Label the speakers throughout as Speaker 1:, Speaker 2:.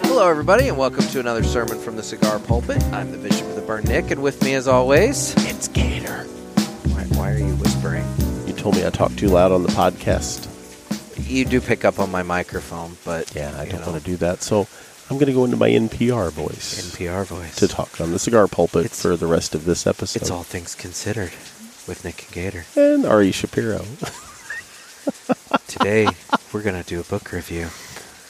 Speaker 1: Hello, everybody, and welcome to another sermon from the Cigar Pulpit. I'm the Bishop of the Burn, Nick, and with me, as always,
Speaker 2: It's Gator.
Speaker 1: why, why are you whispering?
Speaker 2: You told me I talk too loud on the podcast.
Speaker 1: You do pick up on my microphone, but
Speaker 2: Yeah, I
Speaker 1: you
Speaker 2: don't
Speaker 1: know,
Speaker 2: want to do that. So I'm going to go into my NPR voice
Speaker 1: NPR voice.
Speaker 2: to talk on the cigar pulpit
Speaker 1: It's-
Speaker 2: for the rest of this episode.
Speaker 1: It's all things considered with Nick and Gator.
Speaker 2: and Ari Shapiro.
Speaker 1: Today, we're gonna do a book review.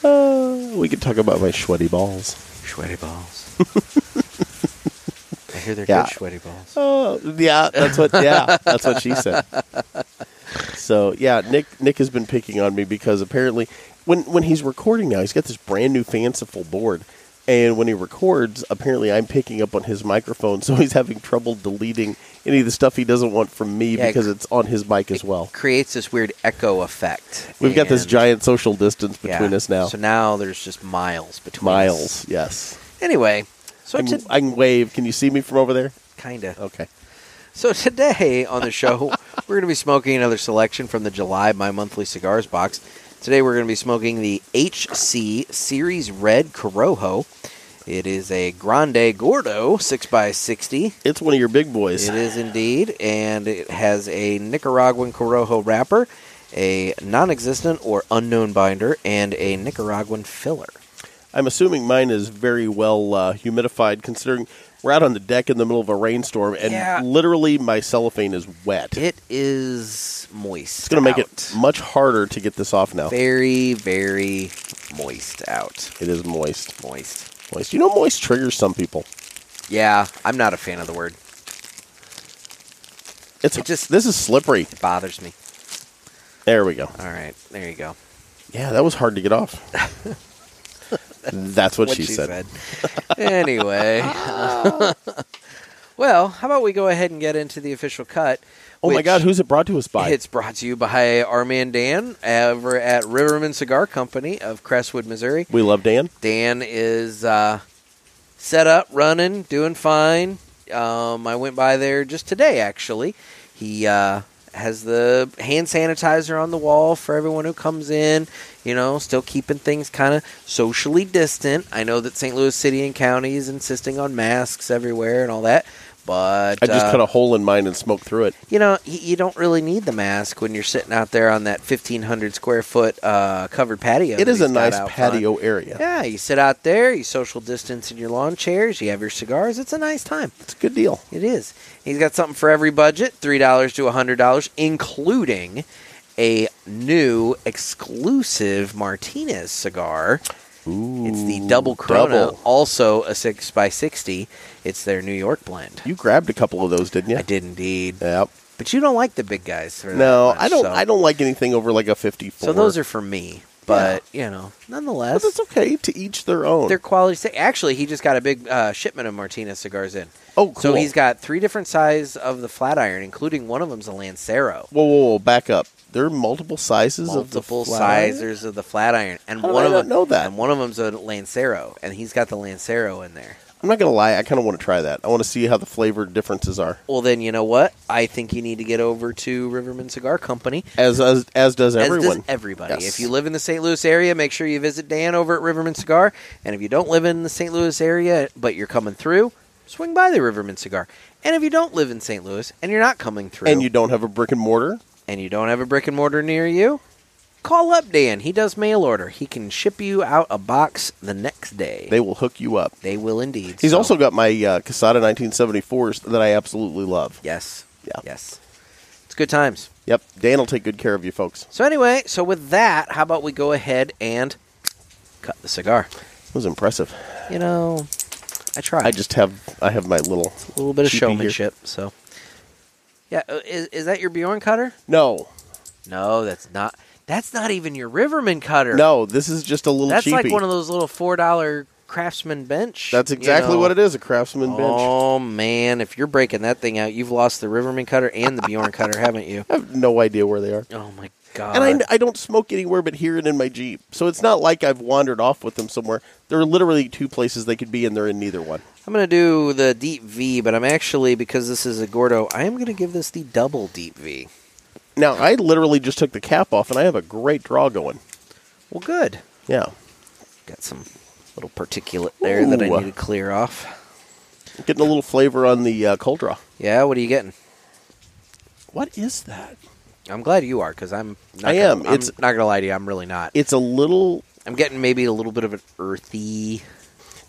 Speaker 2: Uh, we could talk about my sweaty balls.
Speaker 1: Sweaty balls. I hear they're
Speaker 2: Yeah.
Speaker 1: good sweaty balls.
Speaker 2: Oh, yeah, that's what. Yeah, that's what she said. So yeah, Nick Nick has been picking on me because apparently when when he's recording now, he's got this brand new fanciful board. And when he records, apparently I'm picking up on his microphone, so he's having trouble deleting any of the stuff he doesn't want from me
Speaker 1: Yeah, it
Speaker 2: because
Speaker 1: cr-
Speaker 2: it's on his mic as well.
Speaker 1: Creates this weird echo effect.
Speaker 2: We've got this
Speaker 1: and-
Speaker 2: giant social distance
Speaker 1: yeah.
Speaker 2: between us now.
Speaker 1: So now there's just miles between us.
Speaker 2: Miles, yes.
Speaker 1: Anyway, so
Speaker 2: I
Speaker 1: to,
Speaker 2: can, I can wave. Can you see me from over there?
Speaker 1: kinda.
Speaker 2: Okay.
Speaker 1: So today on the show, we're going to be smoking another selection from the July My Monthly Cigars box. Today we're going to be smoking the HC Series Red Corojo. It is a Grande Gordo 6x60.
Speaker 2: It's one of your big boys.
Speaker 1: It is indeed, and it has a Nicaraguan Corojo wrapper, a non existent or unknown binder, and a Nicaraguan filler.
Speaker 2: I'm assuming mine is very well uh, humidified, considering we're out on the deck in the middle of a rainstorm, and
Speaker 1: Yeah.
Speaker 2: literally my cellophane is wet.
Speaker 1: It is moist.
Speaker 2: it's going to make it
Speaker 1: out.
Speaker 2: much harder to get this off now.
Speaker 1: very, very moist out.
Speaker 2: It is moist.
Speaker 1: Moist.
Speaker 2: Moist. You know, moist triggers some people.
Speaker 1: Yeah, I'm not a fan of the word.
Speaker 2: It's
Speaker 1: It just-
Speaker 2: just this is slippery.
Speaker 1: It bothers me.
Speaker 2: There we go.
Speaker 1: All right, there you go.
Speaker 2: Yeah, that was hard to get off. That's what, she, said.
Speaker 1: anyway. well, how about we go ahead and get into the official cut?
Speaker 2: Oh my
Speaker 1: which
Speaker 2: God, who's it brought to us by?
Speaker 1: It's brought to you by our man Dan over at Riverman Cigar Company of Crestwood, Missouri.
Speaker 2: we love Dan.
Speaker 1: Dan is uh, set up, running, doing fine. Um, I went by there just today, actually. He uh, has the hand sanitizer on the wall for everyone who comes in. You know, still keeping things kind of socially distant. I know that St. Louis City and County is insisting on masks everywhere and all that, but
Speaker 2: I just
Speaker 1: uh,
Speaker 2: cut a hole in mine and smoked through it.
Speaker 1: you know, y- you don't really need the mask when you're sitting out there on that 1,500 square foot uh, covered patio.
Speaker 2: It
Speaker 1: that
Speaker 2: is a
Speaker 1: he's got
Speaker 2: nice
Speaker 1: out front.
Speaker 2: patio area.
Speaker 1: Yeah, you sit out there, you social distance in your lawn chairs, you have your cigars. It's a nice time.
Speaker 2: It's a good deal.
Speaker 1: It is. He's got something for every budget $3 to $100, including a new exclusive Martinez cigar.
Speaker 2: Ooh,
Speaker 1: It's the Double Corona,
Speaker 2: double.
Speaker 1: also a 6x60. It's their New York blend.
Speaker 2: You grabbed a couple of those, didn't you?
Speaker 1: I did indeed.
Speaker 2: Yep.
Speaker 1: But you don't like the big guys. for that
Speaker 2: No,
Speaker 1: much,
Speaker 2: I don't.
Speaker 1: so-
Speaker 2: I don't like anything over like a fifty-four.
Speaker 1: So those are for me. But, you know, nonetheless.
Speaker 2: But that's okay. To each their own.
Speaker 1: their quality. Sta- Actually, he just got a big uh, shipment of Martinez cigars in.
Speaker 2: oh, cool.
Speaker 1: So he's got three different sizes of the flat iron, including one of them's a Lancero.
Speaker 2: Whoa, whoa, whoa! Back up. There are multiple sizes
Speaker 1: Multiple
Speaker 2: of the flat iron?
Speaker 1: sizes of the flat iron, and
Speaker 2: How did
Speaker 1: one
Speaker 2: I
Speaker 1: of
Speaker 2: not
Speaker 1: them
Speaker 2: know that?
Speaker 1: and one of them's a Lancero, and he's got the Lancero in there.
Speaker 2: I'm not gonna lie. I kind of want to try that. I want to see how the flavor differences are.
Speaker 1: Well, then you know what? I think you need to get over to Riverman Cigar Company.
Speaker 2: As as, as does
Speaker 1: as does
Speaker 2: everyone.
Speaker 1: everybody.
Speaker 2: Yes.
Speaker 1: If you live in the St. Louis area, make sure you visit Dan over at Riverman Cigar. And if you don't live in the St. Louis area, but you're coming through, swing by the Riverman Cigar. And if you don't live in St. Louis and you're not coming through,
Speaker 2: and you don't have a brick and mortar.
Speaker 1: and you don't have a brick and mortar near you, call up Dan. He does mail order. He can ship you out a box the next day.
Speaker 2: They will hook you up.
Speaker 1: They will indeed.
Speaker 2: He's
Speaker 1: So,
Speaker 2: also got my uh, Casada 1974s that I absolutely love.
Speaker 1: yes,
Speaker 2: Yeah.
Speaker 1: yes. It's good times.
Speaker 2: Yep. Dan will take good care of you, folks.
Speaker 1: So anyway, so with that, how about we go ahead and cut the cigar?
Speaker 2: It was impressive.
Speaker 1: You know, I tried.
Speaker 2: I just have I have my little
Speaker 1: a little bit of
Speaker 2: cheapy here.
Speaker 1: showmanship. So, yeah, uh, is is that your Bjorn cutter?
Speaker 2: No,
Speaker 1: No, that's not. That's not even your Riverman cutter.
Speaker 2: no. This is just a little.
Speaker 1: that's like
Speaker 2: cheapy.
Speaker 1: one of those little four dollar craftsman bench.
Speaker 2: That's exactly what it is. A craftsman bench.
Speaker 1: Oh man, if you're breaking that thing out, you've lost the Riverman cutter and the Bjorn cutter, haven't you?
Speaker 2: I have no idea where they are.
Speaker 1: Oh my god.
Speaker 2: And I, I don't smoke anywhere but here and in my Jeep. So it's not like I've wandered off with them somewhere. There are literally two places they could be, and they're in neither one.
Speaker 1: I'm gonna do the deep V, but I'm actually because this is a Gordo, I am gonna give this the double deep V.
Speaker 2: Now, I literally just took the cap off, and I have a great draw going.
Speaker 1: Well, good.
Speaker 2: Yeah.
Speaker 1: Got some little particulate there that I
Speaker 2: Ooh.
Speaker 1: need to clear off.
Speaker 2: Getting a little flavor on the uh, cold draw.
Speaker 1: Yeah, what are you getting?
Speaker 2: What is that?
Speaker 1: I'm glad you are because I'm. Not
Speaker 2: I
Speaker 1: gonna-
Speaker 2: am.
Speaker 1: I'm
Speaker 2: It's-
Speaker 1: not gonna lie to you. I'm really not.
Speaker 2: It's a little.
Speaker 1: I'm getting maybe a little bit of an earthy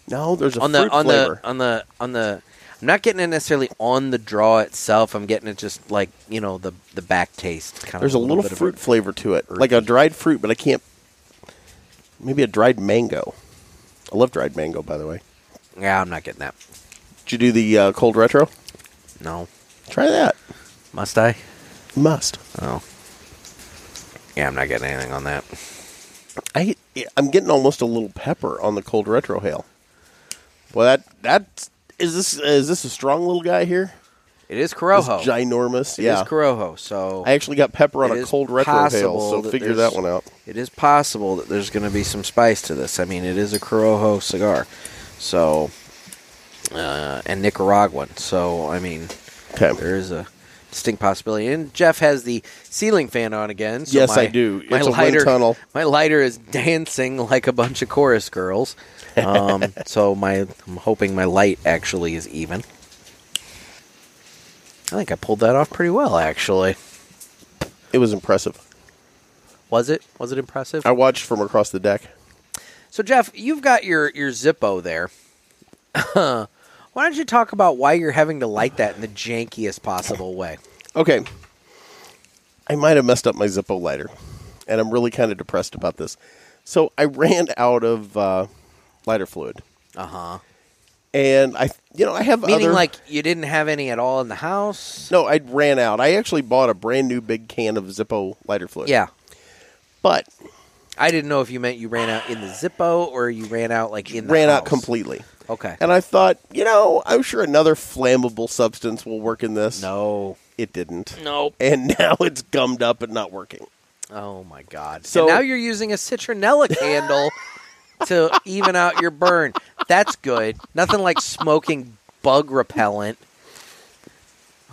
Speaker 2: No, there's a
Speaker 1: on the
Speaker 2: fruit
Speaker 1: on
Speaker 2: flavor.
Speaker 1: the on the on the. I'm not getting it necessarily on the draw itself. I'm getting it just like you know the the back taste kind
Speaker 2: there's a
Speaker 1: of.
Speaker 2: little,
Speaker 1: bit of
Speaker 2: fruit flavor to it,
Speaker 1: earthy.
Speaker 2: like a dried fruit, but I can't. Maybe a dried mango. I love dried mango, by the way.
Speaker 1: yeah, I'm not getting that.
Speaker 2: Did you do the uh, cold retro?
Speaker 1: No,
Speaker 2: Try that.
Speaker 1: must I?
Speaker 2: You must.
Speaker 1: Oh, yeah, I'm not getting anything on that.
Speaker 2: I I'm getting almost a little pepper on the cold retro hail. Well, that that is this is this a strong little guy here?
Speaker 1: It is
Speaker 2: This
Speaker 1: Corojo.
Speaker 2: ginormous.
Speaker 1: It is
Speaker 2: yeah,
Speaker 1: Corojo. So
Speaker 2: I actually got pepper on
Speaker 1: It
Speaker 2: a
Speaker 1: is
Speaker 2: cold retro hail,
Speaker 1: possible
Speaker 2: so
Speaker 1: that
Speaker 2: figure
Speaker 1: there's-
Speaker 2: that one out.
Speaker 1: it is possible that there's going to be some spice to this. I mean, it is a Corojo cigar, so uh, and Nicaraguan. So I mean,
Speaker 2: Okay.
Speaker 1: there is a distinct possibility. And Jeff has the ceiling fan on again. So
Speaker 2: Yes,
Speaker 1: my-
Speaker 2: I do.
Speaker 1: My
Speaker 2: It's a wind
Speaker 1: lighter,
Speaker 2: tunnel.
Speaker 1: My lighter is dancing like a bunch of chorus girls. Um, so my, I'm hoping my light actually is even. I think I pulled that off pretty well, actually.
Speaker 2: It was impressive.
Speaker 1: Was it? Was it impressive?
Speaker 2: I watched from across the deck.
Speaker 1: So Jeff, you've got your your Zippo there. Why don't you talk about why you're having to light that in the jankiest possible way?
Speaker 2: Okay. I might have messed up my Zippo lighter, and I'm really kind of depressed about this. So I ran out of uh, lighter fluid,
Speaker 1: Uh huh.
Speaker 2: and I, you know, I have
Speaker 1: Meaning,
Speaker 2: other
Speaker 1: like you didn't have any at all in the house.
Speaker 2: No, I ran out. I actually bought a brand new big can of Zippo lighter fluid.
Speaker 1: Yeah,
Speaker 2: but
Speaker 1: I didn't know if you meant you ran out in the Zippo or you ran out like in the
Speaker 2: ran out
Speaker 1: house.
Speaker 2: completely.
Speaker 1: Okay.
Speaker 2: And I thought, you know, I'm sure another flammable substance will work in this.
Speaker 1: No.
Speaker 2: it didn't.
Speaker 1: Nope.
Speaker 2: And now it's gummed up and not working.
Speaker 1: Oh my god. So
Speaker 2: So-
Speaker 1: now you're using a citronella candle to even out your burn. That's good. Nothing like smoking bug repellent.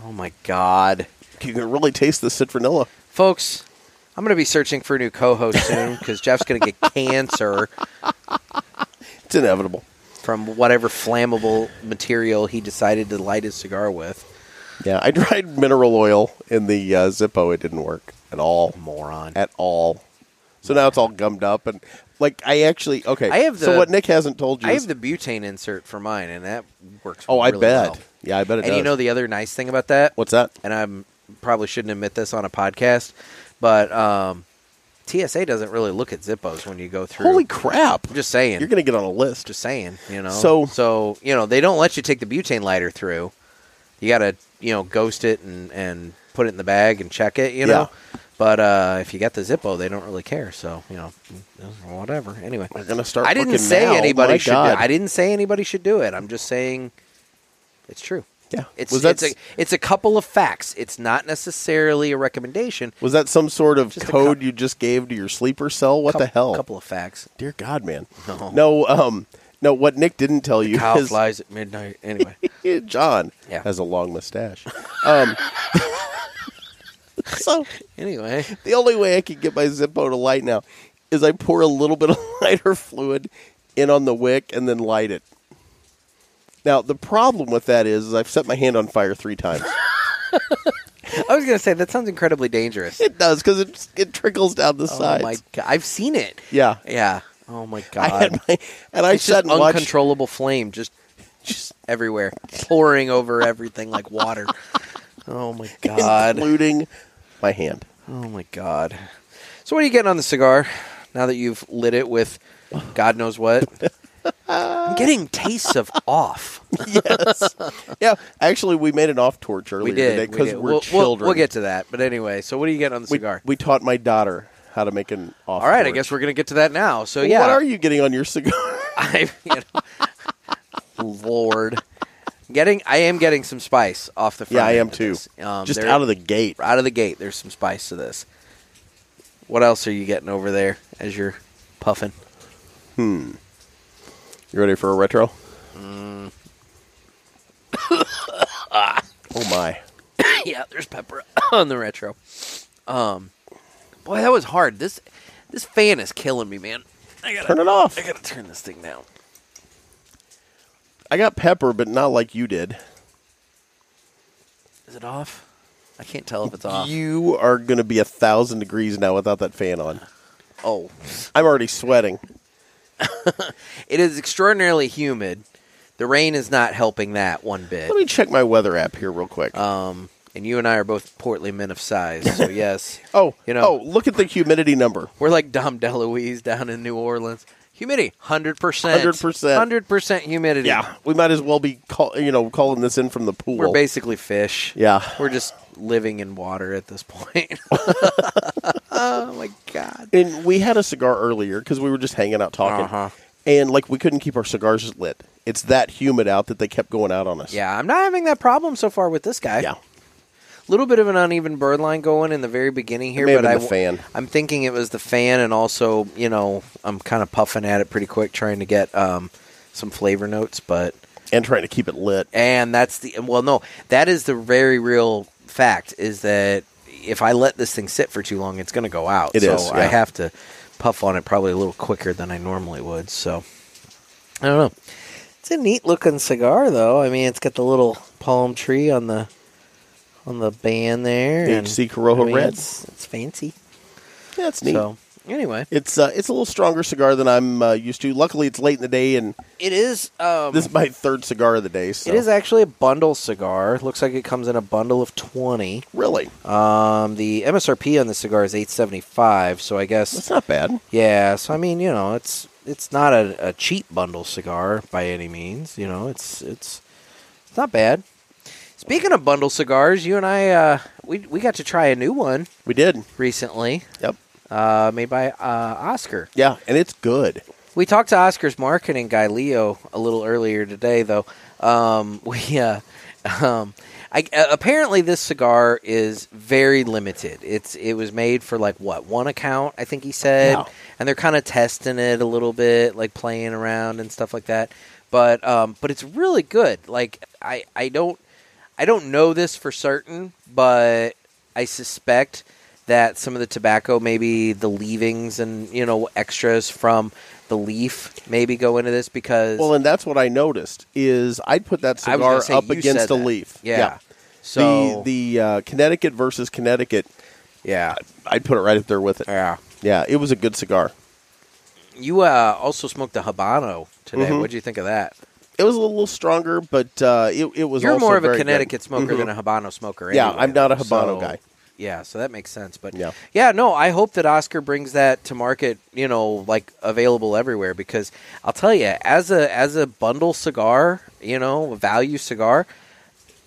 Speaker 1: Oh my god.
Speaker 2: You can really taste the citronella.
Speaker 1: Folks, I'm going to be searching for a new co-host soon cuz Jeff's going to get cancer
Speaker 2: It's inevitable.
Speaker 1: from whatever flammable material he decided to light his cigar with.
Speaker 2: Yeah, I tried mineral oil in the uh, Zippo. It didn't work at all.
Speaker 1: Moron.
Speaker 2: At all. So now it's all gummed up and like I actually okay.
Speaker 1: I have the-
Speaker 2: so what Nick hasn't told you.
Speaker 1: I
Speaker 2: is-
Speaker 1: have the butane insert for mine, and that works.
Speaker 2: oh, I
Speaker 1: really
Speaker 2: bet.
Speaker 1: well.
Speaker 2: Yeah, I bet it
Speaker 1: And
Speaker 2: does.
Speaker 1: you know the other nice thing about that,
Speaker 2: What's that?
Speaker 1: and I'm probably shouldn't admit this on a podcast, but um, TSA doesn't really look at Zippos when you go through.
Speaker 2: Holy crap!
Speaker 1: I'm just saying.
Speaker 2: You're gonna get on a list.
Speaker 1: just saying. You know.
Speaker 2: So-
Speaker 1: so you know they don't let you take the butane lighter through. You gotta you know ghost it and and put it in the bag and check it. You know. But uh, if you got the Zippo, they don't really care. So you know, whatever. Anyway,
Speaker 2: We're gonna start.
Speaker 1: I didn't
Speaker 2: looking
Speaker 1: say
Speaker 2: now.
Speaker 1: anybody
Speaker 2: Oh My
Speaker 1: should.
Speaker 2: God.
Speaker 1: Do, I didn't say anybody should do it. I'm just saying it's true.
Speaker 2: Yeah.
Speaker 1: It's
Speaker 2: was that
Speaker 1: it's a it's a couple of facts. It's not necessarily a recommendation.
Speaker 2: was that some sort of
Speaker 1: Just a
Speaker 2: code
Speaker 1: cou-
Speaker 2: you just gave to your sleeper cell? What
Speaker 1: Coup-
Speaker 2: the hell?
Speaker 1: Couple of facts.
Speaker 2: Dear God, man.
Speaker 1: No.
Speaker 2: No. Um. No. What Nick didn't tell you
Speaker 1: Cow
Speaker 2: is
Speaker 1: flies at midnight. Anyway,
Speaker 2: John
Speaker 1: Yeah.
Speaker 2: has a long mustache. um. so
Speaker 1: anyway,
Speaker 2: the only way I could get my Zippo to light now is I pour a little bit of lighter fluid in on the wick and then light it. Now the problem with that is, is I've set my hand on fire three times.
Speaker 1: I was gonna say that sounds incredibly dangerous.
Speaker 2: It does because it it trickles down the
Speaker 1: oh
Speaker 2: sides.
Speaker 1: my god! I've seen it.
Speaker 2: Yeah,
Speaker 1: Yeah. Oh my god!
Speaker 2: I had my and I
Speaker 1: it's
Speaker 2: sat
Speaker 1: just
Speaker 2: and watched.
Speaker 1: uncontrollable flame just
Speaker 2: just
Speaker 1: everywhere, pouring over everything like water. Oh my god!
Speaker 2: including my hand.
Speaker 1: Oh my god. So what are you getting on the cigar now that you've lit it with God knows what? I'm getting tastes of off.
Speaker 2: Yes, yeah. Actually, we made an off torch earlier
Speaker 1: we did
Speaker 2: today
Speaker 1: we
Speaker 2: because
Speaker 1: did.
Speaker 2: are
Speaker 1: we'll,
Speaker 2: children.
Speaker 1: We'll, we'll get to that. But anyway, so what are you getting on the
Speaker 2: we,
Speaker 1: cigar?
Speaker 2: we taught my daughter how to make an off.
Speaker 1: All right, I
Speaker 2: torch.
Speaker 1: guess we're gonna get to that now. So
Speaker 2: Well,
Speaker 1: yeah,
Speaker 2: What are you getting on your cigar?
Speaker 1: I, you know, Lord, getting I am getting some spice off the front.
Speaker 2: yeah, I am
Speaker 1: end of
Speaker 2: too.
Speaker 1: this. Um,
Speaker 2: just
Speaker 1: there-
Speaker 2: out of the gate.
Speaker 1: out of the gate. There's some spice to this. What else are you getting over there as you're puffing?
Speaker 2: You ready for a retro?
Speaker 1: Mm.
Speaker 2: oh my!
Speaker 1: yeah, there's pepper on the retro. Um, boy, that was hard. This this fan is killing me, man. I gotta
Speaker 2: Turn it off.
Speaker 1: I gotta turn this thing down.
Speaker 2: I got pepper, but not like you did.
Speaker 1: Is it off? I can't tell if it's off.
Speaker 2: You are going to be a thousand degrees now without that fan on.
Speaker 1: oh,
Speaker 2: I'm already sweating.
Speaker 1: it is extraordinarily humid. The rain is not helping that one bit.
Speaker 2: Let me check my weather app here real quick.
Speaker 1: Um, and you and I are both portly men of size, so yes,
Speaker 2: oh,
Speaker 1: you know-
Speaker 2: oh, look at the humidity number.
Speaker 1: we're like Dom DeLuise down in New Orleans. Humidity, hundred percent,
Speaker 2: 100%.
Speaker 1: hundred percent humidity.
Speaker 2: Yeah, we might as well be call, you know calling this in from the pool.
Speaker 1: we're basically fish.
Speaker 2: yeah,
Speaker 1: We're just living in water at this point. oh my god.
Speaker 2: and we had a cigar earlier because we were just hanging out talking,
Speaker 1: Uh-huh.
Speaker 2: and like we couldn't keep our cigars lit. It's that humid out that they kept going out on us.
Speaker 1: Yeah, I'm not having that problem so far with this guy.
Speaker 2: yeah.
Speaker 1: little bit of an uneven bird line going in the very beginning here,
Speaker 2: may have
Speaker 1: but
Speaker 2: been
Speaker 1: I
Speaker 2: the fan.
Speaker 1: I'm thinking it was the fan, and also you know I'm kind of puffing at it pretty quick, trying to get um, some flavor notes. But
Speaker 2: And trying to keep it lit.
Speaker 1: and that's the well, no, that is the very real fact is that if I let this thing sit for too long, it's going to go out.
Speaker 2: It
Speaker 1: so
Speaker 2: is,
Speaker 1: I
Speaker 2: yeah.
Speaker 1: have to puff on it probably a little quicker than I normally would. So I don't know. It's a neat looking cigar, though. I mean, it's got the little palm tree on the on the band there. and-
Speaker 2: HC Corojo Red.
Speaker 1: It's, it's fancy.
Speaker 2: Yeah, it's neat.
Speaker 1: So anyway,
Speaker 2: It's uh, it's a little stronger cigar than I'm uh, used to. Luckily, it's late in the day, and
Speaker 1: it is. Um,
Speaker 2: this is my third cigar of the day. So.
Speaker 1: it is actually a bundle cigar. It looks like it comes in a bundle of twenty.
Speaker 2: really
Speaker 1: Um, the MSRP on the cigar is eight seventy five. So I guess
Speaker 2: that's not bad.
Speaker 1: yeah. So I mean, you know, it's it's not a, a cheap bundle cigar by any means. You know, it's it's it's not bad. Speaking of bundle cigars, you and I uh, we we got to try a new one
Speaker 2: We did.
Speaker 1: recently,
Speaker 2: Yep.
Speaker 1: uh, made by uh, Oscar.
Speaker 2: Yeah, and it's good.
Speaker 1: We talked to Oscar's marketing guy Leo a little earlier today, though. Um, we uh, um, I, uh, apparently this cigar is very limited. It's it was made for like what one account, I think he said,
Speaker 2: Wow.
Speaker 1: and they're kind of testing it a little bit, like playing around and stuff like that. But um, but it's really good. Like I I don't I don't know this for certain, but I suspect that some of the tobacco, maybe the leavings and you know extras from the leaf, maybe go into this because
Speaker 2: Well, and that's what I noticed is I'd put that
Speaker 1: I was gonna
Speaker 2: cigar
Speaker 1: say,
Speaker 2: up
Speaker 1: you
Speaker 2: against
Speaker 1: said
Speaker 2: a
Speaker 1: that.
Speaker 2: leaf.
Speaker 1: Yeah. So
Speaker 2: the the uh, Connecticut versus Connecticut,
Speaker 1: yeah,
Speaker 2: I'd put it right up there with it.
Speaker 1: yeah.
Speaker 2: Yeah, it was a good cigar.
Speaker 1: You uh, also smoked a habano today.
Speaker 2: Mhm.
Speaker 1: What'd you think of that?
Speaker 2: It was a little stronger, but uh, it it was.
Speaker 1: You're
Speaker 2: also
Speaker 1: more of a
Speaker 2: very good.
Speaker 1: Connecticut smoker
Speaker 2: Mhm.
Speaker 1: than a habano smoker.
Speaker 2: Yeah,
Speaker 1: anyway,
Speaker 2: I'm not a
Speaker 1: though.
Speaker 2: Habano
Speaker 1: So-
Speaker 2: guy.
Speaker 1: Yeah, so that makes sense. But yeah.
Speaker 2: Yeah.
Speaker 1: no, I hope that Oscar brings that to market. You know, like available everywhere because I'll tell you, as a as a bundle cigar, you know, a value cigar,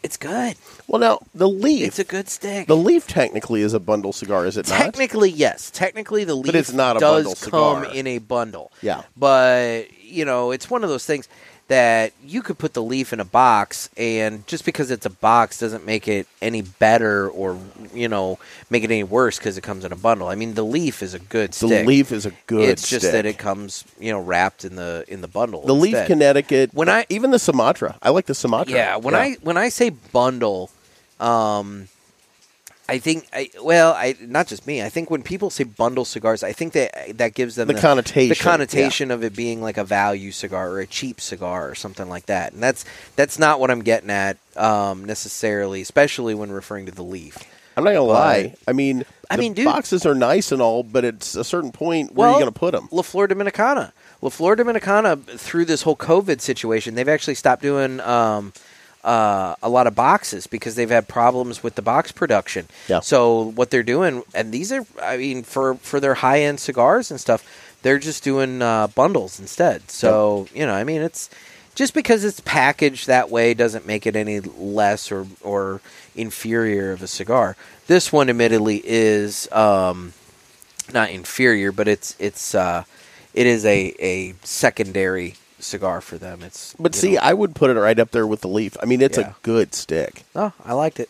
Speaker 1: it's good.
Speaker 2: Well, now the leaf.
Speaker 1: It's a good stick.
Speaker 2: the leaf technically is a bundle cigar, is it not?
Speaker 1: Technically, yes. Technically, the leaf
Speaker 2: it's not a
Speaker 1: does
Speaker 2: bundle
Speaker 1: come
Speaker 2: cigar.
Speaker 1: in a bundle.
Speaker 2: Yeah.
Speaker 1: But, you know, it's one of those things that you could put the leaf in a box, and just because it's a box doesn't make it any better or, you know, make it any worse because it comes in a bundle. I mean, the leaf is a good
Speaker 2: The
Speaker 1: stick.
Speaker 2: leaf is a good.
Speaker 1: It's just
Speaker 2: stick.
Speaker 1: that it comes, you know, wrapped in the in the bundle.
Speaker 2: The leaf
Speaker 1: instead.
Speaker 2: Connecticut.
Speaker 1: When I-
Speaker 2: even the Sumatra, I like the Sumatra.
Speaker 1: Yeah, when I when I say bundle, um, I think I well, I not just me. I think when people say bundle cigars, I think that that gives them
Speaker 2: The connotation,
Speaker 1: the connotation of it being like a value cigar or a cheap cigar or something like that. And that's that's not what I'm getting at um, necessarily, especially when referring to the leaf.
Speaker 2: I'm not gonna lie. I mean,
Speaker 1: I
Speaker 2: the
Speaker 1: mean, dude-
Speaker 2: boxes are nice and all, but it's a certain point where
Speaker 1: Well,
Speaker 2: you gonna put them.
Speaker 1: La Flor Dominicana. La Flor Dominicana, through this whole COVID situation, they've actually stopped doing um, uh, a lot of boxes because they've had problems with the box production.
Speaker 2: Yeah.
Speaker 1: So what they're doing, and these are, I mean, for for their high end cigars and stuff, they're just doing uh, bundles instead. So you know, I mean, it's just because it's packaged that way doesn't make it any less or or inferior of a cigar. This one, admittedly, is. Um, not inferior, but it's it's uh, it is a a secondary cigar for them. It's
Speaker 2: But
Speaker 1: you
Speaker 2: see,
Speaker 1: know,
Speaker 2: I would put it right up there with the leaf. I mean, it's
Speaker 1: Yeah.
Speaker 2: a good stick.
Speaker 1: oh, I liked it.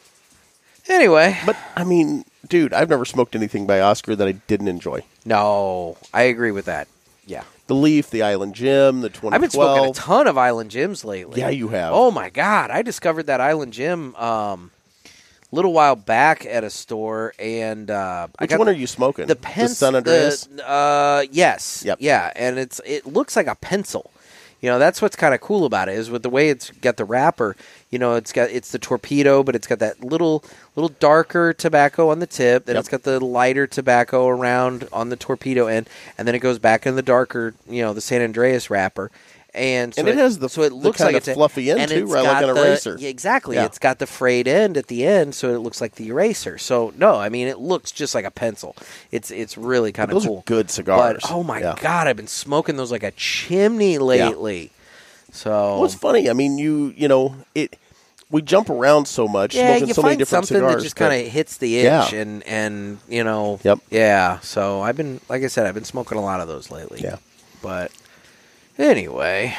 Speaker 1: Anyway,
Speaker 2: But I mean, dude, I've never smoked anything by Oscar that I didn't enjoy.
Speaker 1: no, I agree with that. Yeah,
Speaker 2: The leaf, the Island Jim, the 2012.
Speaker 1: I've been smoking a ton of Island Jims lately.
Speaker 2: Yeah, you have.
Speaker 1: Oh my god, I discovered that Island Jim um, little while back at a store, and uh, I
Speaker 2: Which
Speaker 1: got
Speaker 2: one are you smoking?
Speaker 1: the pencil.
Speaker 2: San Andreas.
Speaker 1: uh, yes.
Speaker 2: Yep.
Speaker 1: Yeah, and it's it looks like a pencil. You know, that's what's kind of cool about it is with the way it's got the wrapper. You know, it's got it's the torpedo, but it's got that little little darker tobacco on the tip, then
Speaker 2: Yep.
Speaker 1: it's got the lighter tobacco around on the torpedo end, and then it goes back in the darker. You know, the San Andreas wrapper. And, so
Speaker 2: And it has the-
Speaker 1: so it
Speaker 2: the
Speaker 1: looks
Speaker 2: kind
Speaker 1: like
Speaker 2: of
Speaker 1: it's a-
Speaker 2: fluffy end,
Speaker 1: and
Speaker 2: too,
Speaker 1: it's
Speaker 2: right, like
Speaker 1: got
Speaker 2: an
Speaker 1: the-
Speaker 2: eraser.
Speaker 1: yeah, exactly.
Speaker 2: Yeah.
Speaker 1: It's got the frayed end at the end, so it looks like the eraser. So no, I mean it looks just like a pencil. It's it's really kind of
Speaker 2: Those
Speaker 1: cool.
Speaker 2: are good cigars.
Speaker 1: But oh my
Speaker 2: Yeah.
Speaker 1: god, I've been smoking those like a chimney lately. So
Speaker 2: Well, it's funny. I mean, you you know it. We jump around so much,
Speaker 1: yeah,
Speaker 2: smoking
Speaker 1: you
Speaker 2: so many
Speaker 1: find
Speaker 2: different
Speaker 1: something
Speaker 2: cigars.
Speaker 1: that just
Speaker 2: but-
Speaker 1: kind of hits the itch,
Speaker 2: Yeah.
Speaker 1: and and you know,
Speaker 2: Yep.
Speaker 1: yeah. So I've been like I said, I've been smoking a lot of those lately.
Speaker 2: Yeah.
Speaker 1: but anyway,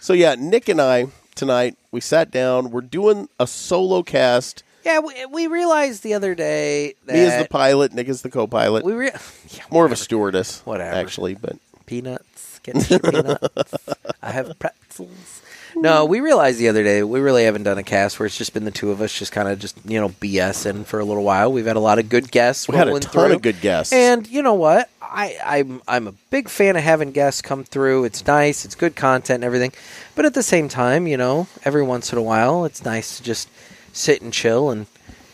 Speaker 2: So yeah, Nick and I tonight we sat down. We're doing a solo cast.
Speaker 1: yeah, we, we realized the other day that
Speaker 2: Me is the pilot. Nick is the co-pilot.
Speaker 1: we re- yeah,
Speaker 2: More of a stewardess,
Speaker 1: Whatever.
Speaker 2: actually. But
Speaker 1: peanuts. Get your peanuts. I have pretzels. No, we realized the other day we really haven't done a cast where it's just been the two of us, just kind of just you know BSing for a little while. We've had a lot of good guests.
Speaker 2: we had a
Speaker 1: rolling
Speaker 2: ton
Speaker 1: through.
Speaker 2: of good guests.
Speaker 1: And you know what? I, I'm I'm a big fan of having guests come through. It's nice. It's good content and everything. But at the same time, you know, every once in a while, it's nice to just sit and chill and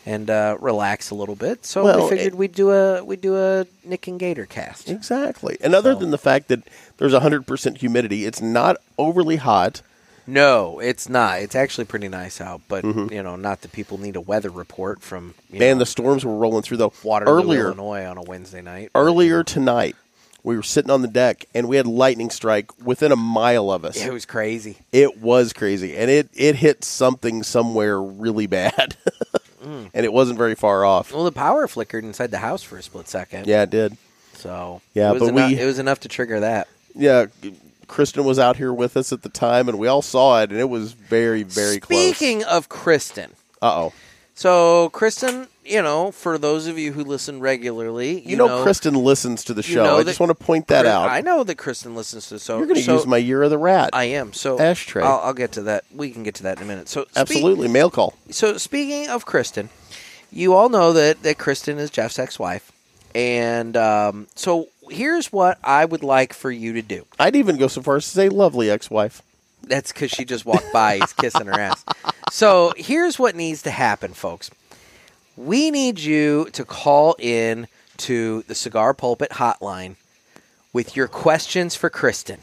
Speaker 1: and uh, relax a little bit. So
Speaker 2: Well,
Speaker 1: we figured
Speaker 2: it-
Speaker 1: we'd do a we would do a Nick and Gator cast.
Speaker 2: exactly. And other
Speaker 1: So-
Speaker 2: than the fact that there's 100 percent humidity, it's not overly hot.
Speaker 1: No, it's not. It's actually pretty nice out, but you know, not that people need a weather report from you
Speaker 2: Mm-hmm. Man,
Speaker 1: know,
Speaker 2: the storms were rolling through the
Speaker 1: Waterloo,
Speaker 2: earlier
Speaker 1: Illinois on a Wednesday night.
Speaker 2: earlier tonight. We were sitting on the deck and we had lightning strike within a mile of us.
Speaker 1: It was crazy.
Speaker 2: It was crazy, and it it hit something somewhere really bad,
Speaker 1: Mm.
Speaker 2: and it wasn't very far off.
Speaker 1: Well, the power flickered inside the house for a split second.
Speaker 2: Yeah, it did.
Speaker 1: So
Speaker 2: Yeah,
Speaker 1: it was
Speaker 2: but
Speaker 1: enough,
Speaker 2: we-
Speaker 1: it was enough to trigger that.
Speaker 2: Yeah, Kristen was out here with us at the time, and we all saw it, and it was very very close.
Speaker 1: Speaking of Kristen,
Speaker 2: Uh oh,
Speaker 1: so Kristen, you know, for those of you who listen regularly, you,
Speaker 2: you, know, Kristen listens to the
Speaker 1: you
Speaker 2: show.
Speaker 1: know
Speaker 2: I
Speaker 1: that-
Speaker 2: just want to point that out.
Speaker 1: I know that Kristen listens to so.
Speaker 2: You're going to
Speaker 1: so
Speaker 2: use my year of the rat.
Speaker 1: I am so
Speaker 2: Ashtray.
Speaker 1: I'll, I'll get to that. We can get to that in a minute. So speak-
Speaker 2: Absolutely, mail call.
Speaker 1: so speaking of Kristen, you all know that that Kristen is Jeff's ex-wife, and um, so here's what I would like for you to do.
Speaker 2: I'd even go so far as to say, lovely ex-wife.
Speaker 1: That's because she just walked by. He's kissing her ass. So here's what needs to happen, folks. We need you to call in to the Cigar Pulpit Hotline with your questions for Kristen.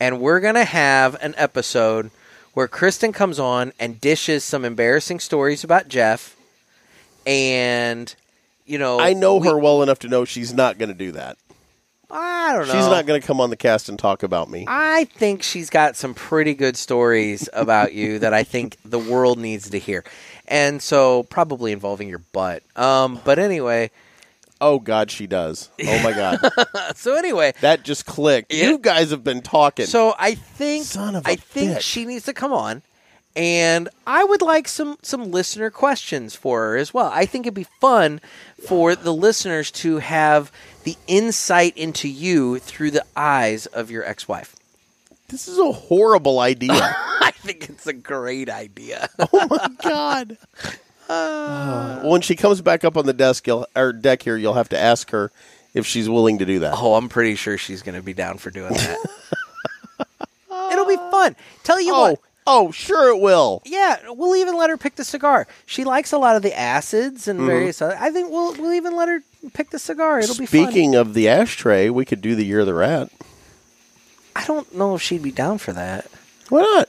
Speaker 1: And we're going to have an episode where Kristen comes on and dishes some embarrassing stories about Jeff. And, you know,
Speaker 2: I know
Speaker 1: we-
Speaker 2: her well enough to know she's not going to do that.
Speaker 1: I don't know.
Speaker 2: She's not going to come on the cast and talk about me.
Speaker 1: I think she's got some pretty good stories about you that I think the world needs to hear. And so probably involving your butt. Um but anyway,
Speaker 2: Oh God, she does. Oh my God.
Speaker 1: Uh, so anyway,
Speaker 2: That just clicked.
Speaker 1: Yeah.
Speaker 2: You guys have been talking.
Speaker 1: so I think
Speaker 2: Son of a
Speaker 1: I think
Speaker 2: bitch.
Speaker 1: she needs to come on and I would like some some listener questions for her as well. I think it'd be fun for the listeners to have the insight into you through the eyes of your ex-wife.
Speaker 2: this is a horrible idea.
Speaker 1: I think it's a great idea.
Speaker 2: oh my God. when she comes back up on the desk, you'll, or deck here, you'll have to ask her if she's willing to do that.
Speaker 1: Oh, I'm pretty sure she's going to be down for doing that. It'll be fun. Tell you
Speaker 2: oh,
Speaker 1: what.
Speaker 2: oh, sure it will.
Speaker 1: Yeah, we'll even let her pick the cigar. She likes a lot of the acids
Speaker 2: Mm-hmm.
Speaker 1: and various other. I think we'll we'll even let her pick the cigar. It'll be fun.
Speaker 2: Speaking of the ashtray, we could do the year of the rat.
Speaker 1: I don't know if she'd be down for that.
Speaker 2: Why not?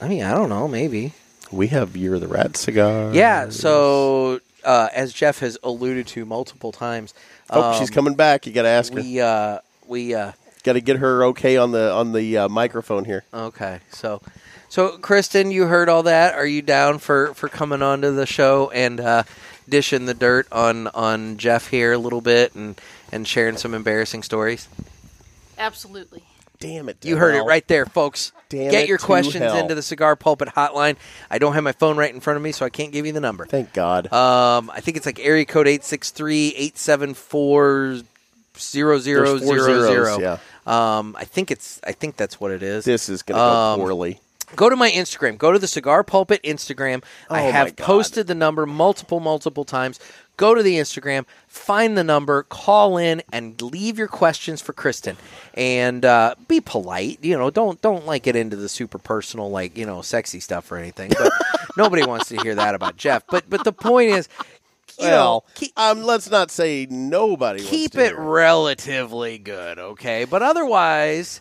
Speaker 1: I mean, I don't know, maybe.
Speaker 2: We have year of the rat cigar.
Speaker 1: Yeah, so uh, as Jeff has alluded to multiple times,
Speaker 2: Oh,
Speaker 1: um,
Speaker 2: she's coming back. You got to ask her.
Speaker 1: we uh we uh
Speaker 2: Got to get her okay on the on the uh, microphone here.
Speaker 1: Okay, so, so Kristen, you heard all that. Are you down for for coming onto the show and uh, dishing the dirt on on Jeff here a little bit and and sharing some embarrassing stories?
Speaker 3: Absolutely.
Speaker 2: Damn it!
Speaker 1: You heard it
Speaker 2: Darrell.
Speaker 1: right there, folks.
Speaker 2: Damn
Speaker 1: Get
Speaker 2: it
Speaker 1: your
Speaker 2: to
Speaker 1: questions
Speaker 2: hell.
Speaker 1: into the Cigar Pulpit Hotline. I don't have my phone right in front of me, so I can't give you the number.
Speaker 2: Thank God.
Speaker 1: Um, I think it's like area code 863-874-0000.
Speaker 2: There's four zeros, yeah.
Speaker 1: Um, I think it's I think that's what it is.
Speaker 2: this is going to
Speaker 1: um,
Speaker 2: go poorly.
Speaker 1: go to my Instagram. Go to the Cigar Pulpit Instagram. I
Speaker 2: Oh, my
Speaker 1: have
Speaker 2: God.
Speaker 1: posted the number multiple, multiple times. go to the Instagram, find the number, call in, and leave your questions for Kristen. And uh, be polite. You know, don't don't like get into the super personal, like you know, sexy stuff or anything. But nobody wants to hear that about Jeff. But but the point is, you know,
Speaker 2: well,
Speaker 1: keep,
Speaker 2: um, let's not say nobody. wants
Speaker 1: keep
Speaker 2: to
Speaker 1: it
Speaker 2: hear
Speaker 1: relatively good, okay? But otherwise,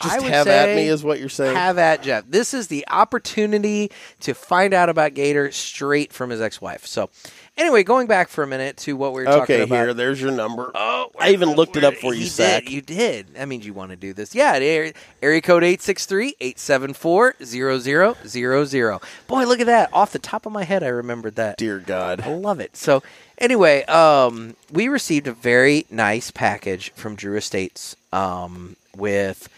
Speaker 1: I
Speaker 2: Just
Speaker 1: would
Speaker 2: have
Speaker 1: say
Speaker 2: at me is what you're saying.
Speaker 1: have at Jeff. This is the opportunity to find out about Gator straight from his ex-wife. So, anyway, going back for a minute to what we were talking
Speaker 2: okay,
Speaker 1: about.
Speaker 2: here. There's your number. Oh, I even looked it up for you,
Speaker 1: He
Speaker 2: Zach.
Speaker 1: Did. You did. That means you want to do this. Yeah, area, area code 863-874-0000. Boy, look at that. Off the top of my head, I remembered that.
Speaker 2: Dear God.
Speaker 1: I love it. So, anyway, um, we received a very nice package from Drew Estates um, with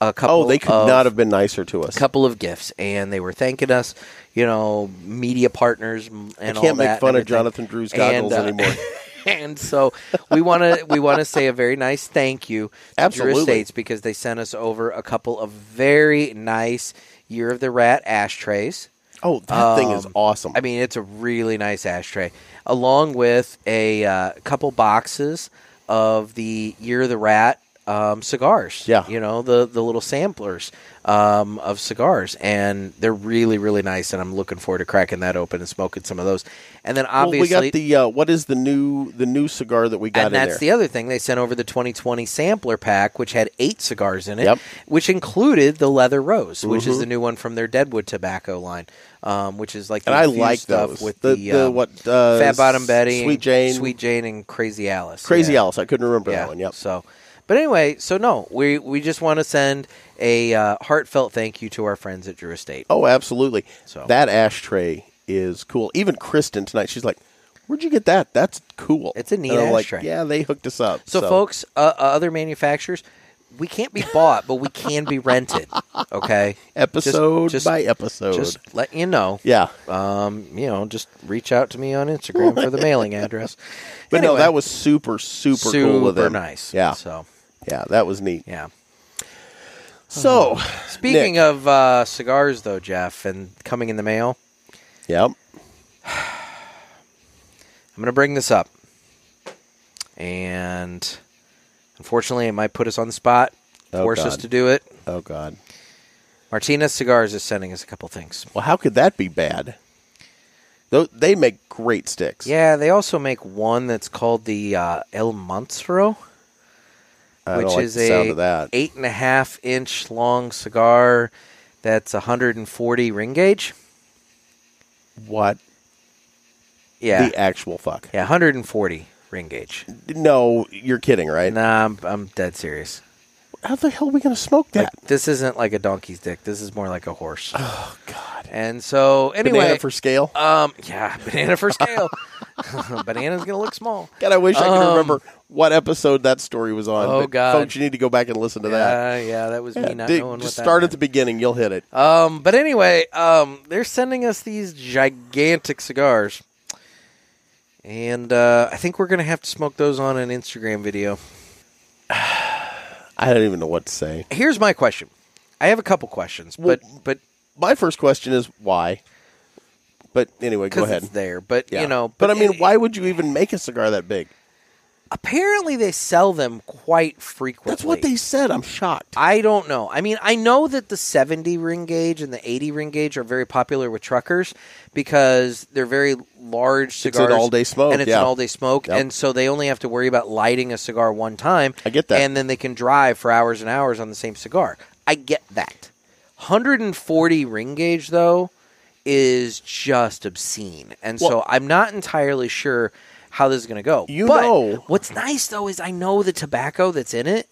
Speaker 1: a couple
Speaker 2: Oh, they could
Speaker 1: of
Speaker 2: not have been nicer to us.
Speaker 1: couple of gifts, and they were thanking us, you know, media partners m-
Speaker 2: I
Speaker 1: and all
Speaker 2: can't
Speaker 1: that
Speaker 2: make
Speaker 1: and
Speaker 2: fun of
Speaker 1: everything.
Speaker 2: Jonathan Drew's goggles
Speaker 1: uh,
Speaker 2: anymore.
Speaker 1: And so we want to we want to say a very nice thank you to Drew
Speaker 2: Absolutely.
Speaker 1: Estates because they sent us over a couple of very nice Year of the Rat ashtrays.
Speaker 2: Oh, that thing is
Speaker 1: Um,
Speaker 2: awesome.
Speaker 1: I mean, it's a really nice ashtray, along with a uh, couple boxes of the Year of the Rat um, cigars.
Speaker 2: Yeah.
Speaker 1: you know the the little samplers um, of cigars, and they're really really nice. And I'm looking forward to cracking that open and smoking some of those. And then
Speaker 2: well, we
Speaker 1: obviously.
Speaker 2: got the uh, what is the new the new cigar that we got
Speaker 1: and
Speaker 2: in
Speaker 1: that's
Speaker 2: there?
Speaker 1: the other thing. They sent over the 2020 sampler pack, which had eight cigars in it,
Speaker 2: Yep. Mm-hmm.
Speaker 1: which included the Leather Rose, which is the new one from their Deadwood tobacco line, um, which is like the
Speaker 2: and I
Speaker 1: infused
Speaker 2: like
Speaker 1: stuff
Speaker 2: those
Speaker 1: with
Speaker 2: the,
Speaker 1: the,
Speaker 2: the,
Speaker 1: um,
Speaker 2: what uh,
Speaker 1: Fat Bottom Betty,
Speaker 2: Sweet
Speaker 1: and
Speaker 2: Jane,
Speaker 1: Sweet Jane, and Crazy Alice.
Speaker 2: Crazy
Speaker 1: Yeah.
Speaker 2: Alice. I couldn't remember
Speaker 1: Yeah.
Speaker 2: that one. Yep.
Speaker 1: So, but anyway, so no, we we just want to send a uh, heartfelt thank you to our friends at Drew Estate.
Speaker 2: Oh, absolutely.
Speaker 1: So-
Speaker 2: That ashtray is cool. Even Kristen tonight, she's like, "Where'd you get that? That's cool."
Speaker 1: It's a neat
Speaker 2: And I'm like,
Speaker 1: ashtray.
Speaker 2: yeah, they hooked us up.
Speaker 1: So, folks, uh, uh, other manufacturers, we can't be bought, but we can be rented. Okay,
Speaker 2: episode
Speaker 1: just-
Speaker 2: by episode.
Speaker 1: just letting you know.
Speaker 2: yeah,
Speaker 1: Um, you know, just reach out to me on Instagram for the mailing address.
Speaker 2: but no,
Speaker 1: Anyway,
Speaker 2: that was super, super, cool with
Speaker 1: super
Speaker 2: them.
Speaker 1: nice.
Speaker 2: Yeah,
Speaker 1: So,
Speaker 2: yeah, that was neat.
Speaker 1: yeah.
Speaker 2: So,
Speaker 1: Speaking of uh, cigars, though, Jeff, and coming in the mail,
Speaker 2: yep,
Speaker 1: I'm going to bring this up. And unfortunately, it might put us on the spot,
Speaker 2: Oh,
Speaker 1: force us
Speaker 2: God.
Speaker 1: to do it.
Speaker 2: oh god,
Speaker 1: Martinez Cigars is sending us a couple things.
Speaker 2: well, how could that be bad? Though they make great sticks.
Speaker 1: Yeah, they also make one that's called the uh, El Monstro,
Speaker 2: I
Speaker 1: which
Speaker 2: don't like
Speaker 1: is
Speaker 2: the sound of
Speaker 1: a
Speaker 2: that.
Speaker 1: eight and a half inch long cigar that's 140 ring gauge.
Speaker 2: What
Speaker 1: Yeah,
Speaker 2: the actual fuck?
Speaker 1: yeah, 140 ring gauge.
Speaker 2: No, you're kidding, right?
Speaker 1: Nah, I'm, I'm dead serious.
Speaker 2: How the hell are we going to smoke that?
Speaker 1: Like, this isn't like a donkey's dick. This is more like a horse.
Speaker 2: oh god.
Speaker 1: And so, anyway,
Speaker 2: Banana for scale.
Speaker 1: um, yeah, banana for scale. Banana's gonna look small.
Speaker 2: God, I wish I could
Speaker 1: Um,
Speaker 2: remember what episode that story was on.
Speaker 1: Oh,
Speaker 2: but
Speaker 1: God.
Speaker 2: folks, you need to go back and listen to that.
Speaker 1: Uh, yeah, that was
Speaker 2: Yeah,
Speaker 1: me not
Speaker 2: dig-
Speaker 1: knowing
Speaker 2: just
Speaker 1: what that
Speaker 2: start at the
Speaker 1: meant.
Speaker 2: beginning; you'll hit it.
Speaker 1: Um, but anyway, um, they're sending us these gigantic cigars, and uh, I think we're gonna have to smoke those on an Instagram video.
Speaker 2: I don't even know what to say.
Speaker 1: Here's my question. I have a couple questions,
Speaker 2: Well,
Speaker 1: but but
Speaker 2: My first question is why, but anyway, go
Speaker 1: because
Speaker 2: ahead.
Speaker 1: it's there, but
Speaker 2: Yeah.
Speaker 1: you know,
Speaker 2: but, I mean,
Speaker 1: it-
Speaker 2: why would you even make a cigar that big?
Speaker 1: apparently they sell them quite frequently.
Speaker 2: That's what they said. I'm shocked.
Speaker 1: I don't know. I mean, I know that the 70 ring gauge and the 80 ring gauge are very popular with truckers because they're very large
Speaker 2: It's
Speaker 1: cigars.
Speaker 2: an all-day smoke,
Speaker 1: And it's
Speaker 2: yeah.
Speaker 1: an all day smoke.
Speaker 2: Yep.
Speaker 1: And so they only have to worry about lighting a cigar one time.
Speaker 2: I get that.
Speaker 1: And then they can drive for hours and hours on the same cigar. I get that. 140 ring gauge, though, is just obscene. And so
Speaker 2: Well-
Speaker 1: I'm not entirely sure how this is going to go.
Speaker 2: You
Speaker 1: But
Speaker 2: know.
Speaker 1: What's nice though is I know the tobacco that's in it.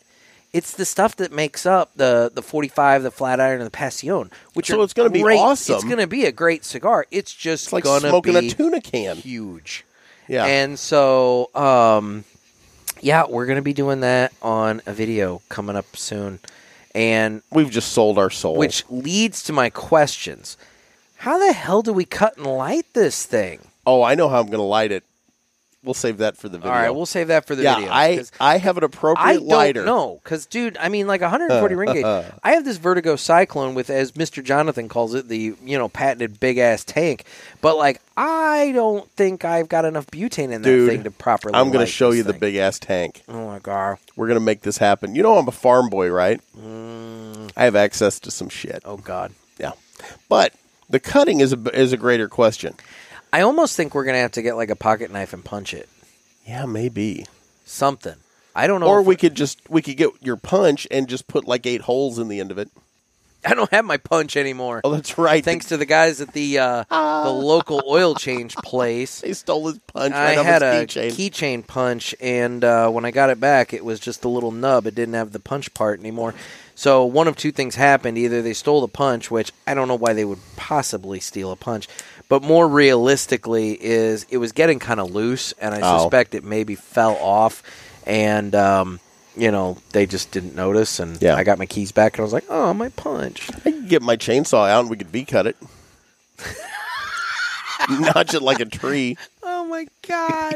Speaker 1: It's the stuff that makes up the the 45, the flat iron, and the Passion, which
Speaker 2: So
Speaker 1: are
Speaker 2: it's gonna be
Speaker 1: great-
Speaker 2: awesome.
Speaker 1: It's going to be a great cigar. It's just
Speaker 2: It's like
Speaker 1: gonna
Speaker 2: smoking
Speaker 1: be
Speaker 2: a tuna can.
Speaker 1: huge.
Speaker 2: Yeah.
Speaker 1: And so, um, yeah, we're going to be doing that on a video coming up soon, and
Speaker 2: We've just sold our soul.
Speaker 1: which leads to my questions. How the hell do we cut and light this thing?
Speaker 2: oh, I know how I'm going to light it. we'll save that for the
Speaker 1: All
Speaker 2: video.
Speaker 1: right, we'll save that for the
Speaker 2: yeah,
Speaker 1: video.
Speaker 2: I
Speaker 1: 'cause
Speaker 2: I have an appropriate
Speaker 1: I don't
Speaker 2: lighter. Uh,
Speaker 1: know, because dude, I mean, like 140 ring gauge. I have this Vertigo Cyclone with, as Mister Jonathan calls it, the you know patented big ass tank. But like, I don't think I've got enough butane in that
Speaker 2: Dude,
Speaker 1: thing to properly.
Speaker 2: I'm going
Speaker 1: light
Speaker 2: to show
Speaker 1: this
Speaker 2: you the
Speaker 1: thing.
Speaker 2: big ass tank.
Speaker 1: Oh my god.
Speaker 2: We're going to make this happen. You know I'm a farm boy, right?
Speaker 1: Mm.
Speaker 2: I have access to some shit.
Speaker 1: Oh god.
Speaker 2: Yeah, but the cutting is a is a greater question.
Speaker 1: I almost think we're gonna have to get like a pocket knife and punch it.
Speaker 2: Yeah, maybe.
Speaker 1: Something. I don't know.
Speaker 2: Or
Speaker 1: if-
Speaker 2: we could just we could get your punch and just put like eight holes in the end of it.
Speaker 1: I don't have my punch anymore.
Speaker 2: Oh, that's right.
Speaker 1: Thanks to the guys at the uh, the local oil change place.
Speaker 2: they stole his punch.
Speaker 1: I
Speaker 2: right off
Speaker 1: had a
Speaker 2: his keychain.
Speaker 1: keychain punch, and uh, when I got it back, it was just a little nub. It didn't have the punch part anymore. So one of two things happened: either they stole the punch, which I don't know why they would possibly steal a punch, but more realistically, is it was getting kind of loose, and I
Speaker 2: Oh.
Speaker 1: suspect it maybe fell off, and um, you know they just didn't notice. And
Speaker 2: Yeah.
Speaker 1: I got my keys back, and I was like, "Oh, my punch!"
Speaker 2: I could get my chainsaw out and we could V cut it. Notch it like a tree.
Speaker 1: Oh my god!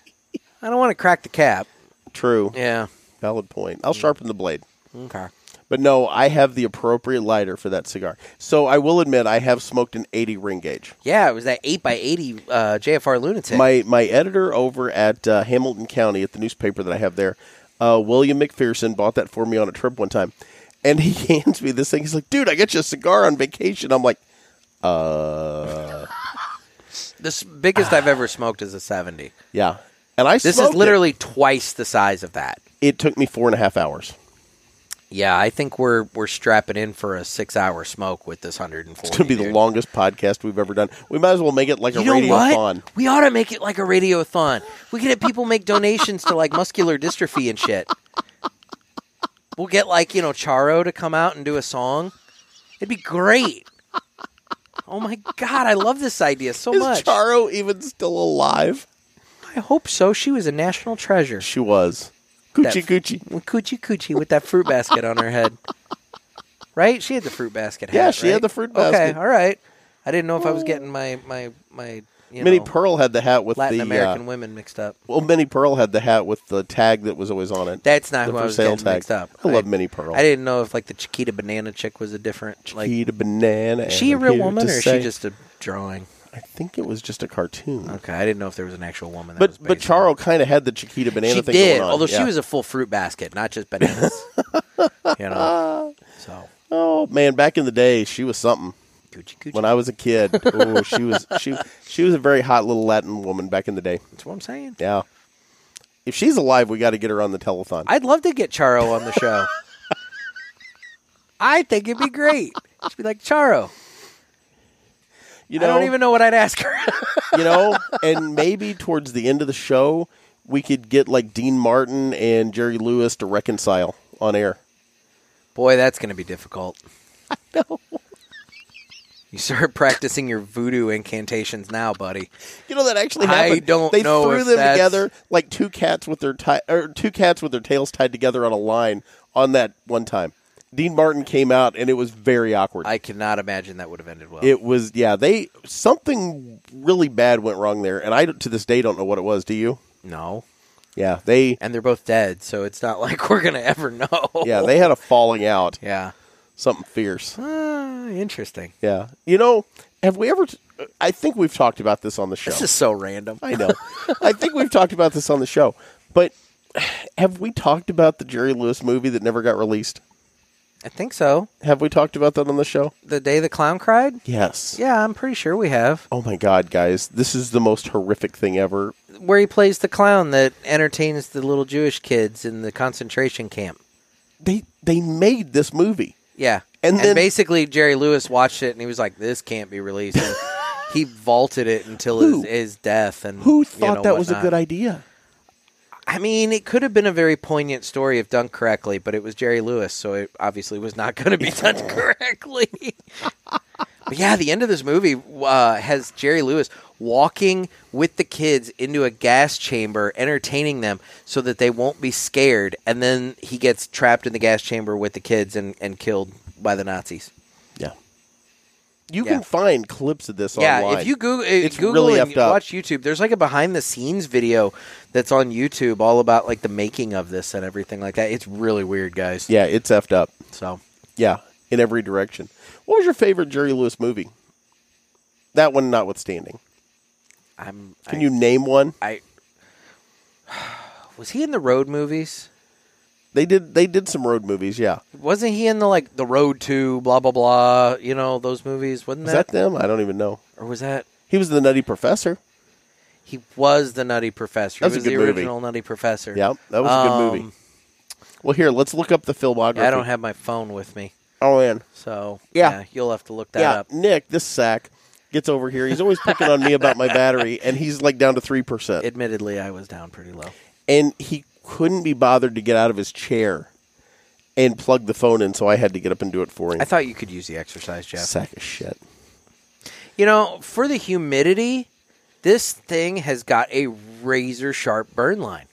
Speaker 1: I don't want to crack the cap.
Speaker 2: True.
Speaker 1: Yeah.
Speaker 2: Valid point. I'll sharpen the blade.
Speaker 1: Okay.
Speaker 2: But no, I have the appropriate lighter for that cigar. So I will admit I have smoked an 80 ring gauge.
Speaker 1: Yeah, it was that eight by eighty uh, JFR lunatic.
Speaker 2: My my editor over at uh, Hamilton County at the newspaper that I have there, uh, William McPherson bought that for me on a trip one time, and he hands me this thing. He's like, "Dude, I got you a cigar on vacation." I'm like, "Uh,
Speaker 1: the s- biggest I've ever smoked is a seventy.
Speaker 2: yeah." And I
Speaker 1: This
Speaker 2: smoked
Speaker 1: is
Speaker 2: it.
Speaker 1: literally twice the size of that.
Speaker 2: It took me four and a half hours.
Speaker 1: Yeah, I think we're we're strapping in for a six hour smoke with this hundred and forty.
Speaker 2: It's going to be the longest podcast we've ever done. We might as well make it like a
Speaker 1: You know
Speaker 2: radio
Speaker 1: what?
Speaker 2: radiothon.
Speaker 1: We ought to make it like a radiothon. We could have people make donations to like muscular dystrophy and shit. We'll get like you know Charo to come out and do a song. It'd be great. Oh my god, I love this idea so
Speaker 2: Is
Speaker 1: much.
Speaker 2: Charo even still alive?
Speaker 1: I hope so. She was a national treasure.
Speaker 2: She was. Coochie
Speaker 1: That-
Speaker 2: coochie.
Speaker 1: with coochie coochie with that fruit basket on her head. Right? She had the fruit basket.
Speaker 2: Yeah,
Speaker 1: hat,
Speaker 2: she had
Speaker 1: right?
Speaker 2: the fruit
Speaker 1: Okay,
Speaker 2: basket. Oh.
Speaker 1: all right. I didn't know if I was getting my my my you
Speaker 2: Minnie
Speaker 1: know,
Speaker 2: Pearl had the hat with
Speaker 1: Latin
Speaker 2: the uh,
Speaker 1: American women mixed up.
Speaker 2: well, Minnie Pearl had the hat with the tag that was always on it.
Speaker 1: That's not
Speaker 2: the
Speaker 1: who I
Speaker 2: for
Speaker 1: was
Speaker 2: sale
Speaker 1: getting
Speaker 2: tag.
Speaker 1: mixed up.
Speaker 2: I love Minnie Pearl.
Speaker 1: I didn't know if like the Chiquita banana chick was a different like.
Speaker 2: Eat a banana.
Speaker 1: Is she a
Speaker 2: and
Speaker 1: real
Speaker 2: here
Speaker 1: woman
Speaker 2: to
Speaker 1: or is
Speaker 2: say-
Speaker 1: she just a drawing?
Speaker 2: I think it was just a cartoon.
Speaker 1: Okay, I didn't know if there was an actual woman. That
Speaker 2: But
Speaker 1: was
Speaker 2: but
Speaker 1: based on-
Speaker 2: Charo kind of had the Chiquita banana
Speaker 1: she
Speaker 2: thing
Speaker 1: did,
Speaker 2: going on.
Speaker 1: although she
Speaker 2: yeah.
Speaker 1: was a full fruit basket, not just bananas. you know, so
Speaker 2: oh man, back in the day, she was something.
Speaker 1: coochie coochie.
Speaker 2: When I was a kid, oh, she was she she was a very hot little Latin woman back in the day.
Speaker 1: That's what I'm saying.
Speaker 2: Yeah. If she's alive, we got to get her on the telethon.
Speaker 1: I'd love to get Charo on the show. I think it'd be great. She'd be like Charo.
Speaker 2: you know,
Speaker 1: I don't even know what I'd ask her.
Speaker 2: you know, and maybe towards the end of the show, we could get like Dean Martin and Jerry Lewis to reconcile on air.
Speaker 1: Boy, that's going to be difficult. I know. You start practicing your voodoo incantations now, buddy.
Speaker 2: You know that actually
Speaker 1: I
Speaker 2: happened.
Speaker 1: don't
Speaker 2: they
Speaker 1: know
Speaker 2: threw
Speaker 1: if
Speaker 2: them
Speaker 1: that's-
Speaker 2: together like two cats with their tie or two cats with their tails tied together on a line on that one time. Dean Martin came out and it was very awkward.
Speaker 1: I cannot imagine that would have ended well.
Speaker 2: it was yeah, they something really bad went wrong there and I to this day don't know what it was, do you?
Speaker 1: no.
Speaker 2: Yeah, they
Speaker 1: And they're both dead, so it's not like we're going to ever know.
Speaker 2: yeah, they had a falling out.
Speaker 1: Yeah.
Speaker 2: Something fierce.
Speaker 1: Ah, interesting.
Speaker 2: Yeah. You know, have we ever? I think we've talked about this on the show.
Speaker 1: This is so random.
Speaker 2: I know. I think we've talked about this on the show. But have we talked about the Jerry Lewis movie that never got released?
Speaker 1: I think so.
Speaker 2: Have we talked about that on the show?
Speaker 1: The day the clown cried?
Speaker 2: Yes.
Speaker 1: Yeah, I'm pretty sure we have.
Speaker 2: Oh my God, guys. This is the most horrific thing ever.
Speaker 1: where he plays the clown that entertains the little Jewish kids in the concentration camp.
Speaker 2: They they made this movie.
Speaker 1: Yeah.
Speaker 2: And then-
Speaker 1: basically Jerry Lewis watched it and he was like, This can't be released. And he vaulted it until
Speaker 2: Who-
Speaker 1: his, his death and
Speaker 2: Who
Speaker 1: you
Speaker 2: thought
Speaker 1: know,
Speaker 2: that was a
Speaker 1: whatnot.
Speaker 2: good idea?
Speaker 1: I mean, it could have been a very poignant story if done correctly, but it was Jerry Lewis, so it obviously was not going to be done correctly. but yeah, the end of this movie uh, has Jerry Lewis walking with the kids into a gas chamber, entertaining them so that they won't be scared, and then he gets trapped in the gas chamber with the kids and, and killed by the Nazis.
Speaker 2: Yeah. You
Speaker 1: Yeah.
Speaker 2: can find clips of this
Speaker 1: yeah,
Speaker 2: online.
Speaker 1: if you Google,
Speaker 2: It's
Speaker 1: Google
Speaker 2: really
Speaker 1: and
Speaker 2: effed up.
Speaker 1: watch YouTube, there's like a behind the scenes video that's on YouTube all about like the making of this and everything like that. It's really weird, guys.
Speaker 2: yeah, it's effed up.
Speaker 1: So
Speaker 2: Yeah, in every direction. What was your favorite Jerry Lewis movie? That one, notwithstanding.
Speaker 1: I'm.
Speaker 2: Can
Speaker 1: I,
Speaker 2: you name one?
Speaker 1: I was he in the road movies?
Speaker 2: They did. They did some road movies. Yeah,
Speaker 1: Wasn't he in the like the Road to blah blah blah? You know those movies. Wasn't
Speaker 2: was that them? I don't even know.
Speaker 1: or was that
Speaker 2: He was the Nutty Professor.
Speaker 1: he was the Nutty Professor?
Speaker 2: That's
Speaker 1: he
Speaker 2: a
Speaker 1: was
Speaker 2: good
Speaker 1: the
Speaker 2: movie.
Speaker 1: original Nutty Professor.
Speaker 2: Yeah, that was a good
Speaker 1: Um,
Speaker 2: movie. Well, here, let's look up the filmography.
Speaker 1: I don't have my phone with me,
Speaker 2: Oh, man.
Speaker 1: so
Speaker 2: Yeah.
Speaker 1: you'll have to look that
Speaker 2: Yeah,
Speaker 1: up.
Speaker 2: Nick, this sack gets over here. He's always picking on me about my battery, and he's like down to three percent,
Speaker 1: Admittedly, I was down pretty low.
Speaker 2: and he couldn't be bothered to get out of his chair and plug the phone in, so I had to get up and do it for him.
Speaker 1: I thought you could use the exercise, Jeff.
Speaker 2: sack of shit.
Speaker 1: You know, for the humidity, this thing has got a razor sharp burn line.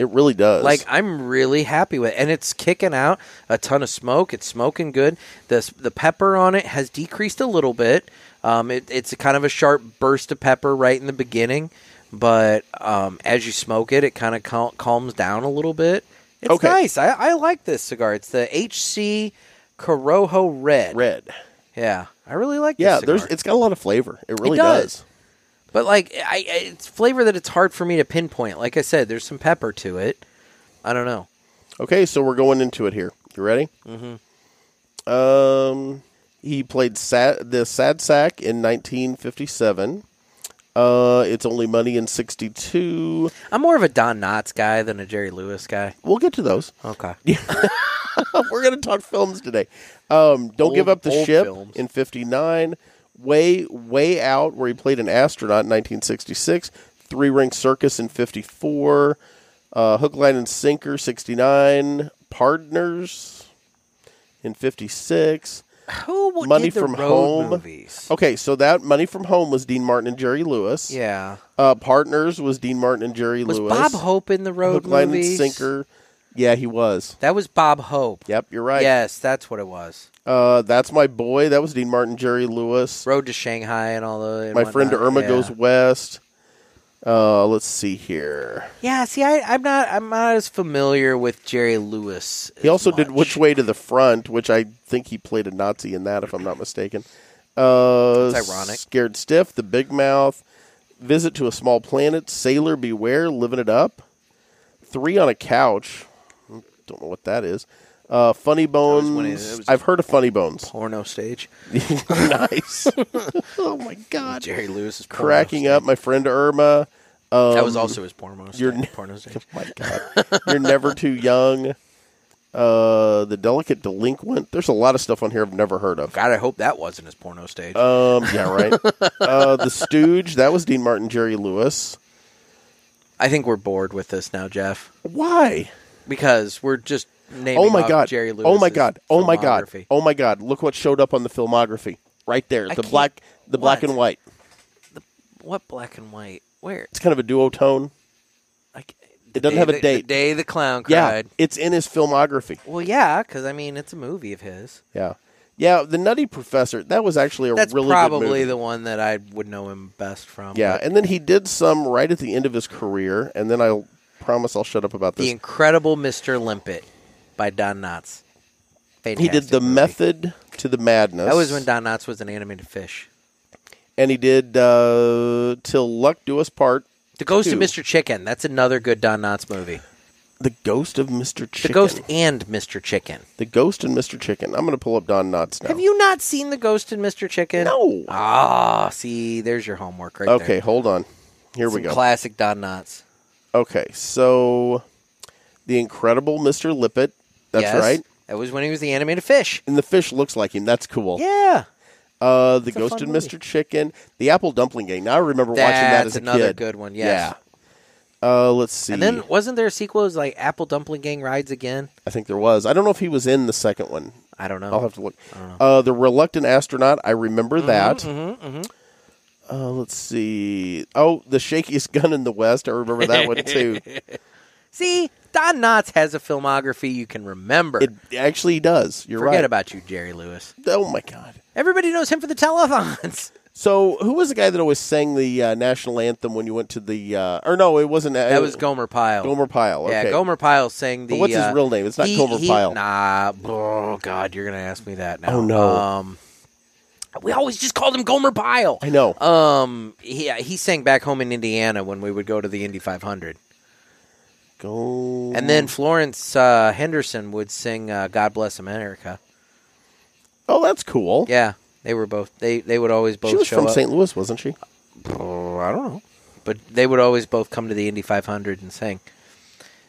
Speaker 2: It really does.
Speaker 1: Like I'm really happy with, it. and it's kicking out a ton of smoke. It's smoking good. The the pepper on it has decreased a little bit. Um, it, it's a kind of a sharp burst of pepper right in the beginning, but um, as you smoke it, it kind of cal- calms down a little bit. It's
Speaker 2: Okay.
Speaker 1: nice. I, I like this cigar. It's the HC Corojo Red.
Speaker 2: red.
Speaker 1: Yeah, I really like.
Speaker 2: Yeah,
Speaker 1: this cigar.
Speaker 2: there's. It's got a lot of flavor. It really
Speaker 1: does.
Speaker 2: does.
Speaker 1: But like, I, I it's flavor that it's hard for me to pinpoint. Like I said, there's some pepper to it. I don't know.
Speaker 2: Okay, so we're going into it here. You ready? Mm-hmm. Um, he played sad, the sad sack in 1957. Uh, it's only money in 62.
Speaker 1: I'm more of a Don Knotts guy than a Jerry Lewis guy.
Speaker 2: We'll get to those.
Speaker 1: Okay.
Speaker 2: We're going to talk films today. Um, Don't
Speaker 1: Old-
Speaker 2: Give Up the
Speaker 1: old
Speaker 2: Ship
Speaker 1: films.
Speaker 2: in 59. Way, Way Out, where he played an astronaut in 1966. Three Ring Circus in 54. Uh, Hook, Line, and Sinker, 69. Partners in 56.
Speaker 1: Who w-
Speaker 2: Money
Speaker 1: did the
Speaker 2: from
Speaker 1: road
Speaker 2: Home. Oh.
Speaker 1: movies?
Speaker 2: Okay, so that Money from Home was Dean Martin and Jerry Lewis.
Speaker 1: Yeah.
Speaker 2: Uh, Partners was Dean Martin and Jerry
Speaker 1: Was
Speaker 2: Lewis.
Speaker 1: Bob Hope in the road
Speaker 2: Hook, Line, and
Speaker 1: movies?
Speaker 2: Sinker. Yeah, he was.
Speaker 1: That was Bob Hope.
Speaker 2: Yep, you're right.
Speaker 1: Yes, that's what it was.
Speaker 2: Uh, that's my boy. That was Dean Martin, Jerry Lewis.
Speaker 1: Road to Shanghai and all the. and
Speaker 2: my friend
Speaker 1: whatnot.
Speaker 2: Irma
Speaker 1: Yeah.
Speaker 2: goes west. Uh, let's see here.
Speaker 1: Yeah. See, I, I'm not. I'm not as familiar with Jerry Lewis.
Speaker 2: He
Speaker 1: as
Speaker 2: also did
Speaker 1: much.
Speaker 2: Which Way to the Front, which I think he played a Nazi in that, if I'm not mistaken. Uh,
Speaker 1: That's ironic.
Speaker 2: Scared Stiff, The Big Mouth, Visit to a Small Planet, Sailor Beware, Living It Up, Three on a Couch. Don't know what that is. Uh, Funny
Speaker 1: was when he- that
Speaker 2: Bones.
Speaker 1: was-
Speaker 2: I've heard of Funny Bones.
Speaker 1: porno stage.
Speaker 2: nice. oh my God.
Speaker 1: Jerry Lewis is porno
Speaker 2: Cracking
Speaker 1: stage.
Speaker 2: up, my friend Irma. Um,
Speaker 1: That was also his porno stage.
Speaker 2: you're-
Speaker 1: porno stage.
Speaker 2: my god you're never too young uh the delicate delinquent there's a lot of stuff on here i've never heard of
Speaker 1: God, I hope that wasn't his porno stage.
Speaker 2: um yeah right uh the stooge that was dean martin jerry lewis
Speaker 1: I think we're bored with this now, Jeff,
Speaker 2: why
Speaker 1: because we're just naming
Speaker 2: oh my
Speaker 1: off
Speaker 2: god
Speaker 1: Jerry Lewis.
Speaker 2: oh my god oh my god oh my god look what showed up on the filmography right there
Speaker 1: I
Speaker 2: the
Speaker 1: can't-
Speaker 2: black the black
Speaker 1: what?
Speaker 2: and white
Speaker 1: What black and white? Where?
Speaker 2: it's kind of a duotone
Speaker 1: Like,
Speaker 2: it doesn't have a date
Speaker 1: The day the clown
Speaker 2: yeah
Speaker 1: cried.
Speaker 2: it's in his filmography
Speaker 1: Well, yeah, because I mean, it's a movie of his.
Speaker 2: yeah yeah the nutty professor that was actually a
Speaker 1: That's
Speaker 2: really good movie.
Speaker 1: probably the one that I would know him best from.
Speaker 2: Yeah,
Speaker 1: but
Speaker 2: and then he did some right at the end of his career, and then I promise I'll shut up about
Speaker 1: the
Speaker 2: this.
Speaker 1: Incredible Mr. Limpet by Don Knotts.
Speaker 2: He did
Speaker 1: Fantastic
Speaker 2: the
Speaker 1: movie.
Speaker 2: method to the madness.
Speaker 1: That was when Don Knotts was an animated fish.
Speaker 2: and he did uh, till luck do us part.
Speaker 1: The Ghost of
Speaker 2: Two.
Speaker 1: Mr. Chicken. That's another good Don Knotts movie.
Speaker 2: The ghost of Mr. Chicken.
Speaker 1: The Ghost and Mr. Chicken.
Speaker 2: The ghost and Mr. Chicken. I'm going to pull up Don Knotts now.
Speaker 1: Have you not seen The Ghost and Mr. Chicken?
Speaker 2: No.
Speaker 1: Ah, see, there's your homework right
Speaker 2: Okay,
Speaker 1: there.
Speaker 2: hold on. Here we
Speaker 1: Some
Speaker 2: go.
Speaker 1: Classic Don Knotts.
Speaker 2: okay, so the incredible Mr. Lippet. That's
Speaker 1: Yes.
Speaker 2: right.
Speaker 1: That was when he was the animated fish.
Speaker 2: And the fish looks like him. That's cool.
Speaker 1: Yeah.
Speaker 2: Uh, the
Speaker 1: a
Speaker 2: Ghost
Speaker 1: fun
Speaker 2: and
Speaker 1: movie.
Speaker 2: Mr. Chicken, the Apple Dumpling Gang. Now I remember watching that
Speaker 1: That's
Speaker 2: as a
Speaker 1: another
Speaker 2: kid.
Speaker 1: good one, yes.
Speaker 2: Yeah. Uh, let's see.
Speaker 1: And then wasn't there a sequel? It was like Apple Dumpling Gang Rides Again?
Speaker 2: I think there was. I don't know if he was in the second one.
Speaker 1: I don't know. Mm-hmm,
Speaker 2: I'll have to look. Uh, the Reluctant Astronaut. I remember that. Uh, let's see. Oh, the Shakiest Gun in the West. I remember that one too.
Speaker 1: See, Don Knotts has a filmography you can remember.
Speaker 2: It actually does. You're
Speaker 1: Forget
Speaker 2: right.
Speaker 1: about you, Jerry Lewis.
Speaker 2: oh my god.
Speaker 1: Everybody knows him for the telethons.
Speaker 2: So who was the guy that always sang the uh, national anthem when you went to the? Uh, or no, it wasn't.
Speaker 1: That was Gomer Pyle.
Speaker 2: Gomer Pyle.
Speaker 1: Yeah,
Speaker 2: okay.
Speaker 1: Gomer Pyle sang the.
Speaker 2: But what's his
Speaker 1: uh,
Speaker 2: real name? It's not
Speaker 1: he-
Speaker 2: Gomer
Speaker 1: he-
Speaker 2: Pyle.
Speaker 1: Nah. Oh God, you're gonna ask me that now.
Speaker 2: Oh, no.
Speaker 1: Um, we always just called him Gomer Pyle.
Speaker 2: I know.
Speaker 1: Um, he he sang back home in Indiana when we would go to the Indy 500,
Speaker 2: Go-
Speaker 1: and then Florence uh, Henderson would sing uh, "God Bless America."
Speaker 2: oh, that's cool.
Speaker 1: Yeah, they were both. They they would always both
Speaker 2: she was
Speaker 1: show
Speaker 2: from
Speaker 1: up.
Speaker 2: St. Louis, wasn't she?
Speaker 1: Oh, I don't know. But they would always both come to the Indy 500 and sing.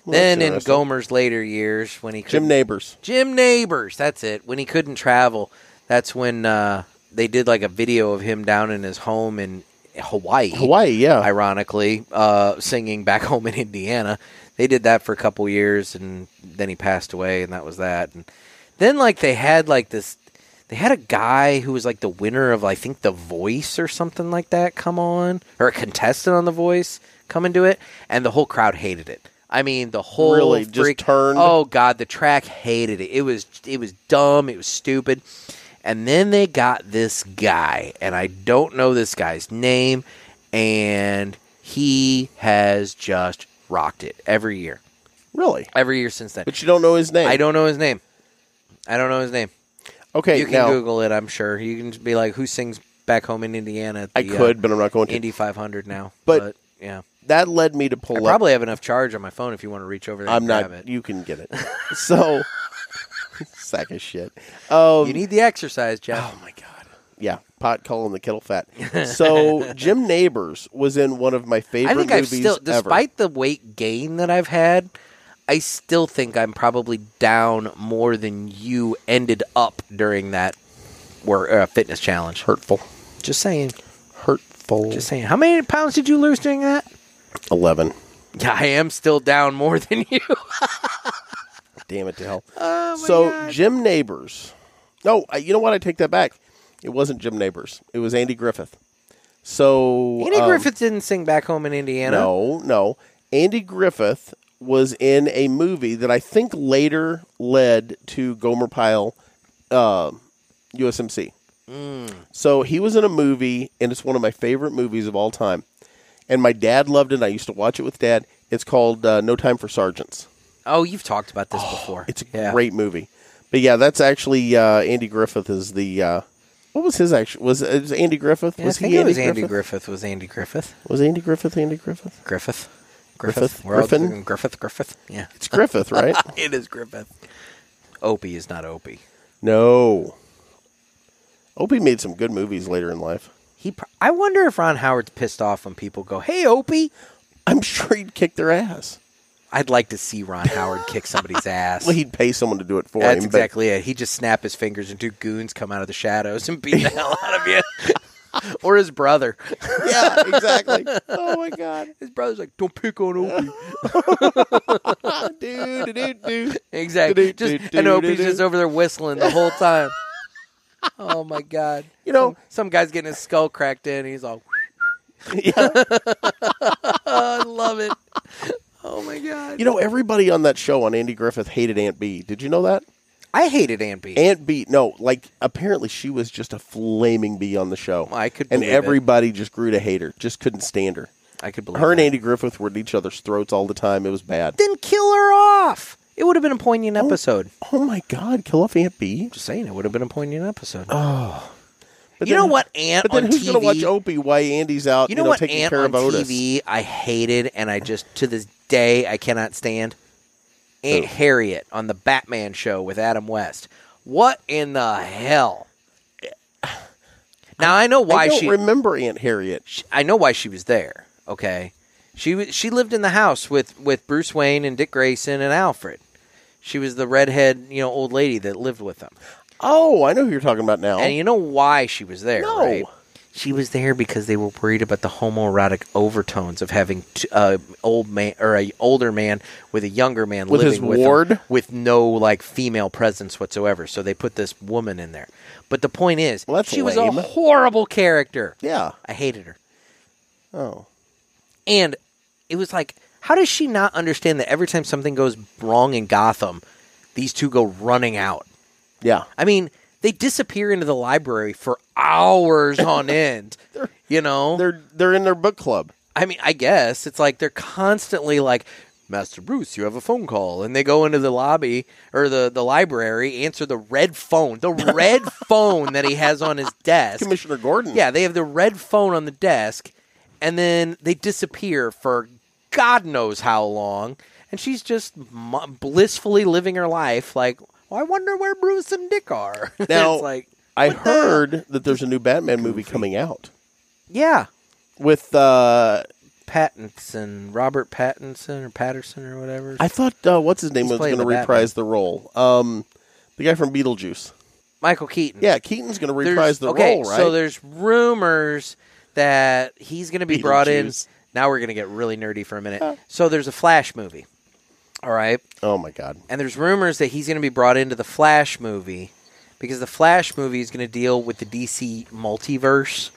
Speaker 2: Well,
Speaker 1: then
Speaker 2: that's
Speaker 1: in
Speaker 2: interesting.
Speaker 1: Gomer's later years, when he
Speaker 2: Jim
Speaker 1: couldn't,
Speaker 2: Neighbors.
Speaker 1: Jim Neighbors, that's it. When he couldn't travel, that's when uh, they did like a video of him down in his home in Hawaii.
Speaker 2: Hawaii, yeah.
Speaker 1: Ironically, uh, singing back home in Indiana. They did that for a couple years, and then he passed away, and that was that. And then like they had like this, they had a guy who was like the winner of I think The Voice or something like that come on, or a contestant on The Voice come into it, and the whole crowd hated it. I mean, the whole
Speaker 2: Really? Just
Speaker 1: freak-
Speaker 2: turned?
Speaker 1: Oh God, the track hated it. It was it was dumb. It was stupid. And then they got this guy, and I don't know this guy's name, and he has just rocked it every year,
Speaker 2: really?
Speaker 1: every year since then.
Speaker 2: But you don't know his name.
Speaker 1: I don't know his name. I don't know his name.
Speaker 2: Okay,
Speaker 1: you can
Speaker 2: now
Speaker 1: Google it. I'm sure you can just be like, who sings back home in Indiana? At the,
Speaker 2: I could, but I'm not going
Speaker 1: uh,
Speaker 2: to.
Speaker 1: Indy 500 now,
Speaker 2: But-
Speaker 1: yeah,
Speaker 2: that led me to pull
Speaker 1: I
Speaker 2: up.
Speaker 1: probably have enough charge on my phone if you want to reach over there.
Speaker 2: I'm
Speaker 1: and
Speaker 2: not.
Speaker 1: grab It.
Speaker 2: You can get it. So sack of shit. Um,
Speaker 1: You need the exercise, Jeff.
Speaker 2: Oh my god. Yeah, pot calling the kettle fat. So Jim Neighbors was in one of my favorite
Speaker 1: I think I've
Speaker 2: movies
Speaker 1: still,
Speaker 2: ever.
Speaker 1: despite the weight gain that I've had, I still think I'm probably down more than you ended up during that wor- uh, fitness challenge.
Speaker 2: hurtful,
Speaker 1: Just saying.
Speaker 2: hurtful.
Speaker 1: Just saying. How many pounds did you lose during that?
Speaker 2: Eleven.
Speaker 1: Yeah, I am still down more than you.
Speaker 2: Damn it to hell.
Speaker 1: Oh, my
Speaker 2: so
Speaker 1: God.
Speaker 2: Jim Neighbors. No, I, you know what? I take that back. It wasn't Jim Neighbors. It was Andy Griffith. So
Speaker 1: Andy
Speaker 2: um,
Speaker 1: Griffith didn't sing back home in Indiana.
Speaker 2: No, no. Andy Griffith was in a movie that I think later led to Gomer Pyle, uh, USMC.
Speaker 1: Hmm.
Speaker 2: So he was in a movie, and it's one of my favorite movies of all time. And my dad loved it. I used to watch it with dad. It's called uh, No Time for Sergeants.
Speaker 1: Oh, you've talked about this before.
Speaker 2: It's a
Speaker 1: Yeah.
Speaker 2: great movie. But yeah, that's actually uh, Andy Griffith is the. Uh, what was his actual? Was it was Andy Griffith?
Speaker 1: Yeah,
Speaker 2: was
Speaker 1: I think
Speaker 2: he
Speaker 1: it
Speaker 2: Andy
Speaker 1: was
Speaker 2: Griffith?
Speaker 1: Andy Griffith. Was Andy Griffith?
Speaker 2: was Andy Griffith Andy Griffith?
Speaker 1: Griffith.
Speaker 2: Griffith?
Speaker 1: We're all
Speaker 2: Griffin?
Speaker 1: thinking Griffith. Griffith. Yeah.
Speaker 2: It's Griffith, right?
Speaker 1: It is Griffith. Opie is not Opie.
Speaker 2: No. Opie made some good movies later in life.
Speaker 1: He. Pr- I wonder if Ron Howard's pissed off when people go, "Hey, Opie."
Speaker 2: I'm sure he'd kick their ass.
Speaker 1: I'd like to see Ron Howard kick somebody's ass.
Speaker 2: Well, he'd pay someone to do it for
Speaker 1: That's
Speaker 2: him. but-
Speaker 1: exactly it. He'd just snap his fingers and two goons come out of the shadows and beat the hell out of you. or his brother.
Speaker 2: yeah, exactly. Oh my god,
Speaker 1: His brother's like, "Don't pick on Opie."
Speaker 2: dude, dude, dude.
Speaker 1: exactly. Just and Opie's just over there whistling the whole time. Oh my god!
Speaker 2: You know-
Speaker 1: some, some guy's getting his skull cracked in. And he's all,
Speaker 2: Yeah.
Speaker 1: oh, "I love it." Oh my god!
Speaker 2: You know, everybody on that show on Andy Griffith hated Aunt B. Did you know that?
Speaker 1: I hated Aunt B.
Speaker 2: Aunt B. No, like apparently she was just a flaming bee on the show.
Speaker 1: I could
Speaker 2: and
Speaker 1: believe it.
Speaker 2: everybody just grew to hate her. Just couldn't stand her.
Speaker 1: I could believe
Speaker 2: Her and
Speaker 1: that.
Speaker 2: Andy Griffith were at each other's throats all the time. It was bad.
Speaker 1: Then kill her off. It would have been a poignant episode.
Speaker 2: Oh my god, kill off Aunt B.
Speaker 1: Just saying, it would have been a poignant episode.
Speaker 2: Oh. But
Speaker 1: you
Speaker 2: then-
Speaker 1: know what, Aunt
Speaker 2: But then
Speaker 1: on
Speaker 2: who's
Speaker 1: TV?
Speaker 2: gonna watch Opie while Andy's out?
Speaker 1: you know what,
Speaker 2: taking
Speaker 1: Aunt
Speaker 2: care
Speaker 1: on
Speaker 2: of Otis.
Speaker 1: TV? I hated, and I just to this day I cannot stand Aunt Harriet on the Batman show with Adam West. What in the hell? Now I know why
Speaker 2: I don't
Speaker 1: she.
Speaker 2: remember Aunt Harriet.
Speaker 1: she- I know why she was there. Okay, she was. She lived in the house with with Bruce Wayne and Dick Grayson and Alfred. She was the redhead, you know, old lady that lived with them.
Speaker 2: Oh, I know who you're talking about now.
Speaker 1: And you know why she was there?
Speaker 2: Oh. No.
Speaker 1: right? She was there because they were worried about the homoerotic overtones of having t- uh, old man or a older man with a younger man
Speaker 2: With
Speaker 1: living
Speaker 2: his
Speaker 1: with 'em
Speaker 2: ward?
Speaker 1: with no like female presence whatsoever. So they put this woman in there. But the point is,
Speaker 2: Well, that's
Speaker 1: she was
Speaker 2: lame.
Speaker 1: a horrible character.
Speaker 2: yeah.
Speaker 1: I hated her,
Speaker 2: Oh,
Speaker 1: and it was like How does she not understand that every time something goes wrong in Gotham, these two go running out?
Speaker 2: Yeah.
Speaker 1: I mean, they disappear into the library for hours on end. you know,
Speaker 2: They're they're in their book club.
Speaker 1: I mean, I guess it's like they're constantly like, Master Bruce, you have a phone call, and they go into the lobby or the the library, answer the red phone, the red phone that he has on his desk.
Speaker 2: Commissioner Gordon.
Speaker 1: Yeah, they have the red phone on the desk, and then they disappear for God knows how long, and she's just m- blissfully living her life. Like, well, I wonder where Bruce and Dick are. And
Speaker 2: Now-
Speaker 1: it's like,
Speaker 2: I heard that there's a new Batman movie coming out
Speaker 1: yeah,
Speaker 2: with uh
Speaker 1: Pattinson, Robert Pattinson or Patterson or whatever.
Speaker 2: I thought uh, what's his name
Speaker 1: He's
Speaker 2: was
Speaker 1: playing
Speaker 2: going to
Speaker 1: the
Speaker 2: reprise the role. Um the guy from Beetlejuice.
Speaker 1: Michael Keaton.
Speaker 2: Yeah, Keaton's going to
Speaker 1: There's-
Speaker 2: reprise the
Speaker 1: okay,
Speaker 2: role, right?
Speaker 1: So there's rumors that he's going to be brought in.
Speaker 2: Beetlejuice.
Speaker 1: Now we're going to get really nerdy for a minute. So there's a Flash movie. All right.
Speaker 2: oh my god.
Speaker 1: And there's rumors that he's going to be brought into the Flash movie because the Flash movie is going to deal with the DC multiverse.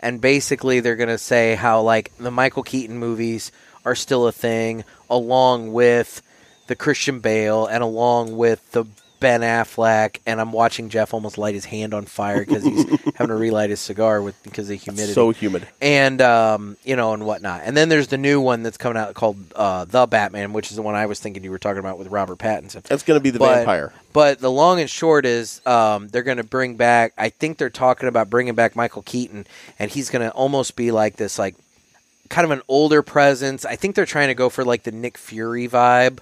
Speaker 1: And basically, they're going to say how, like, the Michael Keaton movies are still a thing, along with the Christian Bale and along with the Ben Affleck. And I'm watching Jeff almost light his hand on fire because he's having to relight his cigar with because of humidity
Speaker 2: So humid.
Speaker 1: and um, you know, and whatnot. And then there's the new one that's coming out called uh, the Batman, which is the one I was thinking you were talking about with Robert Pattinson.
Speaker 2: That's going to be the
Speaker 1: but,
Speaker 2: vampire.
Speaker 1: But the long and short is um, they're going to bring back. I think they're talking about bringing back Michael Keaton, and he's going to almost be like this, like kind of an older presence. I think they're trying to go for like the Nick Fury vibe.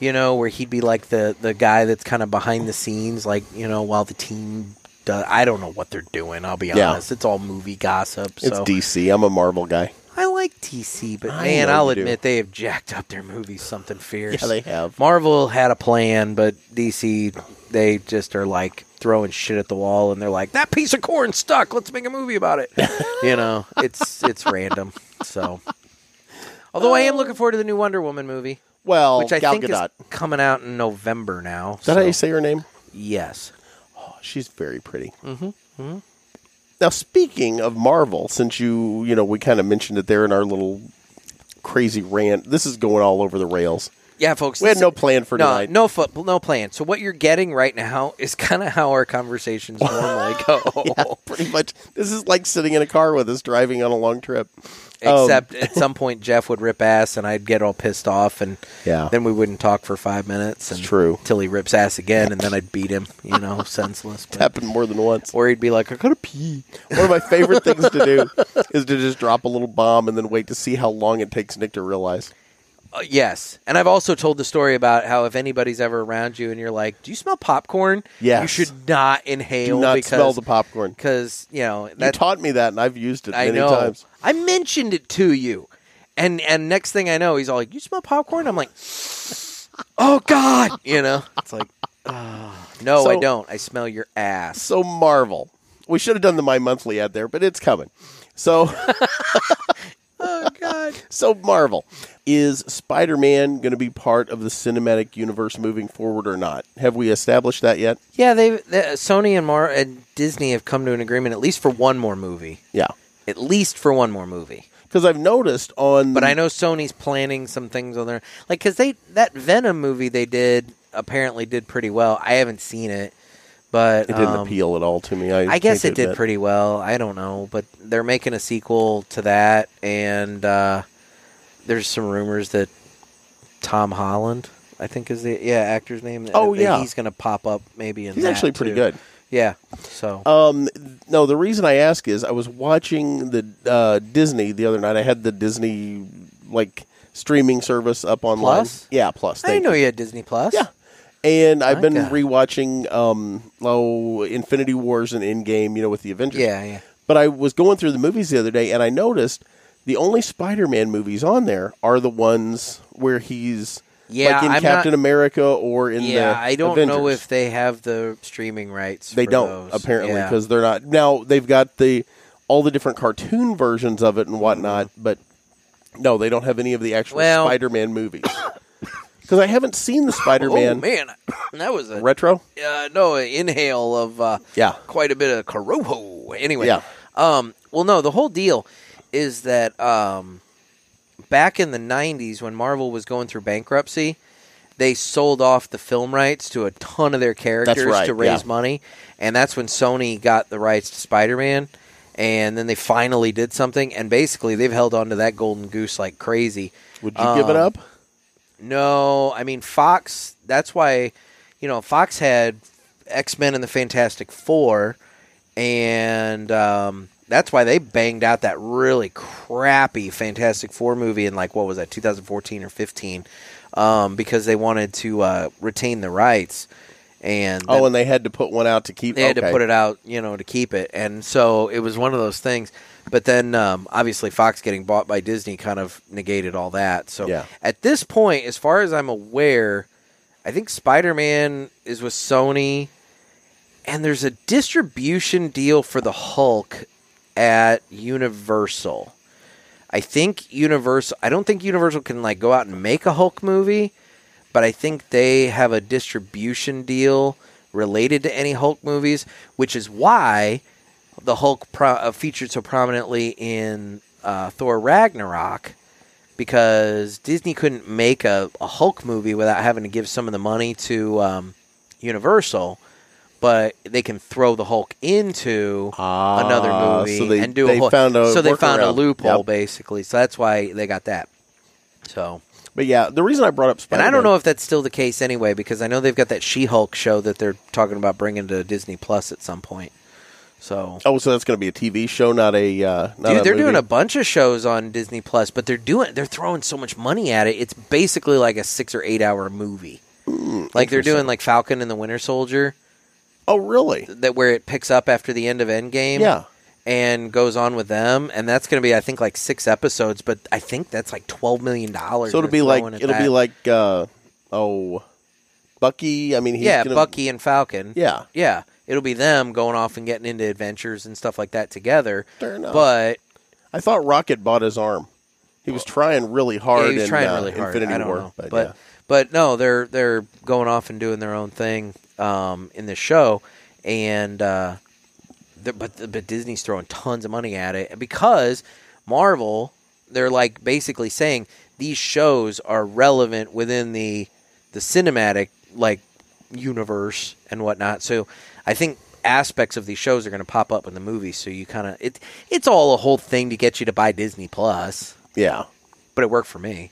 Speaker 1: You know, where he'd be like the the guy that's kind of behind the scenes, like you know, while the team does. I don't know what they're doing. I'll be
Speaker 2: Yeah.
Speaker 1: honest; it's all movie gossip.
Speaker 2: It's
Speaker 1: so.
Speaker 2: DC. I'm a Marvel guy.
Speaker 1: I like DC, but
Speaker 2: I
Speaker 1: man,
Speaker 2: know
Speaker 1: I'll
Speaker 2: you do.
Speaker 1: admit they have jacked up their movies something fierce.
Speaker 2: have.
Speaker 1: Marvel had a plan, but DC they just are like throwing shit at the wall and they're like, That piece of corn stuck, let's make a movie about it. you know, it's it's random. So Although I am looking forward to the new Wonder Woman movie,
Speaker 2: Well,
Speaker 1: which I
Speaker 2: Oh, Gal
Speaker 1: think is
Speaker 2: Gadot.
Speaker 1: coming out in November now.
Speaker 2: Is that how
Speaker 1: so-
Speaker 2: you say her name?
Speaker 1: Yes.
Speaker 2: Oh, she's very pretty. Mm-hmm. Now, speaking of Marvel, since you you know we kind of mentioned it there in our little crazy rant, this is going all over the rails.
Speaker 1: Yeah, folks.
Speaker 2: We had
Speaker 1: this-
Speaker 2: no plan for
Speaker 1: no,
Speaker 2: tonight.
Speaker 1: no foot, no plan. So what you're getting right now is kind of how our conversations normally go,
Speaker 2: pretty much. This is like sitting in a car with us driving on a long trip. Um,
Speaker 1: except at some point Jeff would rip ass and I'd get all pissed off and
Speaker 2: Yeah.
Speaker 1: then we wouldn't talk for five minutes and
Speaker 2: true.
Speaker 1: till he rips ass again and then I'd beat him, you know, senseless. But-
Speaker 2: happened more than once.
Speaker 1: or he'd be like, I gotta pee.
Speaker 2: One of my favorite things to do is to just drop a little bomb and then wait to see how long it takes Nick to realize.
Speaker 1: Uh, yes. And I've also told the story about how if anybody's ever around you and you're like, Do you smell popcorn?
Speaker 2: Yes.
Speaker 1: You should not inhale
Speaker 2: Do not
Speaker 1: because
Speaker 2: smell the popcorn.
Speaker 1: because you know
Speaker 2: You
Speaker 1: that
Speaker 2: taught me that, and I've used it
Speaker 1: I
Speaker 2: many
Speaker 1: know.
Speaker 2: times.
Speaker 1: I mentioned it to you. And and next thing I know, he's all like, You smell popcorn? I'm like, Oh God You know? It's like "Ah, No, I
Speaker 2: So-
Speaker 1: don't. I smell your ass.
Speaker 2: So Marvel. We should have done the My Monthly ad there, but it's coming. So
Speaker 1: Oh God.
Speaker 2: so Marvel. Is Spider Man gonna be part of the cinematic universe moving forward or not? Have we established that yet?
Speaker 1: Yeah, they the- Sony and Mar and Disney have come to an agreement at least for one more movie.
Speaker 2: Yeah.
Speaker 1: At least for one more movie.
Speaker 2: Because I've noticed on
Speaker 1: But I know Sony's planning some things on their like because they that Venom movie they did apparently did pretty well. I haven't seen it, but
Speaker 2: it didn't
Speaker 1: um,
Speaker 2: appeal at all to me. I,
Speaker 1: I guess
Speaker 2: hate
Speaker 1: it
Speaker 2: to
Speaker 1: did
Speaker 2: admit.
Speaker 1: pretty well. I don't know, but they're making a sequel to that, and uh, there's some rumors that Tom Holland, I think is the yeah actor's name. that-
Speaker 2: Oh,
Speaker 1: that
Speaker 2: yeah.
Speaker 1: he's going to pop up maybe in.
Speaker 2: He's
Speaker 1: that,
Speaker 2: actually pretty
Speaker 1: too.
Speaker 2: good.
Speaker 1: Yeah. So
Speaker 2: Um, no, the reason I ask is I was watching the uh, Disney the other night. I had the Disney like streaming service up online.
Speaker 1: Plus?
Speaker 2: Yeah, plus.
Speaker 1: I didn't
Speaker 2: thank
Speaker 1: know
Speaker 2: you.
Speaker 1: you had Disney Plus.
Speaker 2: Yeah. And I've been
Speaker 1: God.
Speaker 2: rewatching um oh Infinity Wars and Endgame, you know, with the Avengers.
Speaker 1: Yeah. Yeah.
Speaker 2: But I was going through the movies the other day and I noticed the only Spider-Man movies on there are the ones where he's
Speaker 1: Yeah,
Speaker 2: like in
Speaker 1: I'm
Speaker 2: Captain
Speaker 1: not-
Speaker 2: America or in the
Speaker 1: yeah, I don't know
Speaker 2: Avengers.
Speaker 1: if they have the streaming rights.
Speaker 2: They
Speaker 1: for
Speaker 2: don't
Speaker 1: those.
Speaker 2: apparently
Speaker 1: Yeah.
Speaker 2: because they're not now. They've got the all the different cartoon versions of it and whatnot, but no, they don't have any of the actual
Speaker 1: Mm-hmm. Well-
Speaker 2: Spider-Man movies. Because I haven't seen the Spider-Man
Speaker 1: Oh man, that was a
Speaker 2: retro.
Speaker 1: uh, no an inhale of uh,
Speaker 2: Yeah.
Speaker 1: quite a bit of corojo. Anyway,
Speaker 2: Yeah.
Speaker 1: Um, well, no, the whole deal is that um, back in the 90s when Marvel was going through bankruptcy, they sold off the film rights to a ton of their characters
Speaker 2: right,
Speaker 1: to raise
Speaker 2: yeah.
Speaker 1: money. And that's when Sony got the rights to Spider Man. And then they finally did something. And basically, they've held on to that golden goose like crazy.
Speaker 2: Would you give it
Speaker 1: Um,
Speaker 2: up?
Speaker 1: No, I mean Fox. That's why, you know, Fox had X Men and the Fantastic Four, and um, that's why they banged out that really crappy Fantastic Four movie in like what was that, 2014 or 15, um, because they wanted to uh, retain the rights. And
Speaker 2: Oh, and they had to put one out to keep.
Speaker 1: they had to
Speaker 2: okay.
Speaker 1: put it out, you know, to keep it. And so it was one of those things. But then um, obviously Fox getting bought by Disney kind of negated all that. So
Speaker 2: Yeah.
Speaker 1: at this point, as far as I'm aware, I think Spider Man is with Sony, and there's a distribution deal for the Hulk at Universal. I think Universal. I don't think Universal can like go out and make a Hulk movie, but I think they have a distribution deal related to any Hulk movies, which is why the Hulk pro- uh, featured so prominently in uh, Thor Ragnarok because Disney couldn't make a, a Hulk movie without having to give some of the money to um, Universal, but they can throw the Hulk into
Speaker 2: Ah,
Speaker 1: another movie
Speaker 2: so they-
Speaker 1: and do
Speaker 2: they
Speaker 1: a Hulk.
Speaker 2: found a
Speaker 1: so they found a
Speaker 2: workaround.
Speaker 1: loophole
Speaker 2: Yep.
Speaker 1: basically. So that's why they got that. So
Speaker 2: But yeah, the reason I brought up
Speaker 1: and
Speaker 2: Spider-Man,
Speaker 1: I don't know if that's still the case anyway because I know they've got that She-Hulk show that they're talking about bringing to Disney Plus at some point. So
Speaker 2: Oh, so that's going to be a TV show, not a. Uh, not
Speaker 1: Dude, they're doing
Speaker 2: movie?
Speaker 1: a bunch of shows on Disney Plus, but they're doing they're throwing so much money at it. It's basically like a 6 or 8 hour movie.
Speaker 2: Mm,
Speaker 1: like they're doing like Falcon and the Winter Soldier
Speaker 2: Oh, really?
Speaker 1: that where it picks up after the end of Endgame
Speaker 2: Yeah.
Speaker 1: and goes on with them and that's going to be I think like 6 episodes, but I think that's like 12 million dollars.
Speaker 2: So it'll be like it'll be like uh, oh, Bucky. I mean, he's
Speaker 1: Yeah,
Speaker 2: gonna,
Speaker 1: Bucky and Falcon.
Speaker 2: Yeah,
Speaker 1: Yeah, it'll be them going off and getting into adventures and stuff like that together.
Speaker 2: Fair enough.
Speaker 1: But
Speaker 2: I thought Rocket bought his arm. He was trying really hard.
Speaker 1: Yeah, he was
Speaker 2: in,
Speaker 1: trying
Speaker 2: uh,
Speaker 1: really hard.
Speaker 2: Infinity
Speaker 1: I don't
Speaker 2: War,
Speaker 1: know,
Speaker 2: but,
Speaker 1: but
Speaker 2: yeah.
Speaker 1: but no, they're they're going off and doing their own thing um, in this show, and uh, they're- but but Disney's throwing tons of money at it because Marvel, they're like basically saying these shows are relevant within the the cinematic like universe and whatnot. So I think aspects of these shows are going to pop up in the movie. So you kind of it it's all a whole thing to get you to buy Disney Plus,
Speaker 2: yeah,
Speaker 1: but it worked for me.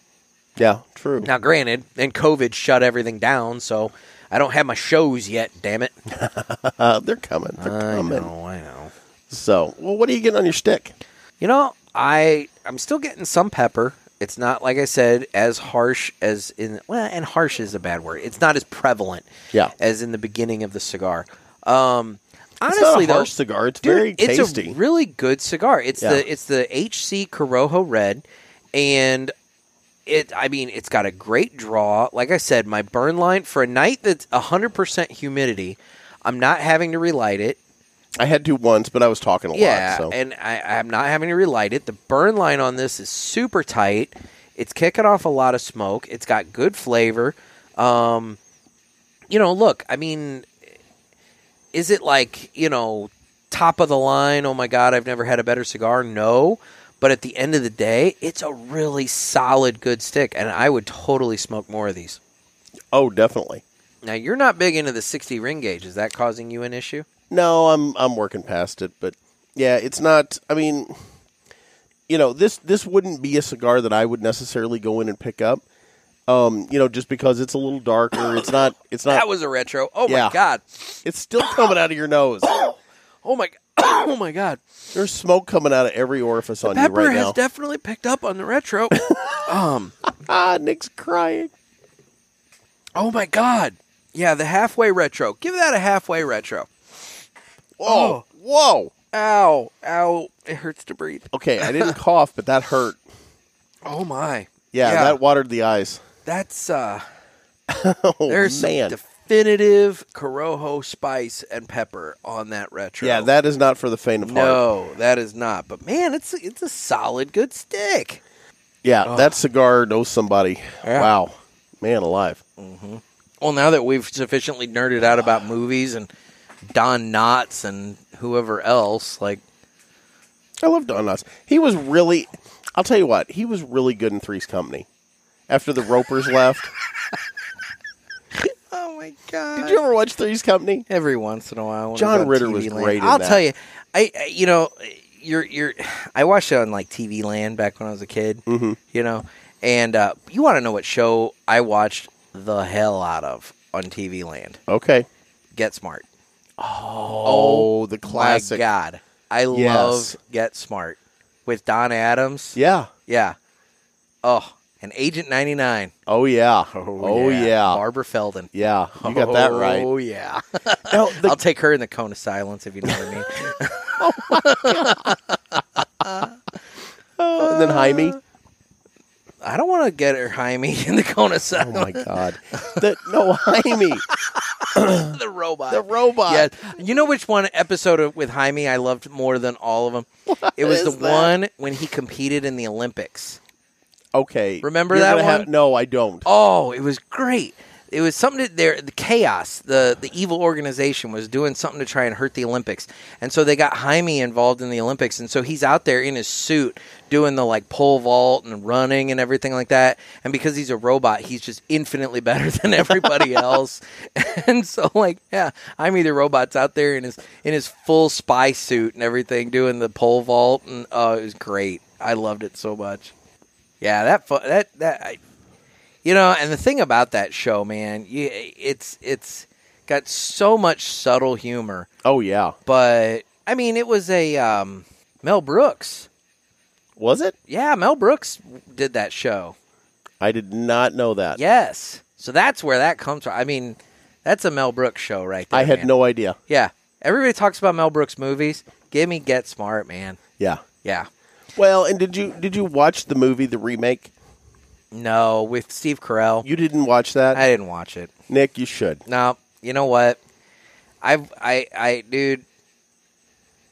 Speaker 2: yeah, true.
Speaker 1: Now, granted, and COVID shut everything down, so I don't have my shows yet. Damn it!
Speaker 2: Uh, they're coming. They're
Speaker 1: I
Speaker 2: coming.
Speaker 1: know, I know.
Speaker 2: So, well, what are you getting on your stick?
Speaker 1: You know, I I'm still getting some pepper. It's not like I said as harsh as in well, and harsh is a bad word. It's not as prevalent
Speaker 2: Yeah.
Speaker 1: as in the beginning of the cigar. Um, honestly,
Speaker 2: it's not a harsh
Speaker 1: though,
Speaker 2: cigar. It's
Speaker 1: Dude,
Speaker 2: very
Speaker 1: it's
Speaker 2: tasty.
Speaker 1: a really good cigar. It's
Speaker 2: Yeah.
Speaker 1: the it's the HC Corojo Red, and it. I mean, it's got a great draw. Like I said, my burn line for a night that's hundred percent humidity. I'm not having to relight it.
Speaker 2: I had to once, but I was talking a
Speaker 1: Yeah,
Speaker 2: lot. So,
Speaker 1: and I, I'm not having to relight it. The burn line on this is super tight. It's kicking off a lot of smoke. It's got good flavor. Um, you know, look, I mean, is it like you know top of the line? Oh my god, I've never had a better cigar. No, but at the end of the day, it's a really solid, good stick, and I would totally smoke more of these.
Speaker 2: oh, definitely.
Speaker 1: Now, you're not big into the 60 ring gauge. Is that causing you an issue?
Speaker 2: No, I'm I'm working past it, but yeah, it's not. I mean, you know this this wouldn't be a cigar that I would necessarily go in and pick up. Um, you know, just because it's a little darker, it's not. It's not.
Speaker 1: That was a retro. Oh my
Speaker 2: Uh, Yeah.
Speaker 1: god.
Speaker 2: it's still coming out of your nose.
Speaker 1: Oh my. Oh my god.
Speaker 2: There's smoke coming out of every orifice on you
Speaker 1: Pepper
Speaker 2: right
Speaker 1: has
Speaker 2: now.
Speaker 1: definitely picked up on the retro. um,
Speaker 2: ah, Nick's crying.
Speaker 1: oh my god. Yeah, the halfway retro. Give that a halfway retro. Oh.
Speaker 2: Whoa, whoa.
Speaker 1: Ow, ow, it hurts to breathe.
Speaker 2: Okay, I didn't cough, but that hurt.
Speaker 1: Oh my.
Speaker 2: Yeah,
Speaker 1: Yeah.
Speaker 2: that watered the eyes.
Speaker 1: That's uh
Speaker 2: Oh
Speaker 1: there's
Speaker 2: man.
Speaker 1: some definitive corojo spice and pepper on that retro.
Speaker 2: yeah, that is not for the faint of heart.
Speaker 1: Oh. No, that is not. But man, it's it's a solid good stick.
Speaker 2: Yeah, that cigar knows somebody.
Speaker 1: Oh. Yeah.
Speaker 2: Wow, man alive.
Speaker 1: Well, now that we've sufficiently nerded out about movies and Don Knotts and whoever else, like
Speaker 2: I love Don Knotts. He was really. I'll tell you what, he was really good in Three's Company. After the Ropers left,
Speaker 1: Oh my god!
Speaker 2: did you ever watch Three's Company?
Speaker 1: Every once in a while, when
Speaker 2: John
Speaker 1: it on
Speaker 2: Ritter
Speaker 1: TV
Speaker 2: was
Speaker 1: land.
Speaker 2: great in
Speaker 1: I'll
Speaker 2: that.
Speaker 1: tell you, I I- you know, you're you're. I watched it on like TV Land back when I was a kid. Mm-hmm. You know, and uh, you want to know what show I watched the hell out of on TV Land?
Speaker 2: Okay.
Speaker 1: Get Smart.
Speaker 2: Oh, the classic.
Speaker 1: My God, I
Speaker 2: Yes.
Speaker 1: love Get Smart with Don Adams.
Speaker 2: Yeah.
Speaker 1: Yeah. Oh, and Agent 99.
Speaker 2: Oh yeah. Oh, yeah. Yeah.
Speaker 1: Barbara Feldon.
Speaker 2: You got that right.
Speaker 1: Oh, yeah.
Speaker 2: No, the-
Speaker 1: I'll take her in the cone of silence if you know what I mean.
Speaker 2: Oh. and then Jaime.
Speaker 1: I don't want to get her Jaime in the cone of
Speaker 2: Oh
Speaker 1: silence.
Speaker 2: my God. The, no, Jaime,
Speaker 1: the robot.
Speaker 2: the robot.
Speaker 1: Yeah. You know which one episode of, with Jaime I loved more than all of them? it was the
Speaker 2: is that?
Speaker 1: one when he competed in the Olympics.
Speaker 2: Okay.
Speaker 1: Remember
Speaker 2: You're
Speaker 1: that
Speaker 2: gonna have-
Speaker 1: one?
Speaker 2: no, I don't.
Speaker 1: Oh, it was great. It was something that there the chaos, the the evil organization was doing something to try and hurt the Olympics. And so they got Jaime involved in the Olympics and so he's out there in his suit doing the like pole vault and running and everything like that. And because he's a robot, he's just infinitely better than everybody else. and so like, yeah, Jaime the robot's out there in his in his full spy suit and everything doing the pole vault and oh, it was great. I loved it so much. Yeah, that fu- that that I, you know, and the thing about that show, man, you, it's it's got so much subtle humor,
Speaker 2: Oh yeah.
Speaker 1: but I mean, it was a um, Mel Brooks.
Speaker 2: Was it?
Speaker 1: Yeah, Mel Brooks did that show.
Speaker 2: I did not know that.
Speaker 1: Yes, so that's where that comes from. I mean, that's a Mel Brooks show, right there.
Speaker 2: I had
Speaker 1: man.
Speaker 2: no idea.
Speaker 1: Yeah, everybody talks about Mel Brooks movies. Give me Get Smart, man.
Speaker 2: Yeah.
Speaker 1: Yeah,
Speaker 2: Well, and did you did you watch the movie the remake?
Speaker 1: no, with Steve Carell,
Speaker 2: You didn't watch that,
Speaker 1: I didn't watch it.
Speaker 2: Nick. You should.
Speaker 1: No, you know what? I've I I dude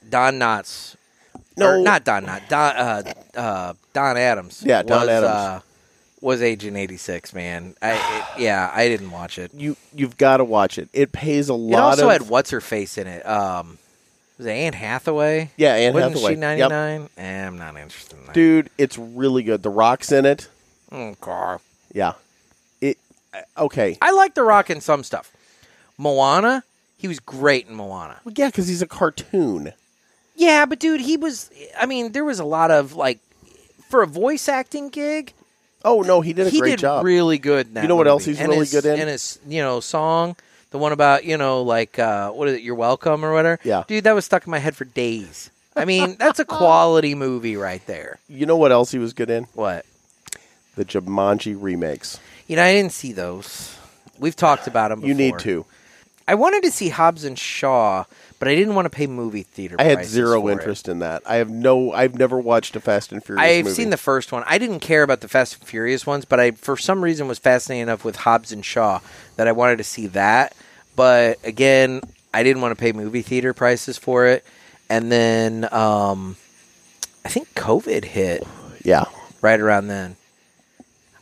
Speaker 1: Don Knotts.
Speaker 2: No.
Speaker 1: or not Don Knotts. Don uh, uh, Don Adams.
Speaker 2: Yeah, Don
Speaker 1: was,
Speaker 2: Adams.
Speaker 1: Uh, was Agent eighty six man? I it, yeah, I didn't watch it.
Speaker 2: You you've got to watch it. It pays a
Speaker 1: It
Speaker 2: lot
Speaker 1: also
Speaker 2: of.
Speaker 1: had what's her face in it. Um, was it Anne Hathaway?
Speaker 2: yeah, Anne
Speaker 1: Wasn't
Speaker 2: Hathaway.
Speaker 1: she
Speaker 2: Yep.
Speaker 1: ninety nine? I'm not interested in that.
Speaker 2: Dude, it's really good. The Rock's in it.
Speaker 1: Mm, car.
Speaker 2: Yeah. It. uh, Okay.
Speaker 1: I like The Rock in some stuff. Moana, he was great in Moana.
Speaker 2: Well, yeah, because he's a cartoon.
Speaker 1: Yeah, but dude, he was. I mean, there was a lot of like for a voice acting gig.
Speaker 2: Oh no, he did a
Speaker 1: he
Speaker 2: great
Speaker 1: did
Speaker 2: job.
Speaker 1: really good. In that
Speaker 2: You know what
Speaker 1: movie.
Speaker 2: else he's
Speaker 1: And
Speaker 2: really
Speaker 1: his-
Speaker 2: good in?
Speaker 1: And his you know song, the one about you know like uh, what is it? You're welcome or whatever.
Speaker 2: Yeah.
Speaker 1: dude, that was stuck in my head for days. I mean, that's a quality movie right there.
Speaker 2: you know what else he was good in?
Speaker 1: What?
Speaker 2: The Jumanji remakes.
Speaker 1: You know, I didn't see those. We've talked about them. Before.
Speaker 2: You need to.
Speaker 1: I wanted to see Hobbs and Shaw, but I didn't want to pay movie theater.
Speaker 2: I had
Speaker 1: prices
Speaker 2: zero
Speaker 1: for it.
Speaker 2: interest in that. I have no. I've never watched a Fast and Furious.
Speaker 1: I've
Speaker 2: movie.
Speaker 1: seen the first one. I didn't care about the Fast and Furious ones, but I for some reason was fascinated enough with Hobbs and Shaw that I wanted to see that. But again, I didn't want to pay movie theater prices for it. And then um, I think COVID hit
Speaker 2: Yeah.
Speaker 1: right around then.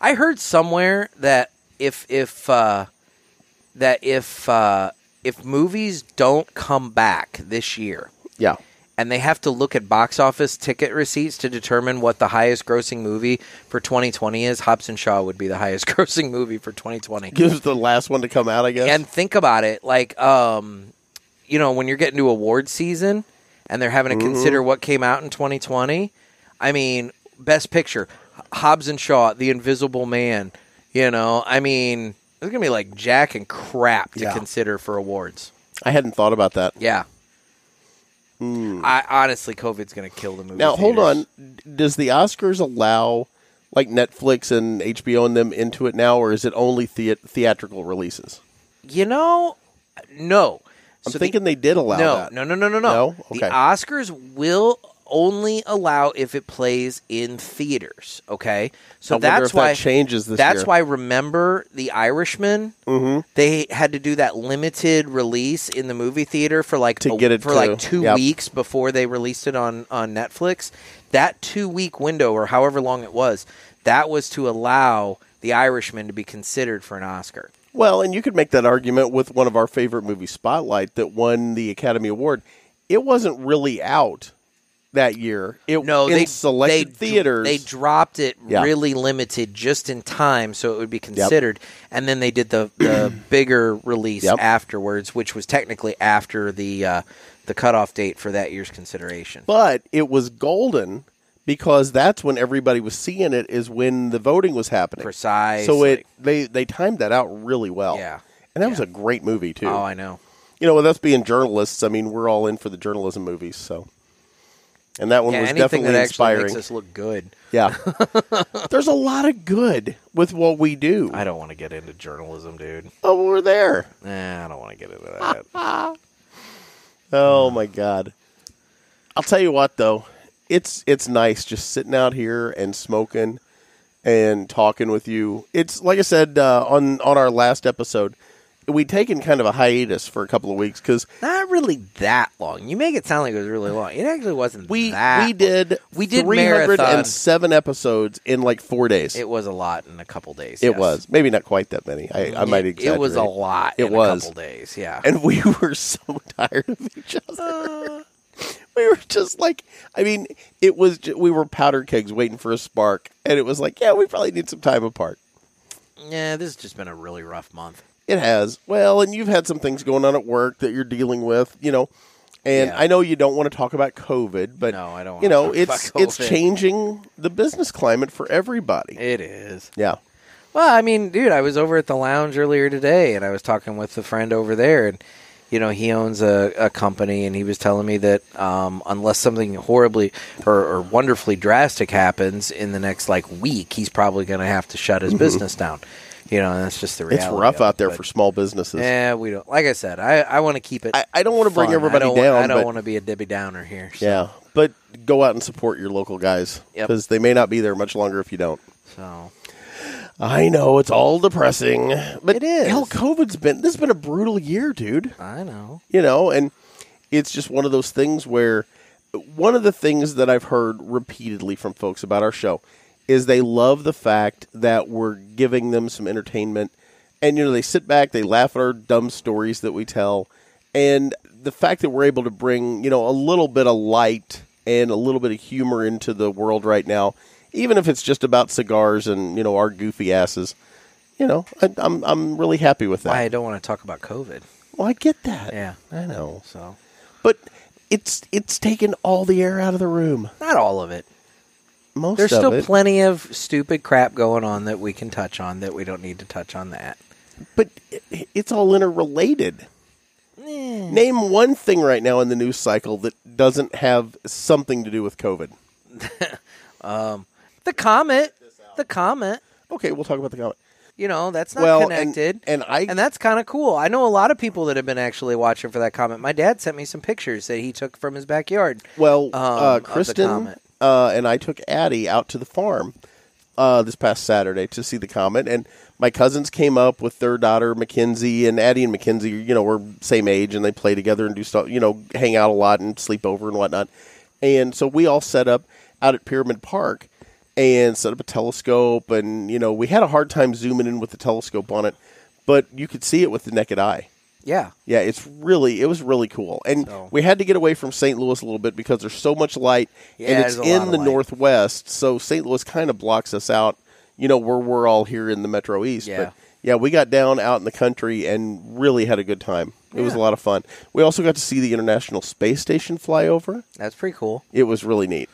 Speaker 1: I heard somewhere that if if uh, that if uh, if movies don't come back this year,
Speaker 2: Yeah.
Speaker 1: and they have to look at box office ticket receipts to determine what the highest grossing movie for 2020 is. Hobbs and Shaw would be the highest grossing movie for 2020.
Speaker 2: Gives the last one to come out, I guess.
Speaker 1: And think about it, like um, you know, when you're getting to award season and they're having to consider what came out in 2020. I mean, Best Picture, Hobbs and Shaw, The Invisible Man. You know, I mean, there's gonna be like jack and crap to
Speaker 2: Yeah.
Speaker 1: consider for awards.
Speaker 2: I hadn't thought about that.
Speaker 1: Yeah. I honestly, COVID's going to kill the movie.
Speaker 2: Hmm. Now hold
Speaker 1: theaters.
Speaker 2: on. Does the Oscars allow like Netflix and HBO and them into it now, or is it only the- theatrical releases?
Speaker 1: You know, no.
Speaker 2: I'm
Speaker 1: So the-
Speaker 2: thinking they did allow
Speaker 1: no,
Speaker 2: that.
Speaker 1: no, no, no, no, no.
Speaker 2: No?
Speaker 1: The
Speaker 2: Okay.
Speaker 1: Oscars will only allow if it plays in theaters. Okay, so
Speaker 2: I wonder
Speaker 1: that's
Speaker 2: if that
Speaker 1: why
Speaker 2: changes this
Speaker 1: That's
Speaker 2: year.
Speaker 1: why remember the Irishman. Mm-hmm. They had to do that limited release in the movie theater for like
Speaker 2: To
Speaker 1: a-
Speaker 2: get it
Speaker 1: for like
Speaker 2: to-
Speaker 1: two
Speaker 2: yep.
Speaker 1: weeks before they released it on on Netflix. That two week window or however long it was, that was to allow the Irishman to be considered for an Oscar.
Speaker 2: Well, and you could make that argument with one of our favorite movies, Spotlight, that won the Academy Award. It wasn't really out that year. It
Speaker 1: No,
Speaker 2: in
Speaker 1: they
Speaker 2: selected
Speaker 1: they,
Speaker 2: theaters.
Speaker 1: They dropped it
Speaker 2: Yeah.
Speaker 1: really limited, just in time, so it would be considered. And then they did the, the bigger release
Speaker 2: Yep.
Speaker 1: afterwards, which was technically after the uh, the cutoff date for that year's consideration.
Speaker 2: but it was golden because that's when everybody was seeing it is when the voting was happening.
Speaker 1: Precisely.
Speaker 2: So it they they timed that out really well.
Speaker 1: Yeah.
Speaker 2: And that was a great movie too.
Speaker 1: oh, I know.
Speaker 2: you know, with us being journalists, I mean, we're all in for the journalism movies, so and that one
Speaker 1: Yeah,
Speaker 2: was
Speaker 1: anything
Speaker 2: definitely
Speaker 1: that actually
Speaker 2: inspiring.
Speaker 1: makes us look good.
Speaker 2: yeah. There's a lot of good with what we do.
Speaker 1: I don't want to get into journalism, dude.
Speaker 2: oh, we're there.
Speaker 1: Nah, I don't want to get into that.
Speaker 2: Oh my god. I'll tell you what though. It's it's nice just sitting out here and smoking and talking with you. It's like I said uh, on on our last episode, we'd taken kind of a hiatus for a couple of weeks cuz
Speaker 1: Not really that long. You make it sound like it was really long. It actually wasn't
Speaker 2: we
Speaker 1: that
Speaker 2: we did
Speaker 1: We did
Speaker 2: 307 episodes in like 4 days.
Speaker 1: It was a lot in a couple days.
Speaker 2: It
Speaker 1: yes.
Speaker 2: was. Maybe not quite that many. I, I might
Speaker 1: It-
Speaker 2: exaggerate.
Speaker 1: It was a lot.
Speaker 2: It
Speaker 1: in
Speaker 2: was.
Speaker 1: a couple days. Yeah.
Speaker 2: and we were so tired of each
Speaker 1: Uh.
Speaker 2: other. we were just like, I mean, it was ju- we were powder kegs waiting for a spark, and it was like, yeah, we probably need some time apart.
Speaker 1: yeah, this has just been a really rough month.
Speaker 2: It has well, and you've had some things going on at work that you're dealing with, you know. And
Speaker 1: Yeah.
Speaker 2: I know you don't want to talk about COVID, but
Speaker 1: No, I don't wanna
Speaker 2: You know,
Speaker 1: talk
Speaker 2: it's
Speaker 1: about
Speaker 2: it's
Speaker 1: COVID.
Speaker 2: changing the business climate for everybody.
Speaker 1: It is.
Speaker 2: yeah,
Speaker 1: Well, I mean, dude, I was over at the lounge earlier today, and I was talking with a friend over there, and you know, he owns a, a company, and he was telling me that um, unless something horribly or, or wonderfully drastic happens in the next like week, he's probably going to have to shut his business down. You know, and that's just the
Speaker 2: Mm-hmm. it's
Speaker 1: reality.
Speaker 2: rough
Speaker 1: of
Speaker 2: out
Speaker 1: it,
Speaker 2: there
Speaker 1: but-
Speaker 2: for small businesses.
Speaker 1: Yeah, we don't. Like I said, I, I want to keep it.
Speaker 2: I, I don't want to bring
Speaker 1: fun.
Speaker 2: everybody
Speaker 1: I don't,
Speaker 2: down.
Speaker 1: I don't
Speaker 2: but-
Speaker 1: want to be a Debbie Downer here. So,
Speaker 2: Yeah, but go out and support your local guys
Speaker 1: Yep.
Speaker 2: because they may not be there much longer if you don't.
Speaker 1: so
Speaker 2: I know it's all depressing, but
Speaker 1: It is.
Speaker 2: Hell, COVID's been this has been a brutal year, dude.
Speaker 1: I know.
Speaker 2: You know, and it's just one of those things where one of the things that I've heard repeatedly from folks about our show is they love the fact that we're giving them some entertainment, and you know they sit back, they laugh at our dumb stories that we tell, and the fact that we're able to bring you know a little bit of light and a little bit of humor into the world right now, even if it's just about cigars and you know our goofy asses. You know, I, I'm I'm really happy with that.
Speaker 1: I don't want to talk about COVID.
Speaker 2: Well, I get that.
Speaker 1: Yeah.
Speaker 2: I know.
Speaker 1: So
Speaker 2: But it's it's taken all the air out of the room.
Speaker 1: not all of it.
Speaker 2: Most
Speaker 1: There's
Speaker 2: of
Speaker 1: still
Speaker 2: it.
Speaker 1: plenty of stupid crap going on that we can touch on that we don't need to touch on that.
Speaker 2: but it, it's all interrelated. Name one thing right now in the news cycle that doesn't have something to do with COVID.
Speaker 1: The comet, the comet,
Speaker 2: Okay, we'll talk about the comment.
Speaker 1: you know, that's not
Speaker 2: Well, and-
Speaker 1: connected.
Speaker 2: and I-
Speaker 1: and that's kind of cool. I know a lot of people that have been actually watching for that comet. My dad sent me some pictures that he took from his backyard.
Speaker 2: Well, uh,
Speaker 1: Um, of the
Speaker 2: Kristen
Speaker 1: comet.
Speaker 2: uh, and I took Addie out to the farm uh, this past Saturday to see the comet, and my cousins came up with their daughter Mackenzie, and Addie and Mackenzie, you know, were same age, and they play together and do stuff, you know, hang out a lot and sleep over and whatnot. And so we all set up out at Pyramid Park and set up a telescope, and you know, we had a hard time zooming in with the telescope on it, but you could see it with the naked eye.
Speaker 1: Yeah.
Speaker 2: Yeah, it's really it was really cool, and
Speaker 1: So-
Speaker 2: we had to get away from St. Louis a little bit because there's so much light,
Speaker 1: Yeah,
Speaker 2: and it's
Speaker 1: there's a lot
Speaker 2: in
Speaker 1: of
Speaker 2: the
Speaker 1: light.
Speaker 2: northwest, so St. Louis kind of blocks us out. You know, where we're all here in the Metro East,
Speaker 1: Yeah.
Speaker 2: but yeah, we got down out in the country and really had a good time. It was a lot of fun. We also got to see the International Space Station fly over.
Speaker 1: That's pretty cool.
Speaker 2: It was really neat,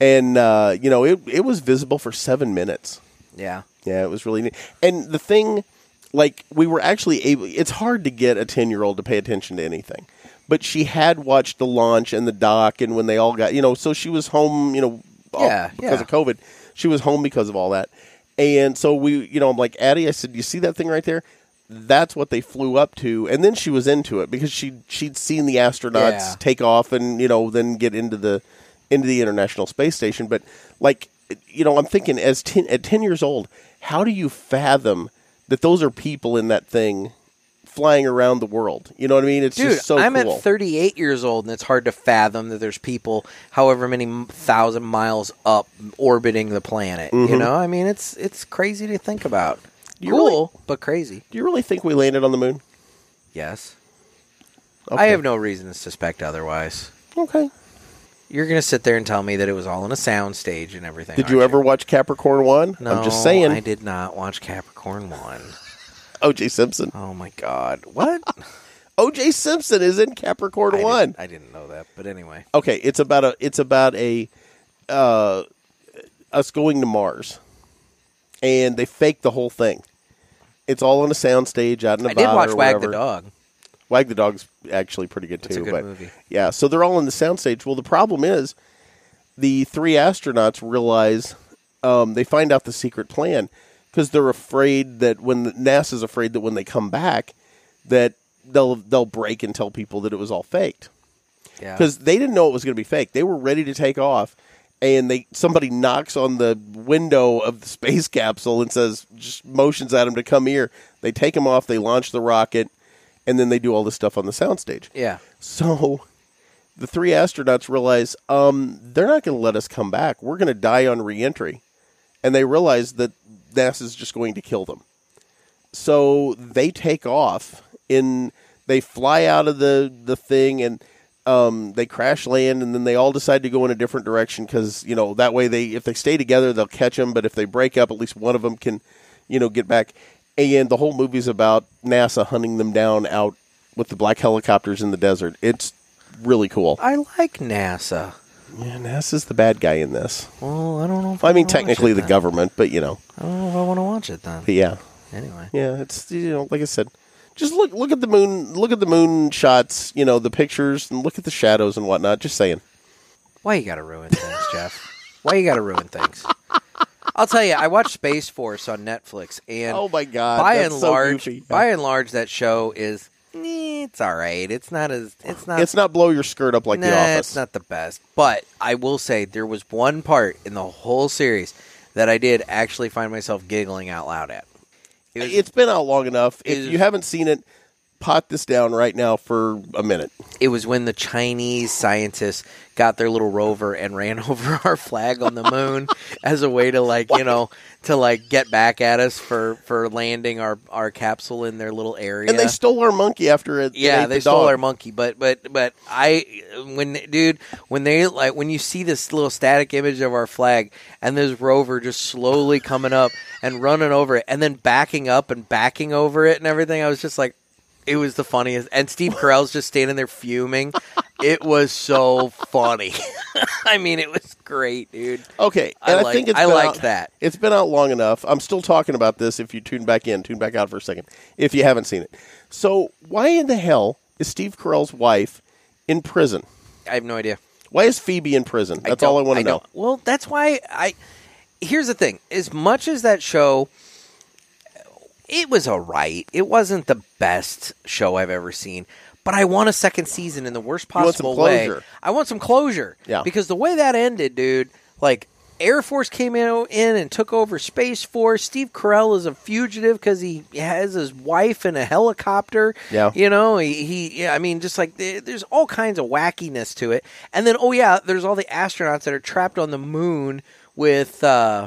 Speaker 2: and uh, you know, it it was visible for seven minutes.
Speaker 1: Yeah.
Speaker 2: Yeah, it was really neat. And the thing, like, we were actually able, it's hard to get a 10 year old to pay attention to anything. But she had watched the launch and the dock, and when they all got, you know, so she was home, you know, all-
Speaker 1: Yeah,
Speaker 2: because
Speaker 1: yeah.
Speaker 2: of COVID. She was home because of all that. And so we, you know, I'm like, Addie, I said, you see that thing right there? That's what they flew up to, and then she was into it because she she'd seen the astronauts
Speaker 1: Yeah.
Speaker 2: take off and you know then get into the into the international space station but like you know i'm thinking as 10 at 10 years old how do you fathom that those are people in that thing flying around the world you know what i mean it's
Speaker 1: Dude,
Speaker 2: just so
Speaker 1: I'm
Speaker 2: cool
Speaker 1: at 38 years old, and it's hard to fathom that there's people, however many m- thousand miles up, orbiting the planet. You
Speaker 2: Mm-hmm.
Speaker 1: know, I mean, it's it's crazy to think about.
Speaker 2: You
Speaker 1: cool, but crazy.
Speaker 2: do you really think we landed on the moon
Speaker 1: Yes,
Speaker 2: Okay.
Speaker 1: I have no reason to suspect otherwise.
Speaker 2: okay
Speaker 1: You're going to sit there and tell me that it was all in a soundstage and everything.
Speaker 2: Did
Speaker 1: aren't
Speaker 2: you ever watch Capricorn One?
Speaker 1: No,
Speaker 2: I'm just saying.
Speaker 1: I did not watch Capricorn One.
Speaker 2: O.J. Simpson.
Speaker 1: Oh my God! What?
Speaker 2: O.J. Simpson is in Capricorn
Speaker 1: I
Speaker 2: One.
Speaker 1: didn't, I didn't know that, but anyway.
Speaker 2: Okay, it's about a it's about a uh, us going to Mars, and they fake the whole thing. It's all on a soundstage out in
Speaker 1: I
Speaker 2: Nevada.
Speaker 1: did watch
Speaker 2: or
Speaker 1: Wag the
Speaker 2: wherever.
Speaker 1: Dog.
Speaker 2: Wag the Dog's actually pretty good too.
Speaker 1: It's a good
Speaker 2: but
Speaker 1: movie.
Speaker 2: yeah, so they're all in the soundstage. Well, the problem is the three astronauts realize um, they find out the secret plan because they're afraid that when the, NASA's afraid that when they come back that they'll they'll break and tell people that it was all faked
Speaker 1: Yeah.
Speaker 2: because they didn't know it was going to be fake. They were ready to take off, and they somebody knocks on the window of the space capsule and says, just motions at them to come here. They take them off. They launch the rocket, and then they do all this stuff on the soundstage.
Speaker 1: yeah.
Speaker 2: So the three astronauts realize um, they're not going to let us come back. We're going to die on reentry. And they realize that NASA's just going to kill them. So they take off in they fly out of the, the thing and um, they crash land and then they all decide to go in a different direction because you know that way they if they stay together they'll catch them but if they break up at least one of them can you know get back and the whole movie's about NASA hunting them down out with the black helicopters in the desert it's really cool
Speaker 1: I like NASA.
Speaker 2: yeah, NASA's the bad guy in this
Speaker 1: Well, I don't know. If
Speaker 2: I mean
Speaker 1: wanna watch
Speaker 2: technically
Speaker 1: it
Speaker 2: the
Speaker 1: then.
Speaker 2: government but you know
Speaker 1: I don't know if I want to watch it then.
Speaker 2: but yeah
Speaker 1: Anyway.
Speaker 2: Yeah, it's you know, like I said, just look look at the moon, look at the moon shots, you know, the pictures, and look at the shadows and whatnot. Just saying.
Speaker 1: Why you gotta ruin things, Jeff? Why you gotta ruin things? I'll tell you, I watched Space Force on Netflix, and
Speaker 2: Oh my God,
Speaker 1: by
Speaker 2: that's
Speaker 1: and
Speaker 2: so
Speaker 1: large,
Speaker 2: goofy.
Speaker 1: by and large, that show is eh, it's all right. It's not as it's not
Speaker 2: It's not blow your skirt up like
Speaker 1: nah,
Speaker 2: the office.
Speaker 1: it's not the best. But I will say there was one part in the whole series that I did actually find myself giggling out loud at. It was,
Speaker 2: it's been out long enough. If
Speaker 1: is-
Speaker 2: you haven't seen it, pot this down right now for a minute.
Speaker 1: it was when the Chinese scientists got their little rover and ran over our flag on the moon as a way to like you know to like get back at us for for landing our our capsule in their little area.
Speaker 2: And they stole our monkey after it. it
Speaker 1: yeah,
Speaker 2: ate
Speaker 1: they
Speaker 2: the
Speaker 1: stole
Speaker 2: dog.
Speaker 1: our monkey, but but but I when dude when they like when you see this little static image of our flag and this rover just slowly coming up and running over it and then backing up and backing over it and everything, I was just like, it was the funniest. And Steve Carell's just standing there fuming. It was so funny. I mean, it was great, dude.
Speaker 2: Okay,
Speaker 1: I
Speaker 2: and I,
Speaker 1: like-
Speaker 2: think it's
Speaker 1: I
Speaker 2: been
Speaker 1: liked
Speaker 2: out-
Speaker 1: that.
Speaker 2: It's been out long enough. I'm still talking about this. If you tune back in, tune back out for a second. If you haven't seen it, so why in the hell is Steve Carell's wife in prison?
Speaker 1: I have no idea.
Speaker 2: Why is Phoebe in prison? That's all I
Speaker 1: don't-
Speaker 2: want to know.
Speaker 1: don't- Well, that's why I. Here's the thing: as much as that show, it was all right. It wasn't the best show I've ever seen, but I want a second season in the worst
Speaker 2: want some
Speaker 1: possible way.
Speaker 2: closure.
Speaker 1: I want some closure.
Speaker 2: Yeah.
Speaker 1: because the way that ended, dude, like. Air Force came in, in and took over Space Force. Steve Carell is a fugitive because he has his wife in a helicopter.
Speaker 2: Yeah.
Speaker 1: You know, he, he yeah, I mean, just like there- there's all kinds of wackiness to it. And then, oh yeah, there's all the astronauts that are trapped on the moon with uh,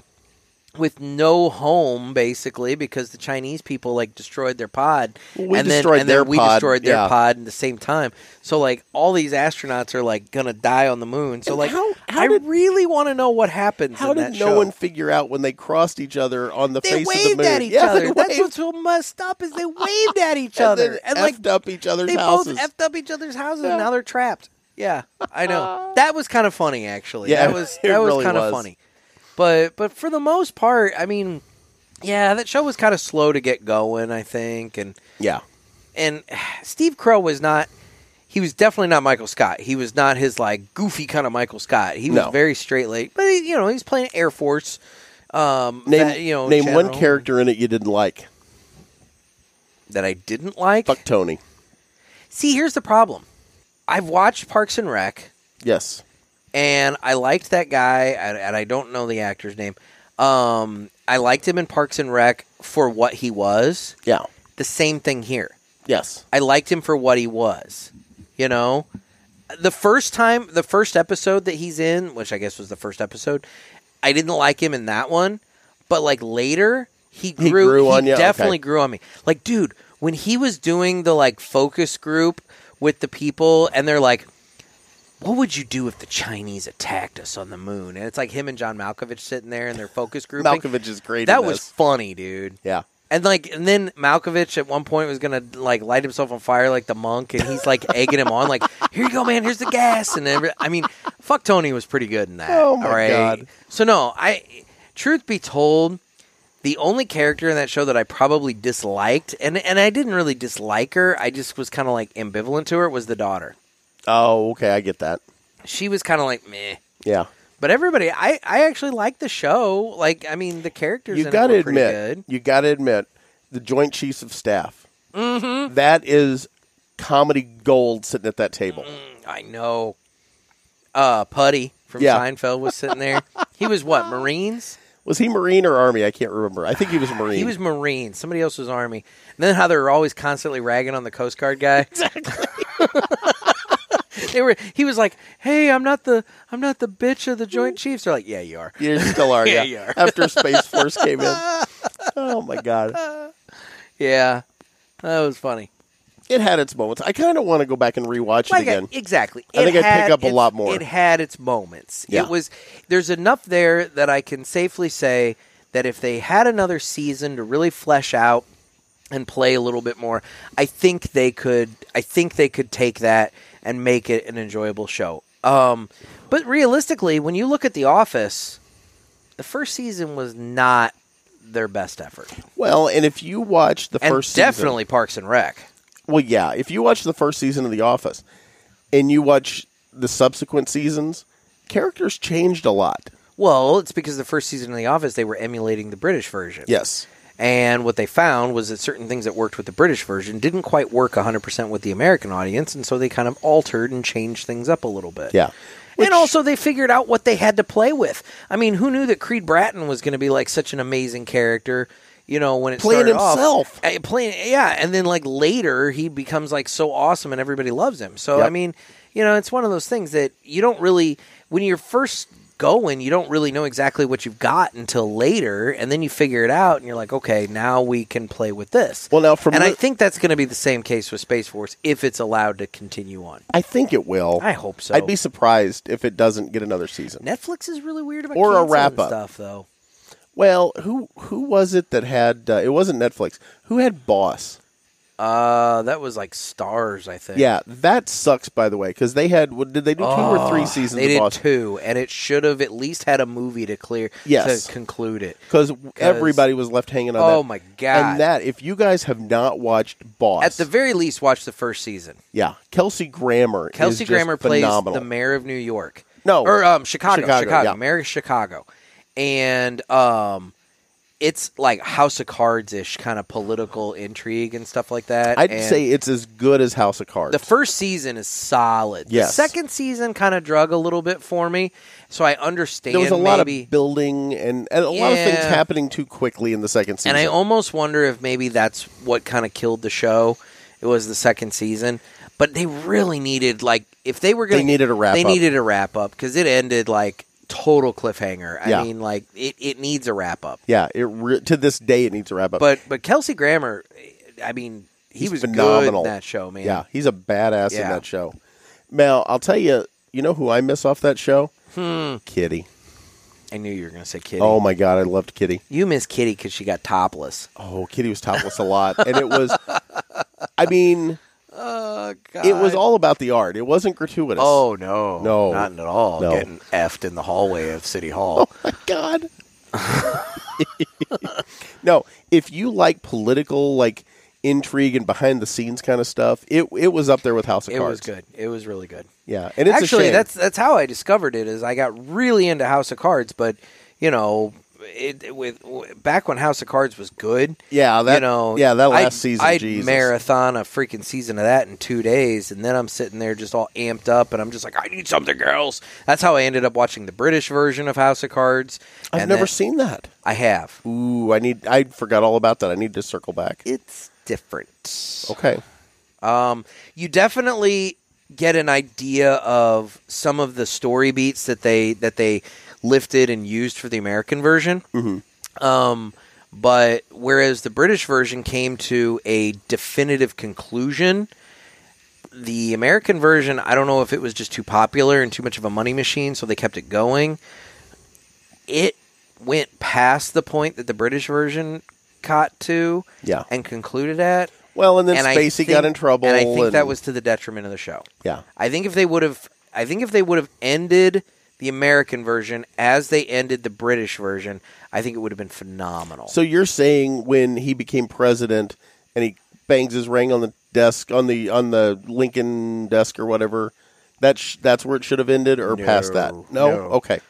Speaker 1: with no home basically because the Chinese people like destroyed their pod.
Speaker 2: Well, we
Speaker 1: and then,
Speaker 2: destroyed
Speaker 1: and then
Speaker 2: their
Speaker 1: we
Speaker 2: pod,
Speaker 1: destroyed their
Speaker 2: yeah.
Speaker 1: pod at the same time. So like all these astronauts are like gonna die on the moon. So
Speaker 2: And
Speaker 1: like
Speaker 2: how- how
Speaker 1: I
Speaker 2: did-
Speaker 1: really want to know what happens.
Speaker 2: How
Speaker 1: in
Speaker 2: did
Speaker 1: that
Speaker 2: no
Speaker 1: show.
Speaker 2: one figure out when they crossed each other on the
Speaker 1: They
Speaker 2: face
Speaker 1: waved
Speaker 2: of the moon?
Speaker 1: at each
Speaker 2: yeah,
Speaker 1: other.
Speaker 2: They
Speaker 1: That's
Speaker 2: waved
Speaker 1: what's so messed up is they waved at each
Speaker 2: and
Speaker 1: other
Speaker 2: then
Speaker 1: and like
Speaker 2: effed up each other's
Speaker 1: they
Speaker 2: houses.
Speaker 1: both effed up each other's houses
Speaker 2: Yeah.
Speaker 1: and now they're trapped. Yeah, I know. that was kind of funny, actually.
Speaker 2: Yeah,
Speaker 1: that was
Speaker 2: it
Speaker 1: that was
Speaker 2: really
Speaker 1: kind of
Speaker 2: was.
Speaker 1: funny. But but for the most part, I mean, yeah, that show was kind of slow to get going. I think, and
Speaker 2: yeah,
Speaker 1: and Steve Crow was not. He was definitely not Michael Scott. He was not his like goofy kind of Michael Scott. He was
Speaker 2: No.
Speaker 1: very straight late, but he, you know he's playing Air Force. Um,
Speaker 2: name
Speaker 1: that, you know
Speaker 2: name one
Speaker 1: general
Speaker 2: character in it you didn't like.
Speaker 1: that I didn't like.
Speaker 2: Fuck Tony.
Speaker 1: See, here's the problem. I've watched Parks and Rec.
Speaker 2: Yes,
Speaker 1: and I liked that guy, and and I don't know the actor's name. Um, I liked him in Parks and Rec for what he was.
Speaker 2: yeah,
Speaker 1: The same thing here.
Speaker 2: yes.
Speaker 1: I liked him for what he was. You know, the first time, the first episode that he's in, which I guess was the first episode, I didn't like him in that one. But like later, he grew. He,
Speaker 2: grew on ya?
Speaker 1: definitely
Speaker 2: Okay.
Speaker 1: grew on me. Like, dude, when he was doing the like focus group with the people, and they're like, what would you do if the Chinese attacked us on the moon? And it's like him and John Malkovich sitting there in their focus group.
Speaker 2: Malkovich is great. in
Speaker 1: That was
Speaker 2: this.
Speaker 1: funny, dude.
Speaker 2: yeah.
Speaker 1: And like, and then Malkovich at one point was gonna like light himself on fire like the monk, and he's like egging him on, like, "Here you go, man. Here's the gas." And every, I mean, fuck Tony was pretty good in that.
Speaker 2: Oh, my
Speaker 1: all right?
Speaker 2: God.
Speaker 1: So no, I. Truth be told, the only character in that show that I probably disliked, and and I didn't really dislike her, I just was kind of like ambivalent to her, was the daughter.
Speaker 2: Oh, okay. I get that.
Speaker 1: She was kind of like meh.
Speaker 2: Yeah.
Speaker 1: But everybody, I, I actually liked the show. Like, I mean, the characters
Speaker 2: You
Speaker 1: in
Speaker 2: got
Speaker 1: it
Speaker 2: to
Speaker 1: were pretty
Speaker 2: admit.
Speaker 1: good.
Speaker 2: You got to admit the Joint Chiefs of Staff. Mm-hmm. is comedy gold sitting at that table.
Speaker 1: I know. Uh, Putty from
Speaker 2: Yeah.
Speaker 1: Seinfeld was sitting there. he was what? Marines?
Speaker 2: Was he Marine or Army? I can't remember. I think he was Marine.
Speaker 1: He was Marine. Somebody else was Army. And then how they were always constantly ragging on the Coast Guard guy. Exactly. they were. He was like, "Hey, I'm not the I'm not the bitch of the
Speaker 2: Mm.
Speaker 1: Joint Chiefs." They're like, "Yeah, you are."
Speaker 2: You still are.
Speaker 1: Yeah,
Speaker 2: yeah,
Speaker 1: you are.
Speaker 2: After Space Force came in. Oh my God.
Speaker 1: Yeah, that was funny.
Speaker 2: It had its moments. I kind of want to go back and rewatch it
Speaker 1: Like,
Speaker 2: again.
Speaker 1: I- exactly.
Speaker 2: I think I'd pick
Speaker 1: had
Speaker 2: up a
Speaker 1: its-
Speaker 2: lot more.
Speaker 1: It had its moments.
Speaker 2: Yeah.
Speaker 1: It was there's enough there that I can safely say that if they had another season to really flesh out and play a little bit more, I think they could I think they could take that and make it an enjoyable show. Um, but realistically, when you look at The Office, the first season was not their best effort.
Speaker 2: well, and if you watch the
Speaker 1: And
Speaker 2: first season,
Speaker 1: definitely Parks and Rec.
Speaker 2: Well, yeah. If you watch the first season of The Office and you watch the subsequent seasons, characters changed a lot.
Speaker 1: Well, it's because the first season of The Office they were emulating the British version.
Speaker 2: Yes.
Speaker 1: And what they found was that certain things that worked with the British version didn't quite work 100% with the American audience, and so they kind of altered and changed things up a little bit.
Speaker 2: Yeah. Which-
Speaker 1: and also, they figured out what they had to play with. I mean, who knew that Creed Bratton was going to be like such an amazing character? You know, when it
Speaker 2: Playing
Speaker 1: started off-
Speaker 2: himself.
Speaker 1: Eh, playing, yeah. And then like later, he becomes like so awesome, and everybody loves him. So
Speaker 2: Yep.
Speaker 1: I mean, you know, it's one of those things that you don't really when you're first going, you don't really know exactly what you've got until later, and then you figure it out, and you're like, okay, now we can play with this.
Speaker 2: Well, now from
Speaker 1: and I
Speaker 2: the-
Speaker 1: think that's going to be the same case with Space Force if it's allowed to continue on.
Speaker 2: I think it will.
Speaker 1: I hope so.
Speaker 2: I'd be surprised if it doesn't get another season.
Speaker 1: Netflix is really weird about
Speaker 2: Or a
Speaker 1: canceling
Speaker 2: wrap-up.
Speaker 1: stuff, though.
Speaker 2: Well, who who was it that had? Uh, it wasn't Netflix. Who had Boss?
Speaker 1: Uh, that was like stars, I think.
Speaker 2: Yeah, that sucks. By the way, because they had. What, did they do two or three seasons
Speaker 1: Oh, They
Speaker 2: of
Speaker 1: did
Speaker 2: Boss?
Speaker 1: two, and it should have at least had a movie to clear
Speaker 2: Yes.
Speaker 1: to conclude it.
Speaker 2: Because everybody was left hanging on.
Speaker 1: Oh
Speaker 2: that.
Speaker 1: my God.
Speaker 2: And that, if you guys have not watched Boss,
Speaker 1: At the very least, watch the first season.
Speaker 2: yeah, Kelsey Grammer. is
Speaker 1: Kelsey
Speaker 2: just
Speaker 1: Grammer plays
Speaker 2: phenomenal.
Speaker 1: the mayor of New York.
Speaker 2: No.
Speaker 1: or um, Chicago,
Speaker 2: Chicago,
Speaker 1: Chicago,
Speaker 2: yeah.
Speaker 1: mayor of Chicago, and um, it's like House of Cards ish kind of political intrigue and stuff like that.
Speaker 2: I'd
Speaker 1: And
Speaker 2: say it's as good as House of Cards.
Speaker 1: the first season is solid.
Speaker 2: Yes.
Speaker 1: The second season kind of drug a little bit for me, so I understand.
Speaker 2: there was a lot
Speaker 1: maybe-
Speaker 2: of building and, and a lot of things
Speaker 1: Yeah.
Speaker 2: happening too quickly in the second
Speaker 1: And
Speaker 2: season.
Speaker 1: I almost wonder if maybe that's what kind of killed the show. It was the second season, but they really needed like if they were going
Speaker 2: They needed a wrap
Speaker 1: They
Speaker 2: up.
Speaker 1: needed a wrap up because it ended like total cliffhanger. I
Speaker 2: Yeah.
Speaker 1: mean, like it, it needs a wrap up.
Speaker 2: yeah, it re- to this day it needs to wrap up.
Speaker 1: But but Kelsey Grammer, I mean, he
Speaker 2: He's
Speaker 1: was
Speaker 2: phenomenal.
Speaker 1: good in that show, man.
Speaker 2: yeah, he's a badass in
Speaker 1: Yeah.
Speaker 2: that show. Mel, I'll tell you, you know who I miss off that show?
Speaker 1: Hmm.
Speaker 2: Kitty.
Speaker 1: I knew you were going to say Kitty.
Speaker 2: Oh my god, I loved Kitty.
Speaker 1: You miss Kitty because she got topless.
Speaker 2: Oh, Kitty was topless a lot, and it was. I mean,
Speaker 1: Oh God!
Speaker 2: it was all about the art. It wasn't gratuitous.
Speaker 1: Oh no,
Speaker 2: No.
Speaker 1: not at all.
Speaker 2: No.
Speaker 1: Getting effed in the hallway of City Hall.
Speaker 2: my god. no, if you like political like intrigue and behind the scenes kind of stuff, it it was up there with House of
Speaker 1: it was
Speaker 2: Cards.
Speaker 1: good. It was really good.
Speaker 2: Yeah, and it's a
Speaker 1: actually
Speaker 2: shame.
Speaker 1: that's that's how I discovered it. Is I got really into House of Cards, but you know, it, with w- back when House of Cards was good.
Speaker 2: yeah that
Speaker 1: you know,
Speaker 2: yeah that
Speaker 1: I'd-
Speaker 2: last season.
Speaker 1: I'd
Speaker 2: Jesus.
Speaker 1: marathon a freaking season of that in two days, and then I'm sitting there just all amped up, and I'm just like, I need something else. That's how I ended up watching the British version of House of Cards.
Speaker 2: I've
Speaker 1: and
Speaker 2: never
Speaker 1: then-
Speaker 2: seen that.
Speaker 1: I have.
Speaker 2: Ooh, I need. I forgot all about that. I need to circle back.
Speaker 1: It's different.
Speaker 2: Okay.
Speaker 1: Um, you definitely get an idea of some of the story beats that they that they lifted and used for the American version. Mm-hmm. Um, but whereas the British version came to a definitive conclusion, the American version, I don't know if it was just too popular and too much of a money machine, so they kept it going. It went past the point that the British version caught to
Speaker 2: Yeah.
Speaker 1: and concluded at.
Speaker 2: Well, and then
Speaker 1: and I
Speaker 2: Spacey
Speaker 1: think-
Speaker 2: got in trouble.
Speaker 1: And I think that
Speaker 2: and-
Speaker 1: was to the detriment of the show.
Speaker 2: yeah.
Speaker 1: I think if they would have, I think if they would have ended the American version as they ended the British version, I think it would have been phenomenal.
Speaker 2: So you're saying when he became president and he bangs his ring on the desk on the on the Lincoln desk or whatever, that sh- that's where it should have ended or past that. No,
Speaker 1: no.
Speaker 2: okay.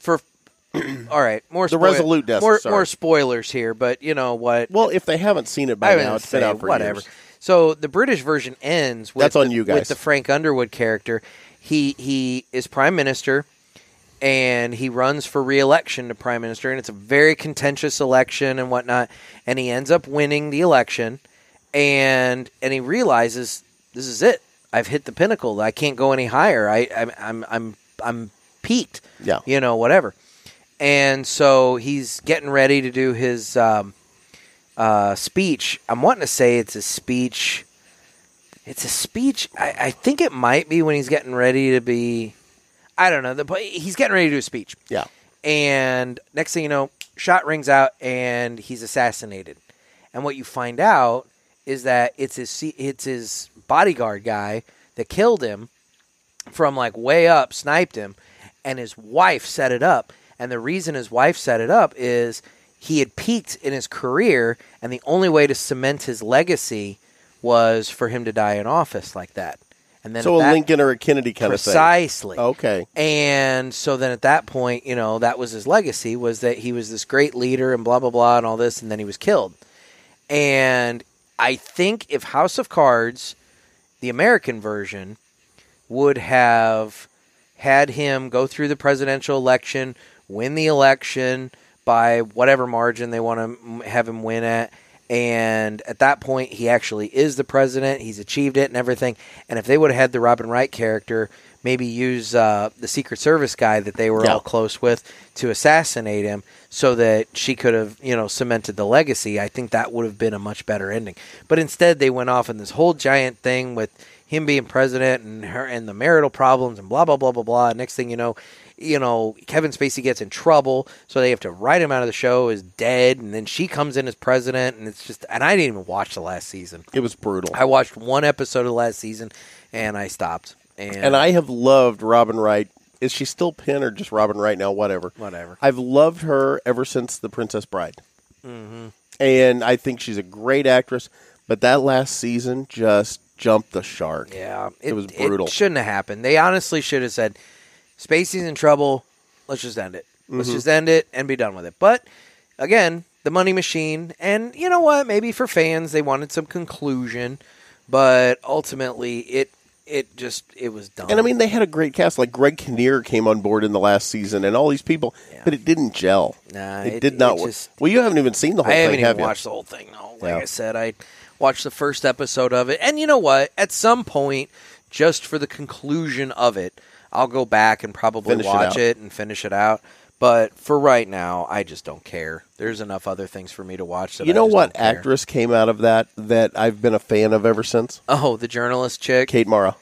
Speaker 1: for all right, more
Speaker 2: The
Speaker 1: spoil-
Speaker 2: Resolute desk,
Speaker 1: more,
Speaker 2: sorry.
Speaker 1: more spoilers here, but you know what?
Speaker 2: Well, if they haven't seen it by
Speaker 1: I
Speaker 2: now,
Speaker 1: would
Speaker 2: it's been
Speaker 1: say
Speaker 2: out for
Speaker 1: whatever.
Speaker 2: years.
Speaker 1: So the British version ends with
Speaker 2: That's on
Speaker 1: the,
Speaker 2: you guys.
Speaker 1: with the Frank Underwood character. He he is prime minister and he runs for re-election to prime minister and it's a very contentious election and whatnot and he ends up winning the election and and he realizes this is it i've hit the pinnacle i can't go any higher i i'm i'm i'm, I'm peaked
Speaker 2: Yeah.
Speaker 1: you know whatever and so he's getting ready to do his um, uh, speech. I'm wanting to say it's a speech. It's a speech. I, I think it might be when he's getting ready to be. I don't know. The, but he's getting ready to do a speech.
Speaker 2: Yeah.
Speaker 1: And next thing you know, shot rings out and he's assassinated. And what you find out is that it's his se- it's his bodyguard guy that killed him from like way up, sniped him, and his wife set it up. And the reason his wife set it up is he had peaked in his career, and the only way to cement his legacy was for him to die in office like that. And then
Speaker 2: So
Speaker 1: at
Speaker 2: a
Speaker 1: that-
Speaker 2: Lincoln or a Kennedy kind
Speaker 1: precisely.
Speaker 2: of thing. Okay.
Speaker 1: And so then at that point, you know, that was his legacy was that he was this great leader and blah blah blah and all this and then he was killed. And I think if House of Cards, the American version, would have had him go through the presidential election, win the election by whatever margin they want to have him win at. And at that point, he actually is the president. He's achieved it and everything. And if they would have had the Robin Wright character, maybe use uh, the Secret Service guy that they were
Speaker 2: Yeah.
Speaker 1: all close with to assassinate him so that she could have, you know, cemented the legacy, I think that would have been a much better ending. But instead, they went off in this whole giant thing with him being president and her and the marital problems and blah blah blah blah blah. Next thing you know, you know Kevin Spacey gets in trouble, so they have to write him out of the show as dead, and then she comes in as president, and it's just and I didn't even watch the last season.
Speaker 2: It was brutal.
Speaker 1: I watched one episode of the last season, and I stopped. And,
Speaker 2: and I have loved Robin Wright. Is she still Penn or just Robin Wright now? Whatever.
Speaker 1: Whatever.
Speaker 2: I've loved her ever since The Princess Bride.
Speaker 1: Mm-hmm.
Speaker 2: And I think she's a great actress, but that last season just jumped the shark.
Speaker 1: Yeah,
Speaker 2: It was brutal.
Speaker 1: It shouldn't have happened. They honestly should have said, "Spacey's in trouble. Let's just end it. Let's
Speaker 2: Mm-hmm.
Speaker 1: just end it and be done with it." But again, the money machine, and you know what? Maybe for fans, they wanted some conclusion, but ultimately, it it just it was done.
Speaker 2: And I mean, they had a great cast. Like Greg Kinnear came on board in the last season, and all these people, but it didn't gel.
Speaker 1: Nah,
Speaker 2: it,
Speaker 1: it-
Speaker 2: did not
Speaker 1: it
Speaker 2: work.
Speaker 1: just-
Speaker 2: well, you haven't even seen the whole
Speaker 1: I
Speaker 2: thing,
Speaker 1: haven't
Speaker 2: have
Speaker 1: even
Speaker 2: you?
Speaker 1: watched the whole thing. No, like
Speaker 2: Yeah.
Speaker 1: I said, I watched the first episode of it, and you know what? At some point, just for the conclusion of it, I'll go back and probably
Speaker 2: Finish it
Speaker 1: watch
Speaker 2: out.
Speaker 1: it, and finish it out. But for right now, I just don't care. There's enough other things for me to watch. That
Speaker 2: you
Speaker 1: I
Speaker 2: know
Speaker 1: just
Speaker 2: what
Speaker 1: don't care.
Speaker 2: actress came out of that that I've been a fan of ever since?
Speaker 1: Oh, the journalist chick.
Speaker 2: Kate Mara.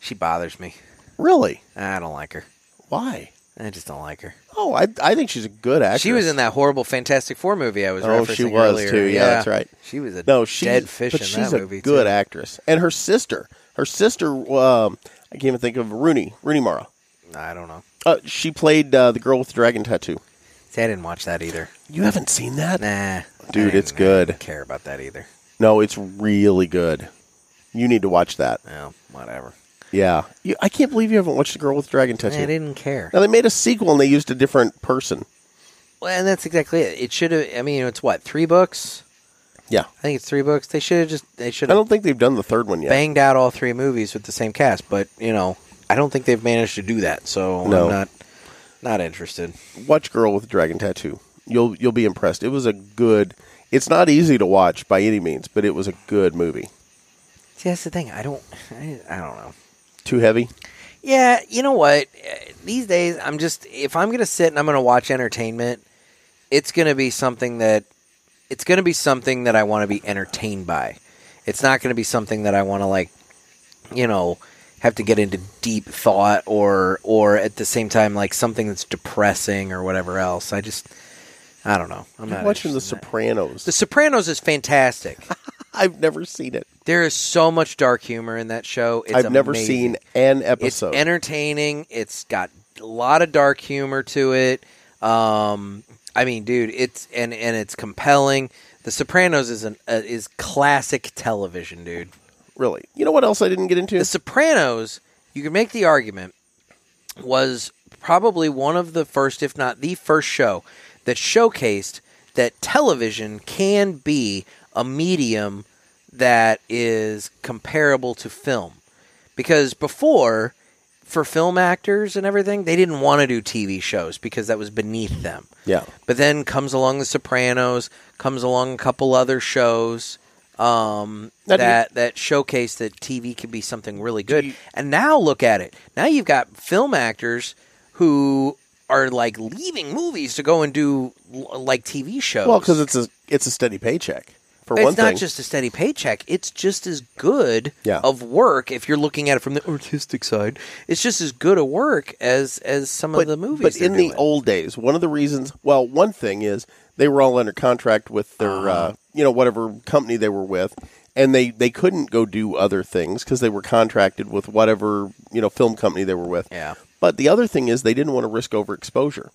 Speaker 1: She bothers me.
Speaker 2: Really?
Speaker 1: I don't like her.
Speaker 2: Why?
Speaker 1: I just don't like her.
Speaker 2: Oh, I, I think she's a good actress.
Speaker 1: She was in that horrible Fantastic Four movie I was
Speaker 2: Oh,
Speaker 1: referencing
Speaker 2: she was,
Speaker 1: earlier.
Speaker 2: too. Yeah, that's right.
Speaker 1: She was a
Speaker 2: No, she's
Speaker 1: dead fish
Speaker 2: but
Speaker 1: in
Speaker 2: she's
Speaker 1: that
Speaker 2: a
Speaker 1: movie.
Speaker 2: good
Speaker 1: too.
Speaker 2: actress. And her sister, her sister, um, I can't even think of Rooney, Rooney Mara.
Speaker 1: I don't know.
Speaker 2: Uh, she played uh, the girl with the dragon tattoo.
Speaker 1: See, I didn't watch that either.
Speaker 2: You haven't seen that,
Speaker 1: Nah, I
Speaker 2: Dude,
Speaker 1: didn't-
Speaker 2: it's good.
Speaker 1: I didn't care about that either.
Speaker 2: No, it's really good. You need to watch that.
Speaker 1: No, whatever.
Speaker 2: Yeah, you, I can't believe you haven't watched the girl with the dragon
Speaker 1: I
Speaker 2: tattoo.
Speaker 1: didn't care.
Speaker 2: now they made a sequel and they used a different person.
Speaker 1: Well, and that's exactly it. It should have. I mean, it's what three books?
Speaker 2: Yeah,
Speaker 1: I think it's three books. They should have just. They should
Speaker 2: I
Speaker 1: have
Speaker 2: don't think they've done the third one yet.
Speaker 1: banged out all three movies with the same cast. But you know, I don't think they've managed to do that. So
Speaker 2: No.
Speaker 1: I'm not not interested.
Speaker 2: Watch Girl with the Dragon Tattoo. You'll you'll be impressed. It was a good. It's not easy to watch by any means, but it was a good movie.
Speaker 1: See, that's the thing. I don't. I, I don't know.
Speaker 2: Too heavy.
Speaker 1: Yeah, you know what? Eh, These days, I'm just if I'm gonna sit and I'm gonna watch entertainment, it's gonna be something that it's gonna be something that I want to be entertained by. It's not going to be something that I want to like, you know, have to get into deep thought or or at the same time like something that's depressing or whatever else. I just I don't know. I'm
Speaker 2: I'm
Speaker 1: not
Speaker 2: watching The
Speaker 1: interested in that.
Speaker 2: Sopranos.
Speaker 1: The Sopranos is fantastic.
Speaker 2: I've never seen it.
Speaker 1: there is so much dark humor in that show. It's
Speaker 2: I've never
Speaker 1: amazing.
Speaker 2: seen an
Speaker 1: It's
Speaker 2: episode.
Speaker 1: entertaining. It's got a lot of dark humor to it. Um, I mean, dude, it's and and it's compelling. The Sopranos is an uh, is classic television, dude.
Speaker 2: really. You know what else I didn't get into?
Speaker 1: The Sopranos, you can make the argument, was probably one of the first, if not the first show that showcased that television can be a medium that is comparable to film. Because before, for film actors and everything, they didn't want to do TV shows because that was beneath them.
Speaker 2: yeah.
Speaker 1: But then comes along The Sopranos, comes along a couple other shows um,
Speaker 2: Now,
Speaker 1: that
Speaker 2: do
Speaker 1: that, showcase that TV can be something really good. and now look at it. Now you've got film actors who are like leaving movies to go and do l- like TV shows.
Speaker 2: Well, because it's a it's a steady paycheck for
Speaker 1: it's
Speaker 2: one
Speaker 1: not
Speaker 2: thing.
Speaker 1: just a steady paycheck. It's just as good
Speaker 2: Yeah.
Speaker 1: of work if you're looking at it from the artistic side. It's just as good a work as as some of the movies.
Speaker 2: But
Speaker 1: they're
Speaker 2: in
Speaker 1: doing.
Speaker 2: the old days, one of the reasons, well, one thing is they were all under contract with their,
Speaker 1: Ah.
Speaker 2: uh you know, whatever company they were with, and they they couldn't go do other things because they were contracted with whatever you know film company they were with.
Speaker 1: yeah,
Speaker 2: But the other thing is they didn't want to risk overexposure.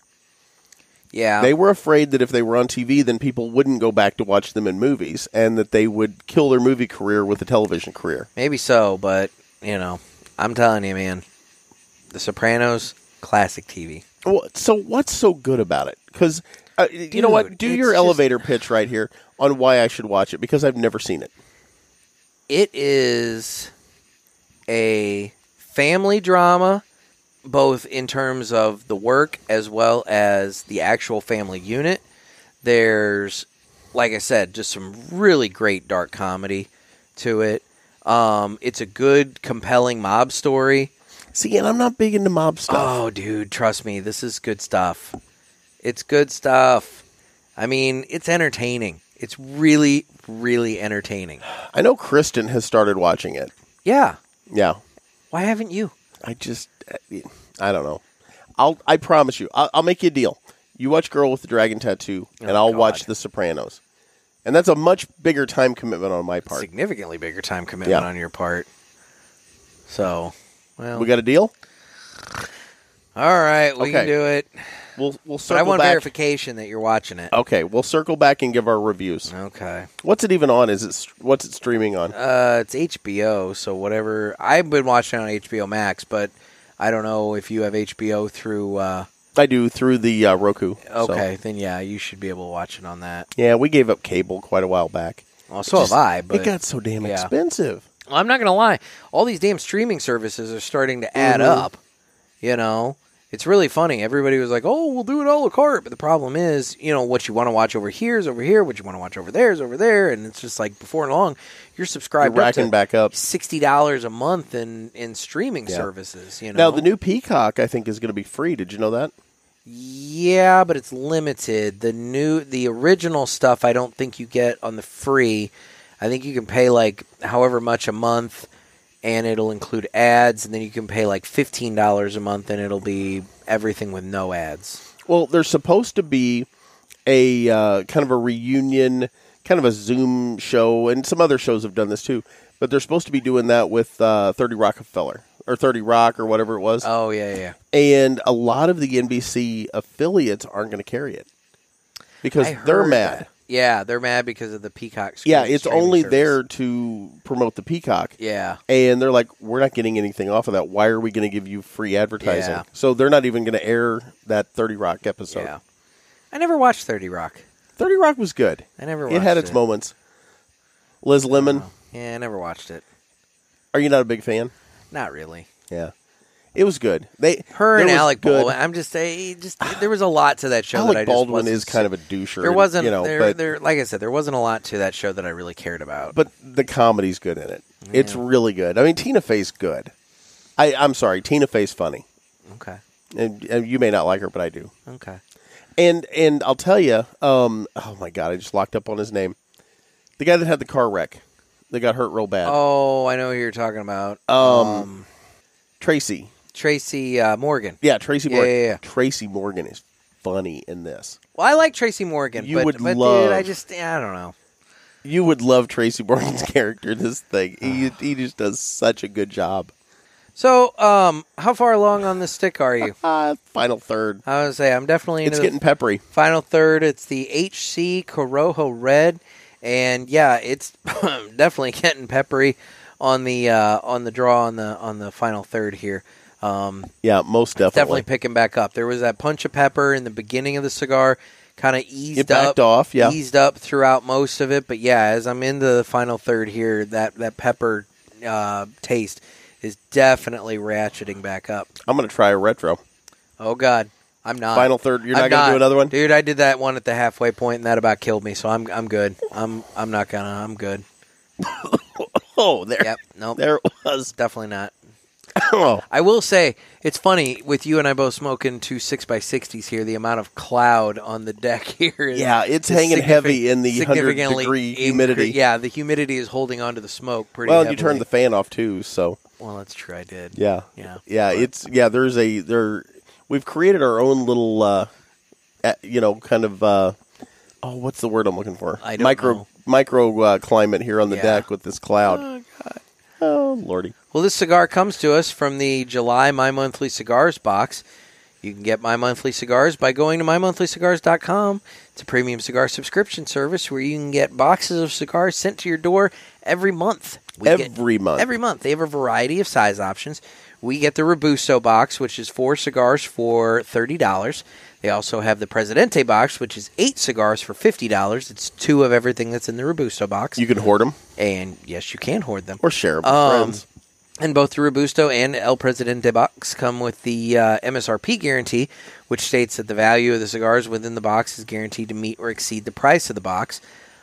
Speaker 1: yeah,
Speaker 2: They were afraid that if they were on TV, then people wouldn't go back to watch them in movies, and that they would kill their movie career with a television career.
Speaker 1: Maybe so, but you know, I'm telling you, man, The Sopranos, classic TV.
Speaker 2: Well, so what's so good about it? Because uh, you know what?
Speaker 1: Dude,
Speaker 2: Do
Speaker 1: it's
Speaker 2: your
Speaker 1: just-
Speaker 2: elevator pitch right here on why I should watch it because I've never seen it.
Speaker 1: It is a family drama, both in terms of the work as well as the actual family unit. There's, like I said, just some really great dark comedy to it. Um, it's a good, compelling mob story.
Speaker 2: See, and I'm not big into mob stuff.
Speaker 1: Oh, dude, trust me, this is good stuff. It's good stuff. I mean, it's entertaining. It's really, really entertaining.
Speaker 2: I know Kristen has started watching it.
Speaker 1: Yeah.
Speaker 2: Yeah,
Speaker 1: Why haven't you?
Speaker 2: I just I don't know. I'll I promise you. I'll, I'll make you a deal. You watch Girl with the Dragon Tattoo, and
Speaker 1: Oh,
Speaker 2: I'll
Speaker 1: God.
Speaker 2: watch The Sopranos. And that's a much bigger time commitment on my part.
Speaker 1: Significantly bigger time commitment
Speaker 2: Yeah.
Speaker 1: on your part. So, well,
Speaker 2: We got a deal.
Speaker 1: all right, we
Speaker 2: Okay.
Speaker 1: can do it.
Speaker 2: We'll we'll
Speaker 1: But I
Speaker 2: circle
Speaker 1: want
Speaker 2: back. Oh.
Speaker 1: verification that you're watching it.
Speaker 2: okay, we'll circle back and give our reviews.
Speaker 1: Uh. Okay.
Speaker 2: What's it even on? Is it st- what's it streaming on?
Speaker 1: Uh, it's HBO, so whatever. I've been watching it on HBO Max, but I don't know if you have HBO through. Uh,
Speaker 2: I do through the uh, Roku. so-
Speaker 1: okay, then yeah, you should be able to watch it on that.
Speaker 2: Yeah, we gave up cable quite a while back.
Speaker 1: Well, so
Speaker 2: Just-
Speaker 1: have I. But
Speaker 2: it got so damn
Speaker 1: yeah.
Speaker 2: expensive.
Speaker 1: Well, I'm not going to lie. All these damn streaming services are starting to add
Speaker 2: Mhm.
Speaker 1: up. You know, it's really funny. Everybody was like, "Oh, we'll do it a la carte," but the problem is, you know, what you want to watch over here is over here. What you want to watch over there is over there, and it's just like before long, you're
Speaker 2: You're
Speaker 1: subscribed
Speaker 2: racking
Speaker 1: up to
Speaker 2: back up.
Speaker 1: sixty dollars a month in in streaming
Speaker 2: Yeah.
Speaker 1: services. You know,
Speaker 2: Now the new Peacock, I think, is going to be free. Did you know that?
Speaker 1: yeah, but it's limited. The new, the original stuff, I don't think you get on the free. I think you can pay like however much a month, and it'll include ads, and then you can pay like fifteen dollars a month, and it'll be everything with no ads.
Speaker 2: Well, there's supposed to be a uh, kind of a reunion, kind of a Zoom show, and some other shows have done this too. But they're supposed to be doing that with uh, Thirty Rockefeller or Thirty Rock or whatever it was.
Speaker 1: Oh yeah, yeah.
Speaker 2: and a lot of the NBC affiliates aren't going to carry it because
Speaker 1: I
Speaker 2: they're
Speaker 1: heard
Speaker 2: mad.
Speaker 1: that. Yeah, they're mad because of the Peacock.
Speaker 2: Yeah,
Speaker 1: stream-
Speaker 2: it's
Speaker 1: streaming
Speaker 2: only
Speaker 1: service.
Speaker 2: there to promote the Peacock.
Speaker 1: Yeah,
Speaker 2: And they're like, we're not getting anything off of that. Why are we going to give you free advertising?
Speaker 1: Yeah.
Speaker 2: So they're not even going to air that 30 Rock episode.
Speaker 1: yeah. I never watched Thirty Rock.
Speaker 2: 30 Rock was good.
Speaker 1: I never. Watched
Speaker 2: It had its moments. Liz Lemon,
Speaker 1: Yeah, I never watched it.
Speaker 2: are you not a big fan?
Speaker 1: Not really.
Speaker 2: Yeah. It was good. They
Speaker 1: Her
Speaker 2: there
Speaker 1: and
Speaker 2: was
Speaker 1: Alec
Speaker 2: good-
Speaker 1: Baldwin. I'm just saying, just there was a lot to that show. that I
Speaker 2: Alec
Speaker 1: just
Speaker 2: Baldwin
Speaker 1: wasn't
Speaker 2: is kind of a doucher.
Speaker 1: There wasn't.
Speaker 2: you know,
Speaker 1: there,
Speaker 2: but,
Speaker 1: there, like I said, there wasn't a lot to that show that I really cared about.
Speaker 2: but the comedy's good in it. It's really good. I mean, Tina Fey's good. I, I'm sorry, Tina Fey's funny.
Speaker 1: okay,
Speaker 2: And, and you may not like her, but I do.
Speaker 1: okay.
Speaker 2: And and I'll tell you, um, oh my god, I just locked up on his name. The guy that had the car wreck They got hurt real bad.
Speaker 1: Oh, I know who you're talking about.
Speaker 2: Um, Tracy.
Speaker 1: Tracy uh, Morgan.
Speaker 2: Yeah, Tracy
Speaker 1: Yeah,
Speaker 2: Morgan.
Speaker 1: yeah, yeah.
Speaker 2: Tracy Morgan is funny in this.
Speaker 1: Well, I like Tracy Morgan.
Speaker 2: You
Speaker 1: but,
Speaker 2: would
Speaker 1: but
Speaker 2: love-
Speaker 1: Dude, I just, I don't know.
Speaker 2: You would love Tracy Morgan's character in this thing. He, he just does such a good job.
Speaker 1: So, um, how far along on the stick are you?
Speaker 2: Uh, final third.
Speaker 1: I would say I'm definitely into
Speaker 2: It's
Speaker 1: the
Speaker 2: getting peppery.
Speaker 1: final third. It's the HC Corojo Red, and yeah, it's definitely getting peppery on the uh, on the draw on the on the final third here. Um,
Speaker 2: Yeah, most
Speaker 1: definitely
Speaker 2: definitely.
Speaker 1: picking back up. There was that punch of pepper in the beginning of the cigar, kind of eased
Speaker 2: It backed
Speaker 1: up,
Speaker 2: off, yeah.
Speaker 1: eased up throughout most of it. But yeah, as I'm into the final third here, that that pepper uh, taste is definitely ratcheting back up.
Speaker 2: I'm going to try a retro.
Speaker 1: Oh God, I'm not
Speaker 2: Final third. You're not
Speaker 1: I'm
Speaker 2: going to do another one?
Speaker 1: dude. I did that one at the halfway point, and that about killed me. So I'm I'm good. I'm I'm not gonna. I'm good.
Speaker 2: Oh, there.
Speaker 1: Yep. Nope.
Speaker 2: There it was.
Speaker 1: Definitely not.
Speaker 2: Oh,
Speaker 1: I will say it's funny with you and I both smoking two six by sixties here. The amount of cloud on the deck here is
Speaker 2: yeah, it's
Speaker 1: is
Speaker 2: hanging
Speaker 1: signific-
Speaker 2: heavy in the 100
Speaker 1: significantly
Speaker 2: degree
Speaker 1: incre-
Speaker 2: humidity.
Speaker 1: Yeah, the humidity is holding on to the smoke pretty.
Speaker 2: well, you
Speaker 1: heavily.
Speaker 2: turned the fan off too, so
Speaker 1: well, that's true. I did.
Speaker 2: yeah,
Speaker 1: Yeah.
Speaker 2: yeah. It's yeah. There's a there. We've created our own little, uh, uh, you know, kind of. Uh, oh, what's the word I'm looking for?
Speaker 1: I don't
Speaker 2: micro
Speaker 1: know.
Speaker 2: micro uh, climate here on the
Speaker 1: Yeah.
Speaker 2: deck with this cloud. Oh, lordy.
Speaker 1: Well, this cigar comes to us from the July My Monthly Cigars box. You can get My Monthly Cigars by going to mymonthlycigars.com. It's a premium cigar subscription service where you can get boxes of cigars sent to your door every month. We get-
Speaker 2: Every month.
Speaker 1: Every month. They have a variety of size options. We get the Robusto box, which is four cigars for $30. They also have the Presidente box, which is eight cigars for $50. It's two of everything that's in the Robusto box.
Speaker 2: You can hoard them
Speaker 1: and yes, you can hoard them.
Speaker 2: or share them with
Speaker 1: Um,
Speaker 2: friends.
Speaker 1: And both the Robusto and El Presidente box come with the uh, MSRP guarantee, which states that the value of the cigars within the box is guaranteed to meet or exceed the price of the box.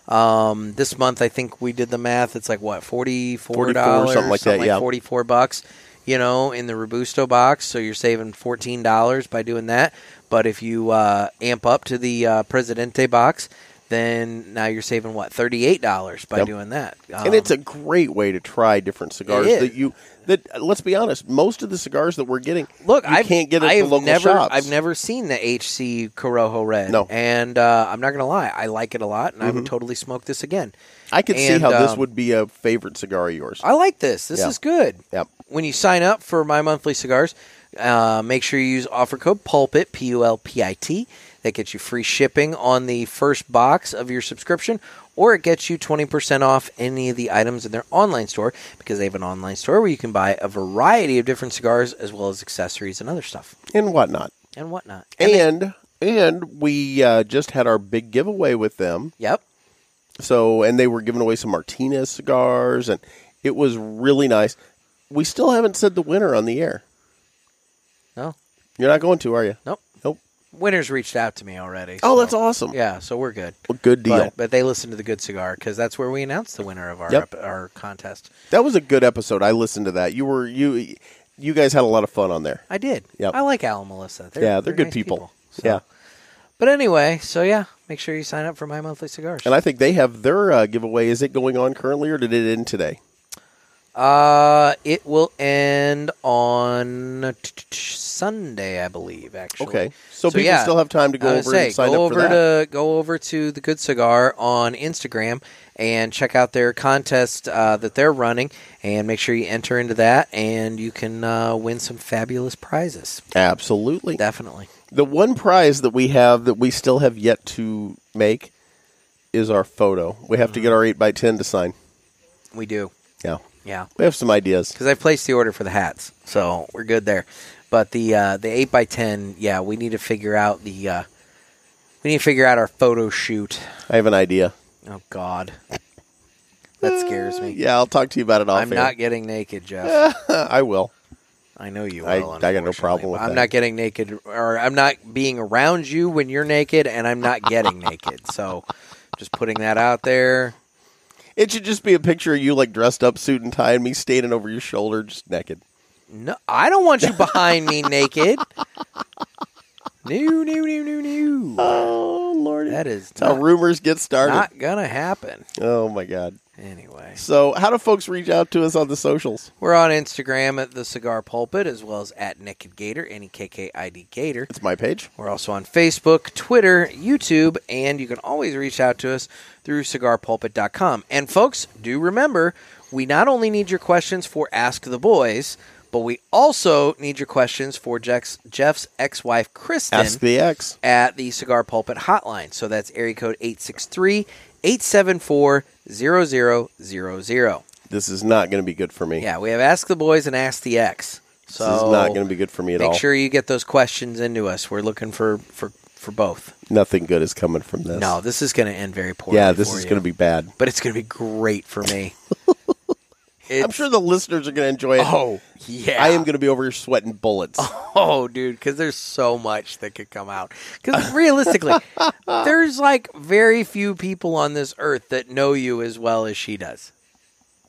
Speaker 1: Um, this month, I think we did the math. It's like what forty four dollars,
Speaker 2: something like that, yeah.
Speaker 1: forty four bucks. You know, in the Robusto box, so you're saving fourteen dollars by doing that. But if you uh, amp up to the uh, Presidente box, then now you're saving what thirty eight dollars by
Speaker 2: Yep.
Speaker 1: doing that.
Speaker 2: and it's a great way to try different cigars
Speaker 1: um, is.
Speaker 2: that you that uh, let's be honest most of the cigars that we're getting
Speaker 1: Look,
Speaker 2: you
Speaker 1: I
Speaker 2: can't get at
Speaker 1: I've
Speaker 2: the local
Speaker 1: never,
Speaker 2: shops
Speaker 1: I've never seen the HC Corojo Red.
Speaker 2: No. Mm-hmm.
Speaker 1: and uh, I'm not gonna lie, I like it a lot, and I would totally smoke this again.
Speaker 2: i could see
Speaker 1: and,
Speaker 2: how this
Speaker 1: um,
Speaker 2: would be a favorite cigar of yours
Speaker 1: I like this. This
Speaker 2: Yeah.
Speaker 1: is good.
Speaker 2: yep
Speaker 1: When you sign up for my monthly cigars, uh, make sure you use offer code Pulpit P U L P I T. That gets you free shipping on the first box of your subscription, or it gets you 20% off any of the items in their online store because they have an online store where you can buy a variety of different cigars as well as accessories and other stuff
Speaker 2: and whatnot
Speaker 1: and whatnot. they-
Speaker 2: and and we uh, just had our big giveaway with them
Speaker 1: Yep.
Speaker 2: so and they were giving away some martinez cigars and it was really nice we still haven't said the winner on the air
Speaker 1: No.
Speaker 2: you're not going to are you
Speaker 1: Nope.
Speaker 2: nope
Speaker 1: Winners reached out to me already.
Speaker 2: oh
Speaker 1: so-
Speaker 2: that's awesome
Speaker 1: Yeah, so we're good.
Speaker 2: Well, good deal
Speaker 1: But, but they listened to the good cigar because that's where we announced the winner of our
Speaker 2: Yep.
Speaker 1: ep- our contest.
Speaker 2: That was a good episode. I listened to that. You were you you guys had a lot of fun on there.
Speaker 1: I did.
Speaker 2: Yep.
Speaker 1: I like Al and Melissa. They're,
Speaker 2: yeah, they're, good
Speaker 1: nice
Speaker 2: people.
Speaker 1: so.
Speaker 2: Yeah.
Speaker 1: But anyway, so yeah, make sure you sign up for my monthly cigars.
Speaker 2: And I think they have their uh, giveaway. Is it going on currently or did it end today?
Speaker 1: uh, it will end on t- t- t- Sunday, I believe. Actually,
Speaker 2: Okay. So, people
Speaker 1: yeah.
Speaker 2: still have time to go
Speaker 1: I
Speaker 2: over
Speaker 1: would say,
Speaker 2: and sign
Speaker 1: go
Speaker 2: up for
Speaker 1: over
Speaker 2: that.
Speaker 1: to go over to the Good Cigar on Instagram and check out their contest uh, that they're running, and make sure you enter into that, and you can uh, win some fabulous prizes.
Speaker 2: Absolutely.
Speaker 1: Definitely.
Speaker 2: The one prize that we have that we still have yet to make is our photo. We have to
Speaker 1: Mm-hmm.
Speaker 2: get our 8 by 10 to sign.
Speaker 1: We do.
Speaker 2: Yeah.
Speaker 1: Yeah.
Speaker 2: We have some ideas.
Speaker 1: Because I placed the order for the hats, so we're good there. But the uh, the eight by ten, yeah, we need to figure out the uh, we need to figure out our photo shoot.
Speaker 2: I have an idea.
Speaker 1: Oh God, that scares me.
Speaker 2: Uh, Yeah, I'll talk to you about it Uh, off
Speaker 1: I'm
Speaker 2: air.
Speaker 1: not getting naked, Jeff.
Speaker 2: I will.
Speaker 1: I know you. Will,
Speaker 2: I- I got no
Speaker 1: unfortunately,
Speaker 2: problem with
Speaker 1: but I'm
Speaker 2: that.
Speaker 1: not getting naked, or I'm not being around you when you're naked, and I'm not getting naked. So, just putting that out there.
Speaker 2: It should just be a picture of you like dressed up, suit and tie, and me standing over your shoulder, just naked.
Speaker 1: No, I don't want you behind me naked. No, no, no, no, no.
Speaker 2: Oh Lord,
Speaker 1: That is
Speaker 2: how
Speaker 1: not-
Speaker 2: rumors get started.
Speaker 1: Not gonna happen.
Speaker 2: oh my God,
Speaker 1: Anyway,
Speaker 2: So, how do folks reach out to us on the socials?
Speaker 1: we're on Instagram at the Cigar Pulpit as well as at Naked Gator, N E K K I D Gator.
Speaker 2: It's my page.
Speaker 1: We're also on Facebook, Twitter, YouTube, and you can always reach out to us through cigarpulpit.com. And folks, do remember, we not only need your questions for Ask the Boys, but we also need your questions for Jeff's, Jeff's ex-wife Kristen
Speaker 2: Ask the X.
Speaker 1: at the Cigar Pulpit hotline. So that's area code 863 874 0000.
Speaker 2: This is not going to be good for me.
Speaker 1: Yeah, we have Ask the Boys and Ask the X. So
Speaker 2: This is not going to be good for me at
Speaker 1: make
Speaker 2: all.
Speaker 1: sure you get those questions into us. We're looking for for for both.
Speaker 2: Nothing good is coming from this.
Speaker 1: No, this is going to end very poorly.
Speaker 2: Yeah, this
Speaker 1: for
Speaker 2: is
Speaker 1: you.
Speaker 2: going to be bad.
Speaker 1: but it's going to be great for me.
Speaker 2: I'm sure the listeners are going to enjoy it.
Speaker 1: Oh yeah,
Speaker 2: I am going to be over here sweating bullets.
Speaker 1: Oh, dude, because there's so much that could come out. Because realistically, there's like very few people on this earth that know you as well as she does.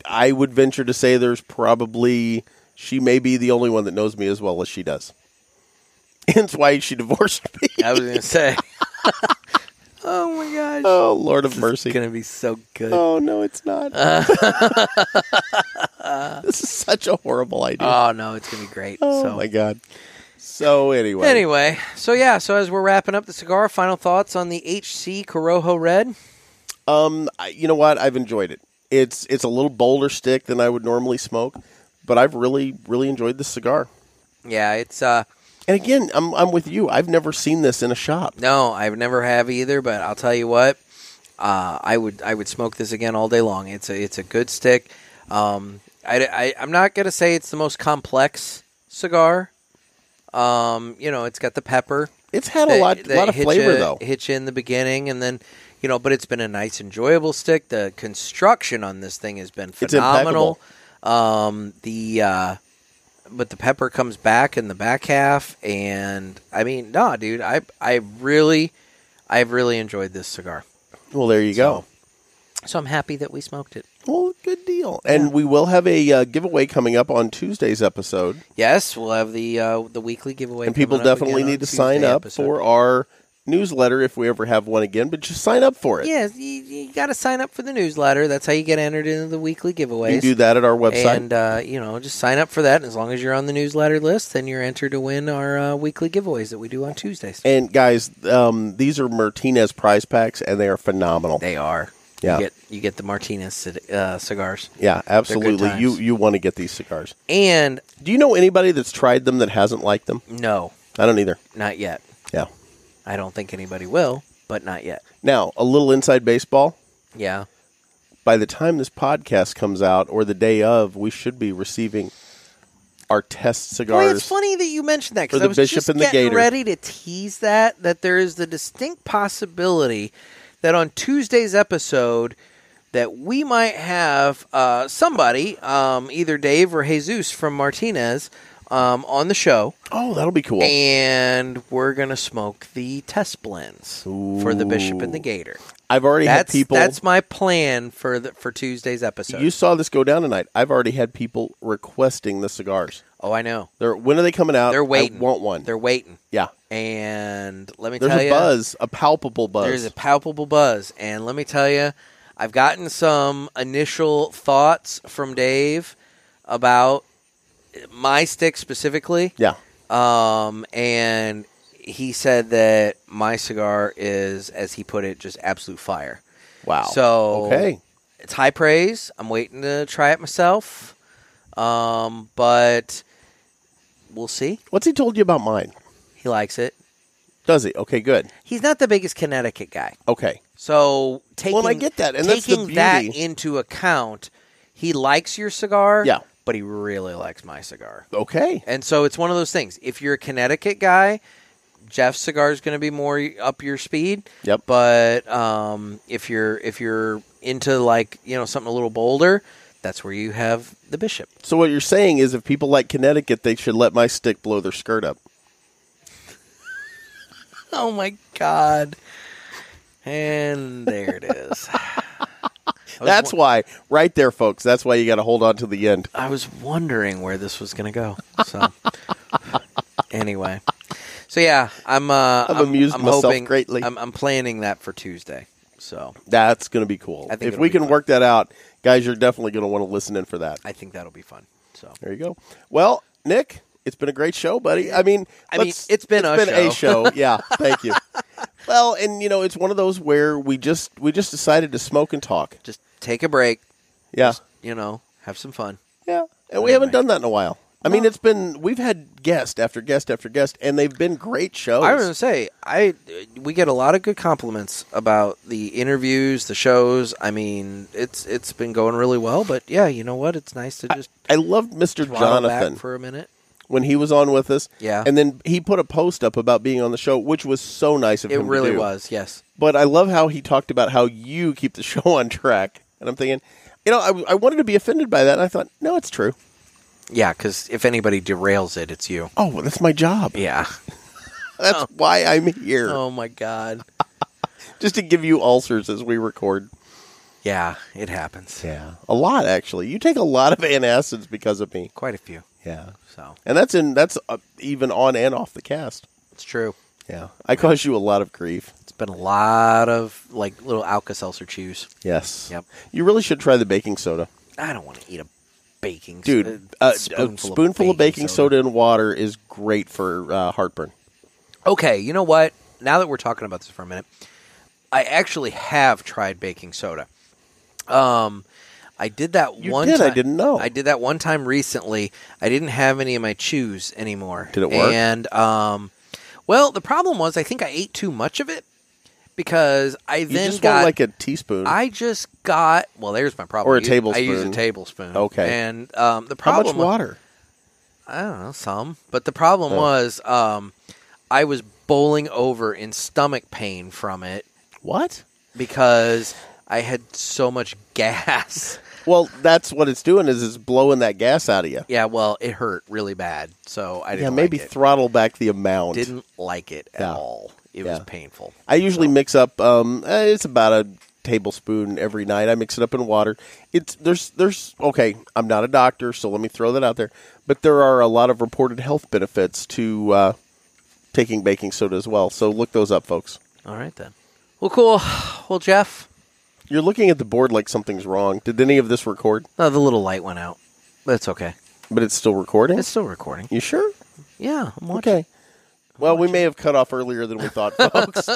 Speaker 2: I would venture to say there's probably she may be the only one that knows me as well as she does. Hence why she divorced me.
Speaker 1: I was going to say. oh my gosh,
Speaker 2: Oh Lord of
Speaker 1: it's
Speaker 2: mercy.
Speaker 1: going to be so good.
Speaker 2: Oh no, it's not. this is such a horrible idea.
Speaker 1: Oh no, it's going to be great.
Speaker 2: oh
Speaker 1: so
Speaker 2: my god. So anyway,
Speaker 1: Anyway, so yeah, so as we're wrapping up the cigar, final thoughts on the HC Corojo Red.
Speaker 2: um, I, you know what? I've enjoyed it. It's it's a little bolder stick than I would normally smoke, but I've really really enjoyed this cigar.
Speaker 1: Yeah, it's uh
Speaker 2: And again, I'm I'm with you. I've never seen this in a shop.
Speaker 1: no, I never have either, but I'll tell you what, uh, I would I would smoke this again all day long. It's a it's a good stick. Um, I, I I'm not gonna say it's the most complex cigar. Um, you know, it's got the pepper.
Speaker 2: It's had a lot
Speaker 1: that
Speaker 2: lot of
Speaker 1: hit
Speaker 2: flavor
Speaker 1: you-
Speaker 2: though.
Speaker 1: Hit you in the beginning, and then you know, but it's been a nice, enjoyable stick. The construction on this thing has been
Speaker 2: It's
Speaker 1: phenomenal. um, the uh, but the pepper comes back in the back half, and I mean, nah, dude, I I really, I've really enjoyed this cigar.
Speaker 2: Well, there you go.
Speaker 1: So I'm happy that we smoked it.
Speaker 2: Well, good deal. And we will have a uh, giveaway coming up on Tuesday's episode,
Speaker 1: Yes, we'll have the uh, the weekly giveaway,
Speaker 2: and people
Speaker 1: coming up
Speaker 2: definitely
Speaker 1: again on
Speaker 2: need to sign
Speaker 1: Tuesday
Speaker 2: up
Speaker 1: episode.
Speaker 2: for our newsletter if we ever have one again. But just sign up for it.
Speaker 1: Yes, you, you got to sign up for the newsletter. That's how you get entered into the weekly
Speaker 2: you
Speaker 1: giveaways.
Speaker 2: can do that at our website.
Speaker 1: And uh, you know, just sign up for that. And as long as you're on the newsletter list, then you're entered to win our uh, weekly giveaways that we do on Tuesdays.
Speaker 2: And guys, um, these are Martinez prize packs, and they are phenomenal.
Speaker 1: They are.
Speaker 2: Yeah.
Speaker 1: You get you get the Martinez cid- uh, cigars.
Speaker 2: yeah, absolutely.
Speaker 1: times.
Speaker 2: You you want to get these cigars?
Speaker 1: And
Speaker 2: Do you know anybody that's tried them that hasn't liked them?
Speaker 1: no,
Speaker 2: I don't either.
Speaker 1: not yet.
Speaker 2: Yeah.
Speaker 1: I don't think anybody will, but not yet.
Speaker 2: Now a little inside baseball.
Speaker 1: Yeah.
Speaker 2: By the time this podcast comes out, or the day of, we should be receiving our test cigars.
Speaker 1: Boy, it's funny that you mentioned that
Speaker 2: For
Speaker 1: because
Speaker 2: the
Speaker 1: I was
Speaker 2: bishop
Speaker 1: just
Speaker 2: and the
Speaker 1: getting
Speaker 2: gator.
Speaker 1: ready to tease that that there is the distinct possibility that on Tuesday's episode that we might have uh, somebody, um, either Dave or Jesus from Martinez, um, on the show,
Speaker 2: Oh, that'll be cool.
Speaker 1: and we're gonna smoke the test blends for the bishop and the gator.
Speaker 2: I've already had
Speaker 1: That's
Speaker 2: people.
Speaker 1: that's my plan for the, for Tuesday's episode.
Speaker 2: you saw this go down tonight. I've already had people requesting the cigars.
Speaker 1: oh, I know.
Speaker 2: They're when are they coming out?
Speaker 1: They're waiting.
Speaker 2: I want one.
Speaker 1: They're waiting,
Speaker 2: yeah.
Speaker 1: and let me
Speaker 2: There's
Speaker 1: tell
Speaker 2: a
Speaker 1: you,
Speaker 2: buzz, a palpable buzz.
Speaker 1: There's a palpable buzz, and let me tell you, I've gotten some initial thoughts from Dave about my stick specifically.
Speaker 2: yeah.
Speaker 1: Um, and he said that my cigar is, as he put it, just absolute fire.
Speaker 2: Wow.
Speaker 1: So
Speaker 2: okay.
Speaker 1: it's high praise. I'm waiting to try it myself, um, but we'll see.
Speaker 2: What's he told you about mine?
Speaker 1: He likes it.
Speaker 2: Does he? Okay. Good.
Speaker 1: He's not the biggest Connecticut guy.
Speaker 2: Okay.
Speaker 1: So taking
Speaker 2: Well, and I get that, and that's the
Speaker 1: taking that
Speaker 2: beauty.
Speaker 1: into account, he likes your cigar.
Speaker 2: Yeah.
Speaker 1: but he really likes my cigar.
Speaker 2: Okay.
Speaker 1: And so it's one of those things. If you're a Connecticut guy, Jeff's cigar is going to be more up your speed.
Speaker 2: Yep.
Speaker 1: But um, if you're if you're into like you know something a little bolder, that's where you have the Bishop.
Speaker 2: So what you're saying is, if people like Connecticut, they should let my stick blow their skirt up.
Speaker 1: Oh my God! And there it is.
Speaker 2: That's why, right there, folks. That's why you got to hold on to the end.
Speaker 1: I was wondering where this was going to go. So anyway, so yeah, I'm uh,
Speaker 2: I've amused myself
Speaker 1: hoping,
Speaker 2: greatly.
Speaker 1: I'm, I'm planning that for Tuesday. So
Speaker 2: That's going to be cool.
Speaker 1: I think
Speaker 2: if
Speaker 1: it'll
Speaker 2: we
Speaker 1: be
Speaker 2: can
Speaker 1: fun.
Speaker 2: work that out, guys, you're definitely going to want to listen in for that.
Speaker 1: I think that'll be fun. So
Speaker 2: There you go. Well, Nick, it's been a great show, buddy. I mean,
Speaker 1: I mean,
Speaker 2: let's-
Speaker 1: it's been a
Speaker 2: show. Yeah, thank you. Well, and you know, it's one of those where we just we just decided to smoke and talk.
Speaker 1: just take a break.
Speaker 2: Yeah,
Speaker 1: You know, have some fun.
Speaker 2: yeah, and we haven't done that in a while. I mean, it's been we've had guest after guest after guest, and they've been great shows.
Speaker 1: I was gonna say I we get a lot of good compliments about the interviews, the shows. I mean, it's it's been going really well. But yeah, you know what? It's nice to just
Speaker 2: I loved Mr.
Speaker 1: throttle back
Speaker 2: Jonathan
Speaker 1: for a minute.
Speaker 2: when he was on with us.
Speaker 1: Yeah.
Speaker 2: and then he put a post up about being on the show, which was so nice of
Speaker 1: It
Speaker 2: him. to
Speaker 1: really
Speaker 2: do.
Speaker 1: was. Yes.
Speaker 2: But I love how he talked about how you keep the show on track. And I'm thinking, you know, I, I wanted to be offended by that. And I thought, no, it's true.
Speaker 1: Yeah, because if anybody derails it, it's you.
Speaker 2: Oh, well, that's my job.
Speaker 1: Yeah.
Speaker 2: That's why I'm here.
Speaker 1: Oh my god.
Speaker 2: Just to give you ulcers as we record.
Speaker 1: Yeah, it happens.
Speaker 2: Yeah. A lot, actually. You take a lot of antacids because of me.
Speaker 1: Quite a few.
Speaker 2: Yeah.
Speaker 1: So
Speaker 2: And that's in that's uh, even on and off the cast.
Speaker 1: it's true.
Speaker 2: Yeah. I cause you a lot of grief.
Speaker 1: It's been a lot of like little Alka Seltzer chews.
Speaker 2: Yes.
Speaker 1: Yep.
Speaker 2: You really should try the baking soda.
Speaker 1: I don't want to eat a baking
Speaker 2: Dude,
Speaker 1: uh,
Speaker 2: a, a spoonful, of baking soda. and water is great for uh, heartburn.
Speaker 1: Okay, you know what? Now that we're talking about this for a minute, I actually have tried baking soda. Um, I did that
Speaker 2: You
Speaker 1: one.
Speaker 2: did? I
Speaker 1: ti-
Speaker 2: didn't know.
Speaker 1: I did that one time recently. I didn't have any of my chews anymore.
Speaker 2: Did it work?
Speaker 1: And um, well, the problem was I think I ate too much of it because I
Speaker 2: You
Speaker 1: then
Speaker 2: just
Speaker 1: got
Speaker 2: want like a teaspoon.
Speaker 1: I just got well. There's my problem.
Speaker 2: Or a
Speaker 1: I use- I use a
Speaker 2: tablespoon.
Speaker 1: tablespoon.
Speaker 2: Okay.
Speaker 1: And um, the
Speaker 2: How
Speaker 1: problem.
Speaker 2: much
Speaker 1: wa-
Speaker 2: water?
Speaker 1: I don't know some, but the problem
Speaker 2: Oh.
Speaker 1: was um, I was bowling over in stomach pain from it
Speaker 2: What?
Speaker 1: because I had so much gas.
Speaker 2: Well, that's what it's doing is it's blowing that gas out of you.
Speaker 1: yeah, well, it hurt really bad, so I didn't.
Speaker 2: Yeah, maybe
Speaker 1: like it.
Speaker 2: throttle back the amount.
Speaker 1: didn't like it at
Speaker 2: Yeah.
Speaker 1: all. It was
Speaker 2: Yeah.
Speaker 1: painful.
Speaker 2: I usually mix up. Um, eh, it's about a tablespoon every night. I mix it up in water. It's there's there's okay. I'm not a doctor, so let me throw that out there. But there are a lot of reported health benefits to uh, taking baking soda as well. So look those up, folks.
Speaker 1: All right then. Well, cool. Well, Jeff,
Speaker 2: You're looking at the board like something's wrong. Did any of this record?
Speaker 1: no, oh, the little light went out. That's okay.
Speaker 2: But it's still recording.
Speaker 1: It's still recording.
Speaker 2: you sure?
Speaker 1: Yeah, I'm watching.
Speaker 2: Okay. Well, we may have cut off earlier than we thought, folks.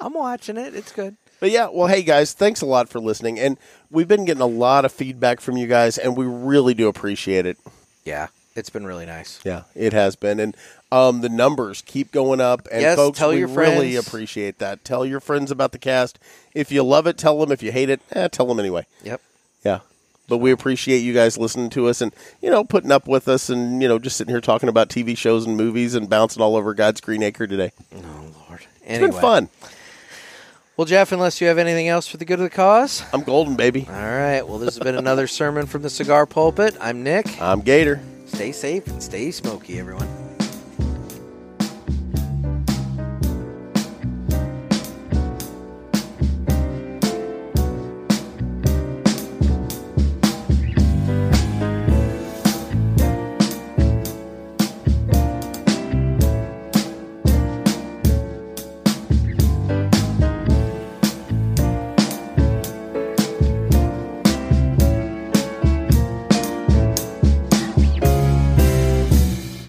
Speaker 1: I'm watching it. It's good.
Speaker 2: But yeah, well, hey guys, thanks a lot for listening, and we've been getting a lot of feedback from you guys, and we really do appreciate it.
Speaker 1: Yeah, it's been really nice.
Speaker 2: Yeah, it has been, and um, the numbers keep going up. And
Speaker 1: Yes,
Speaker 2: folks,
Speaker 1: tell
Speaker 2: we
Speaker 1: your
Speaker 2: really
Speaker 1: friends.
Speaker 2: appreciate that. Tell your friends about the cast. If you love it, tell them. If you hate it, eh, tell them anyway.
Speaker 1: Yep.
Speaker 2: Yeah, but we appreciate you guys listening to us, and you know, putting up with us, and you know, just sitting here talking about TV shows and movies, and bouncing all over God's green acre today. It's
Speaker 1: Oh Lord. Anyway.
Speaker 2: been fun.
Speaker 1: Well, Jeff, unless you have anything else for the good of the cause.
Speaker 2: I'm golden, baby.
Speaker 1: All right. Well, this has been another sermon from the cigar pulpit. I'm Nick.
Speaker 2: I'm Gator.
Speaker 1: Stay safe and stay smoky, everyone.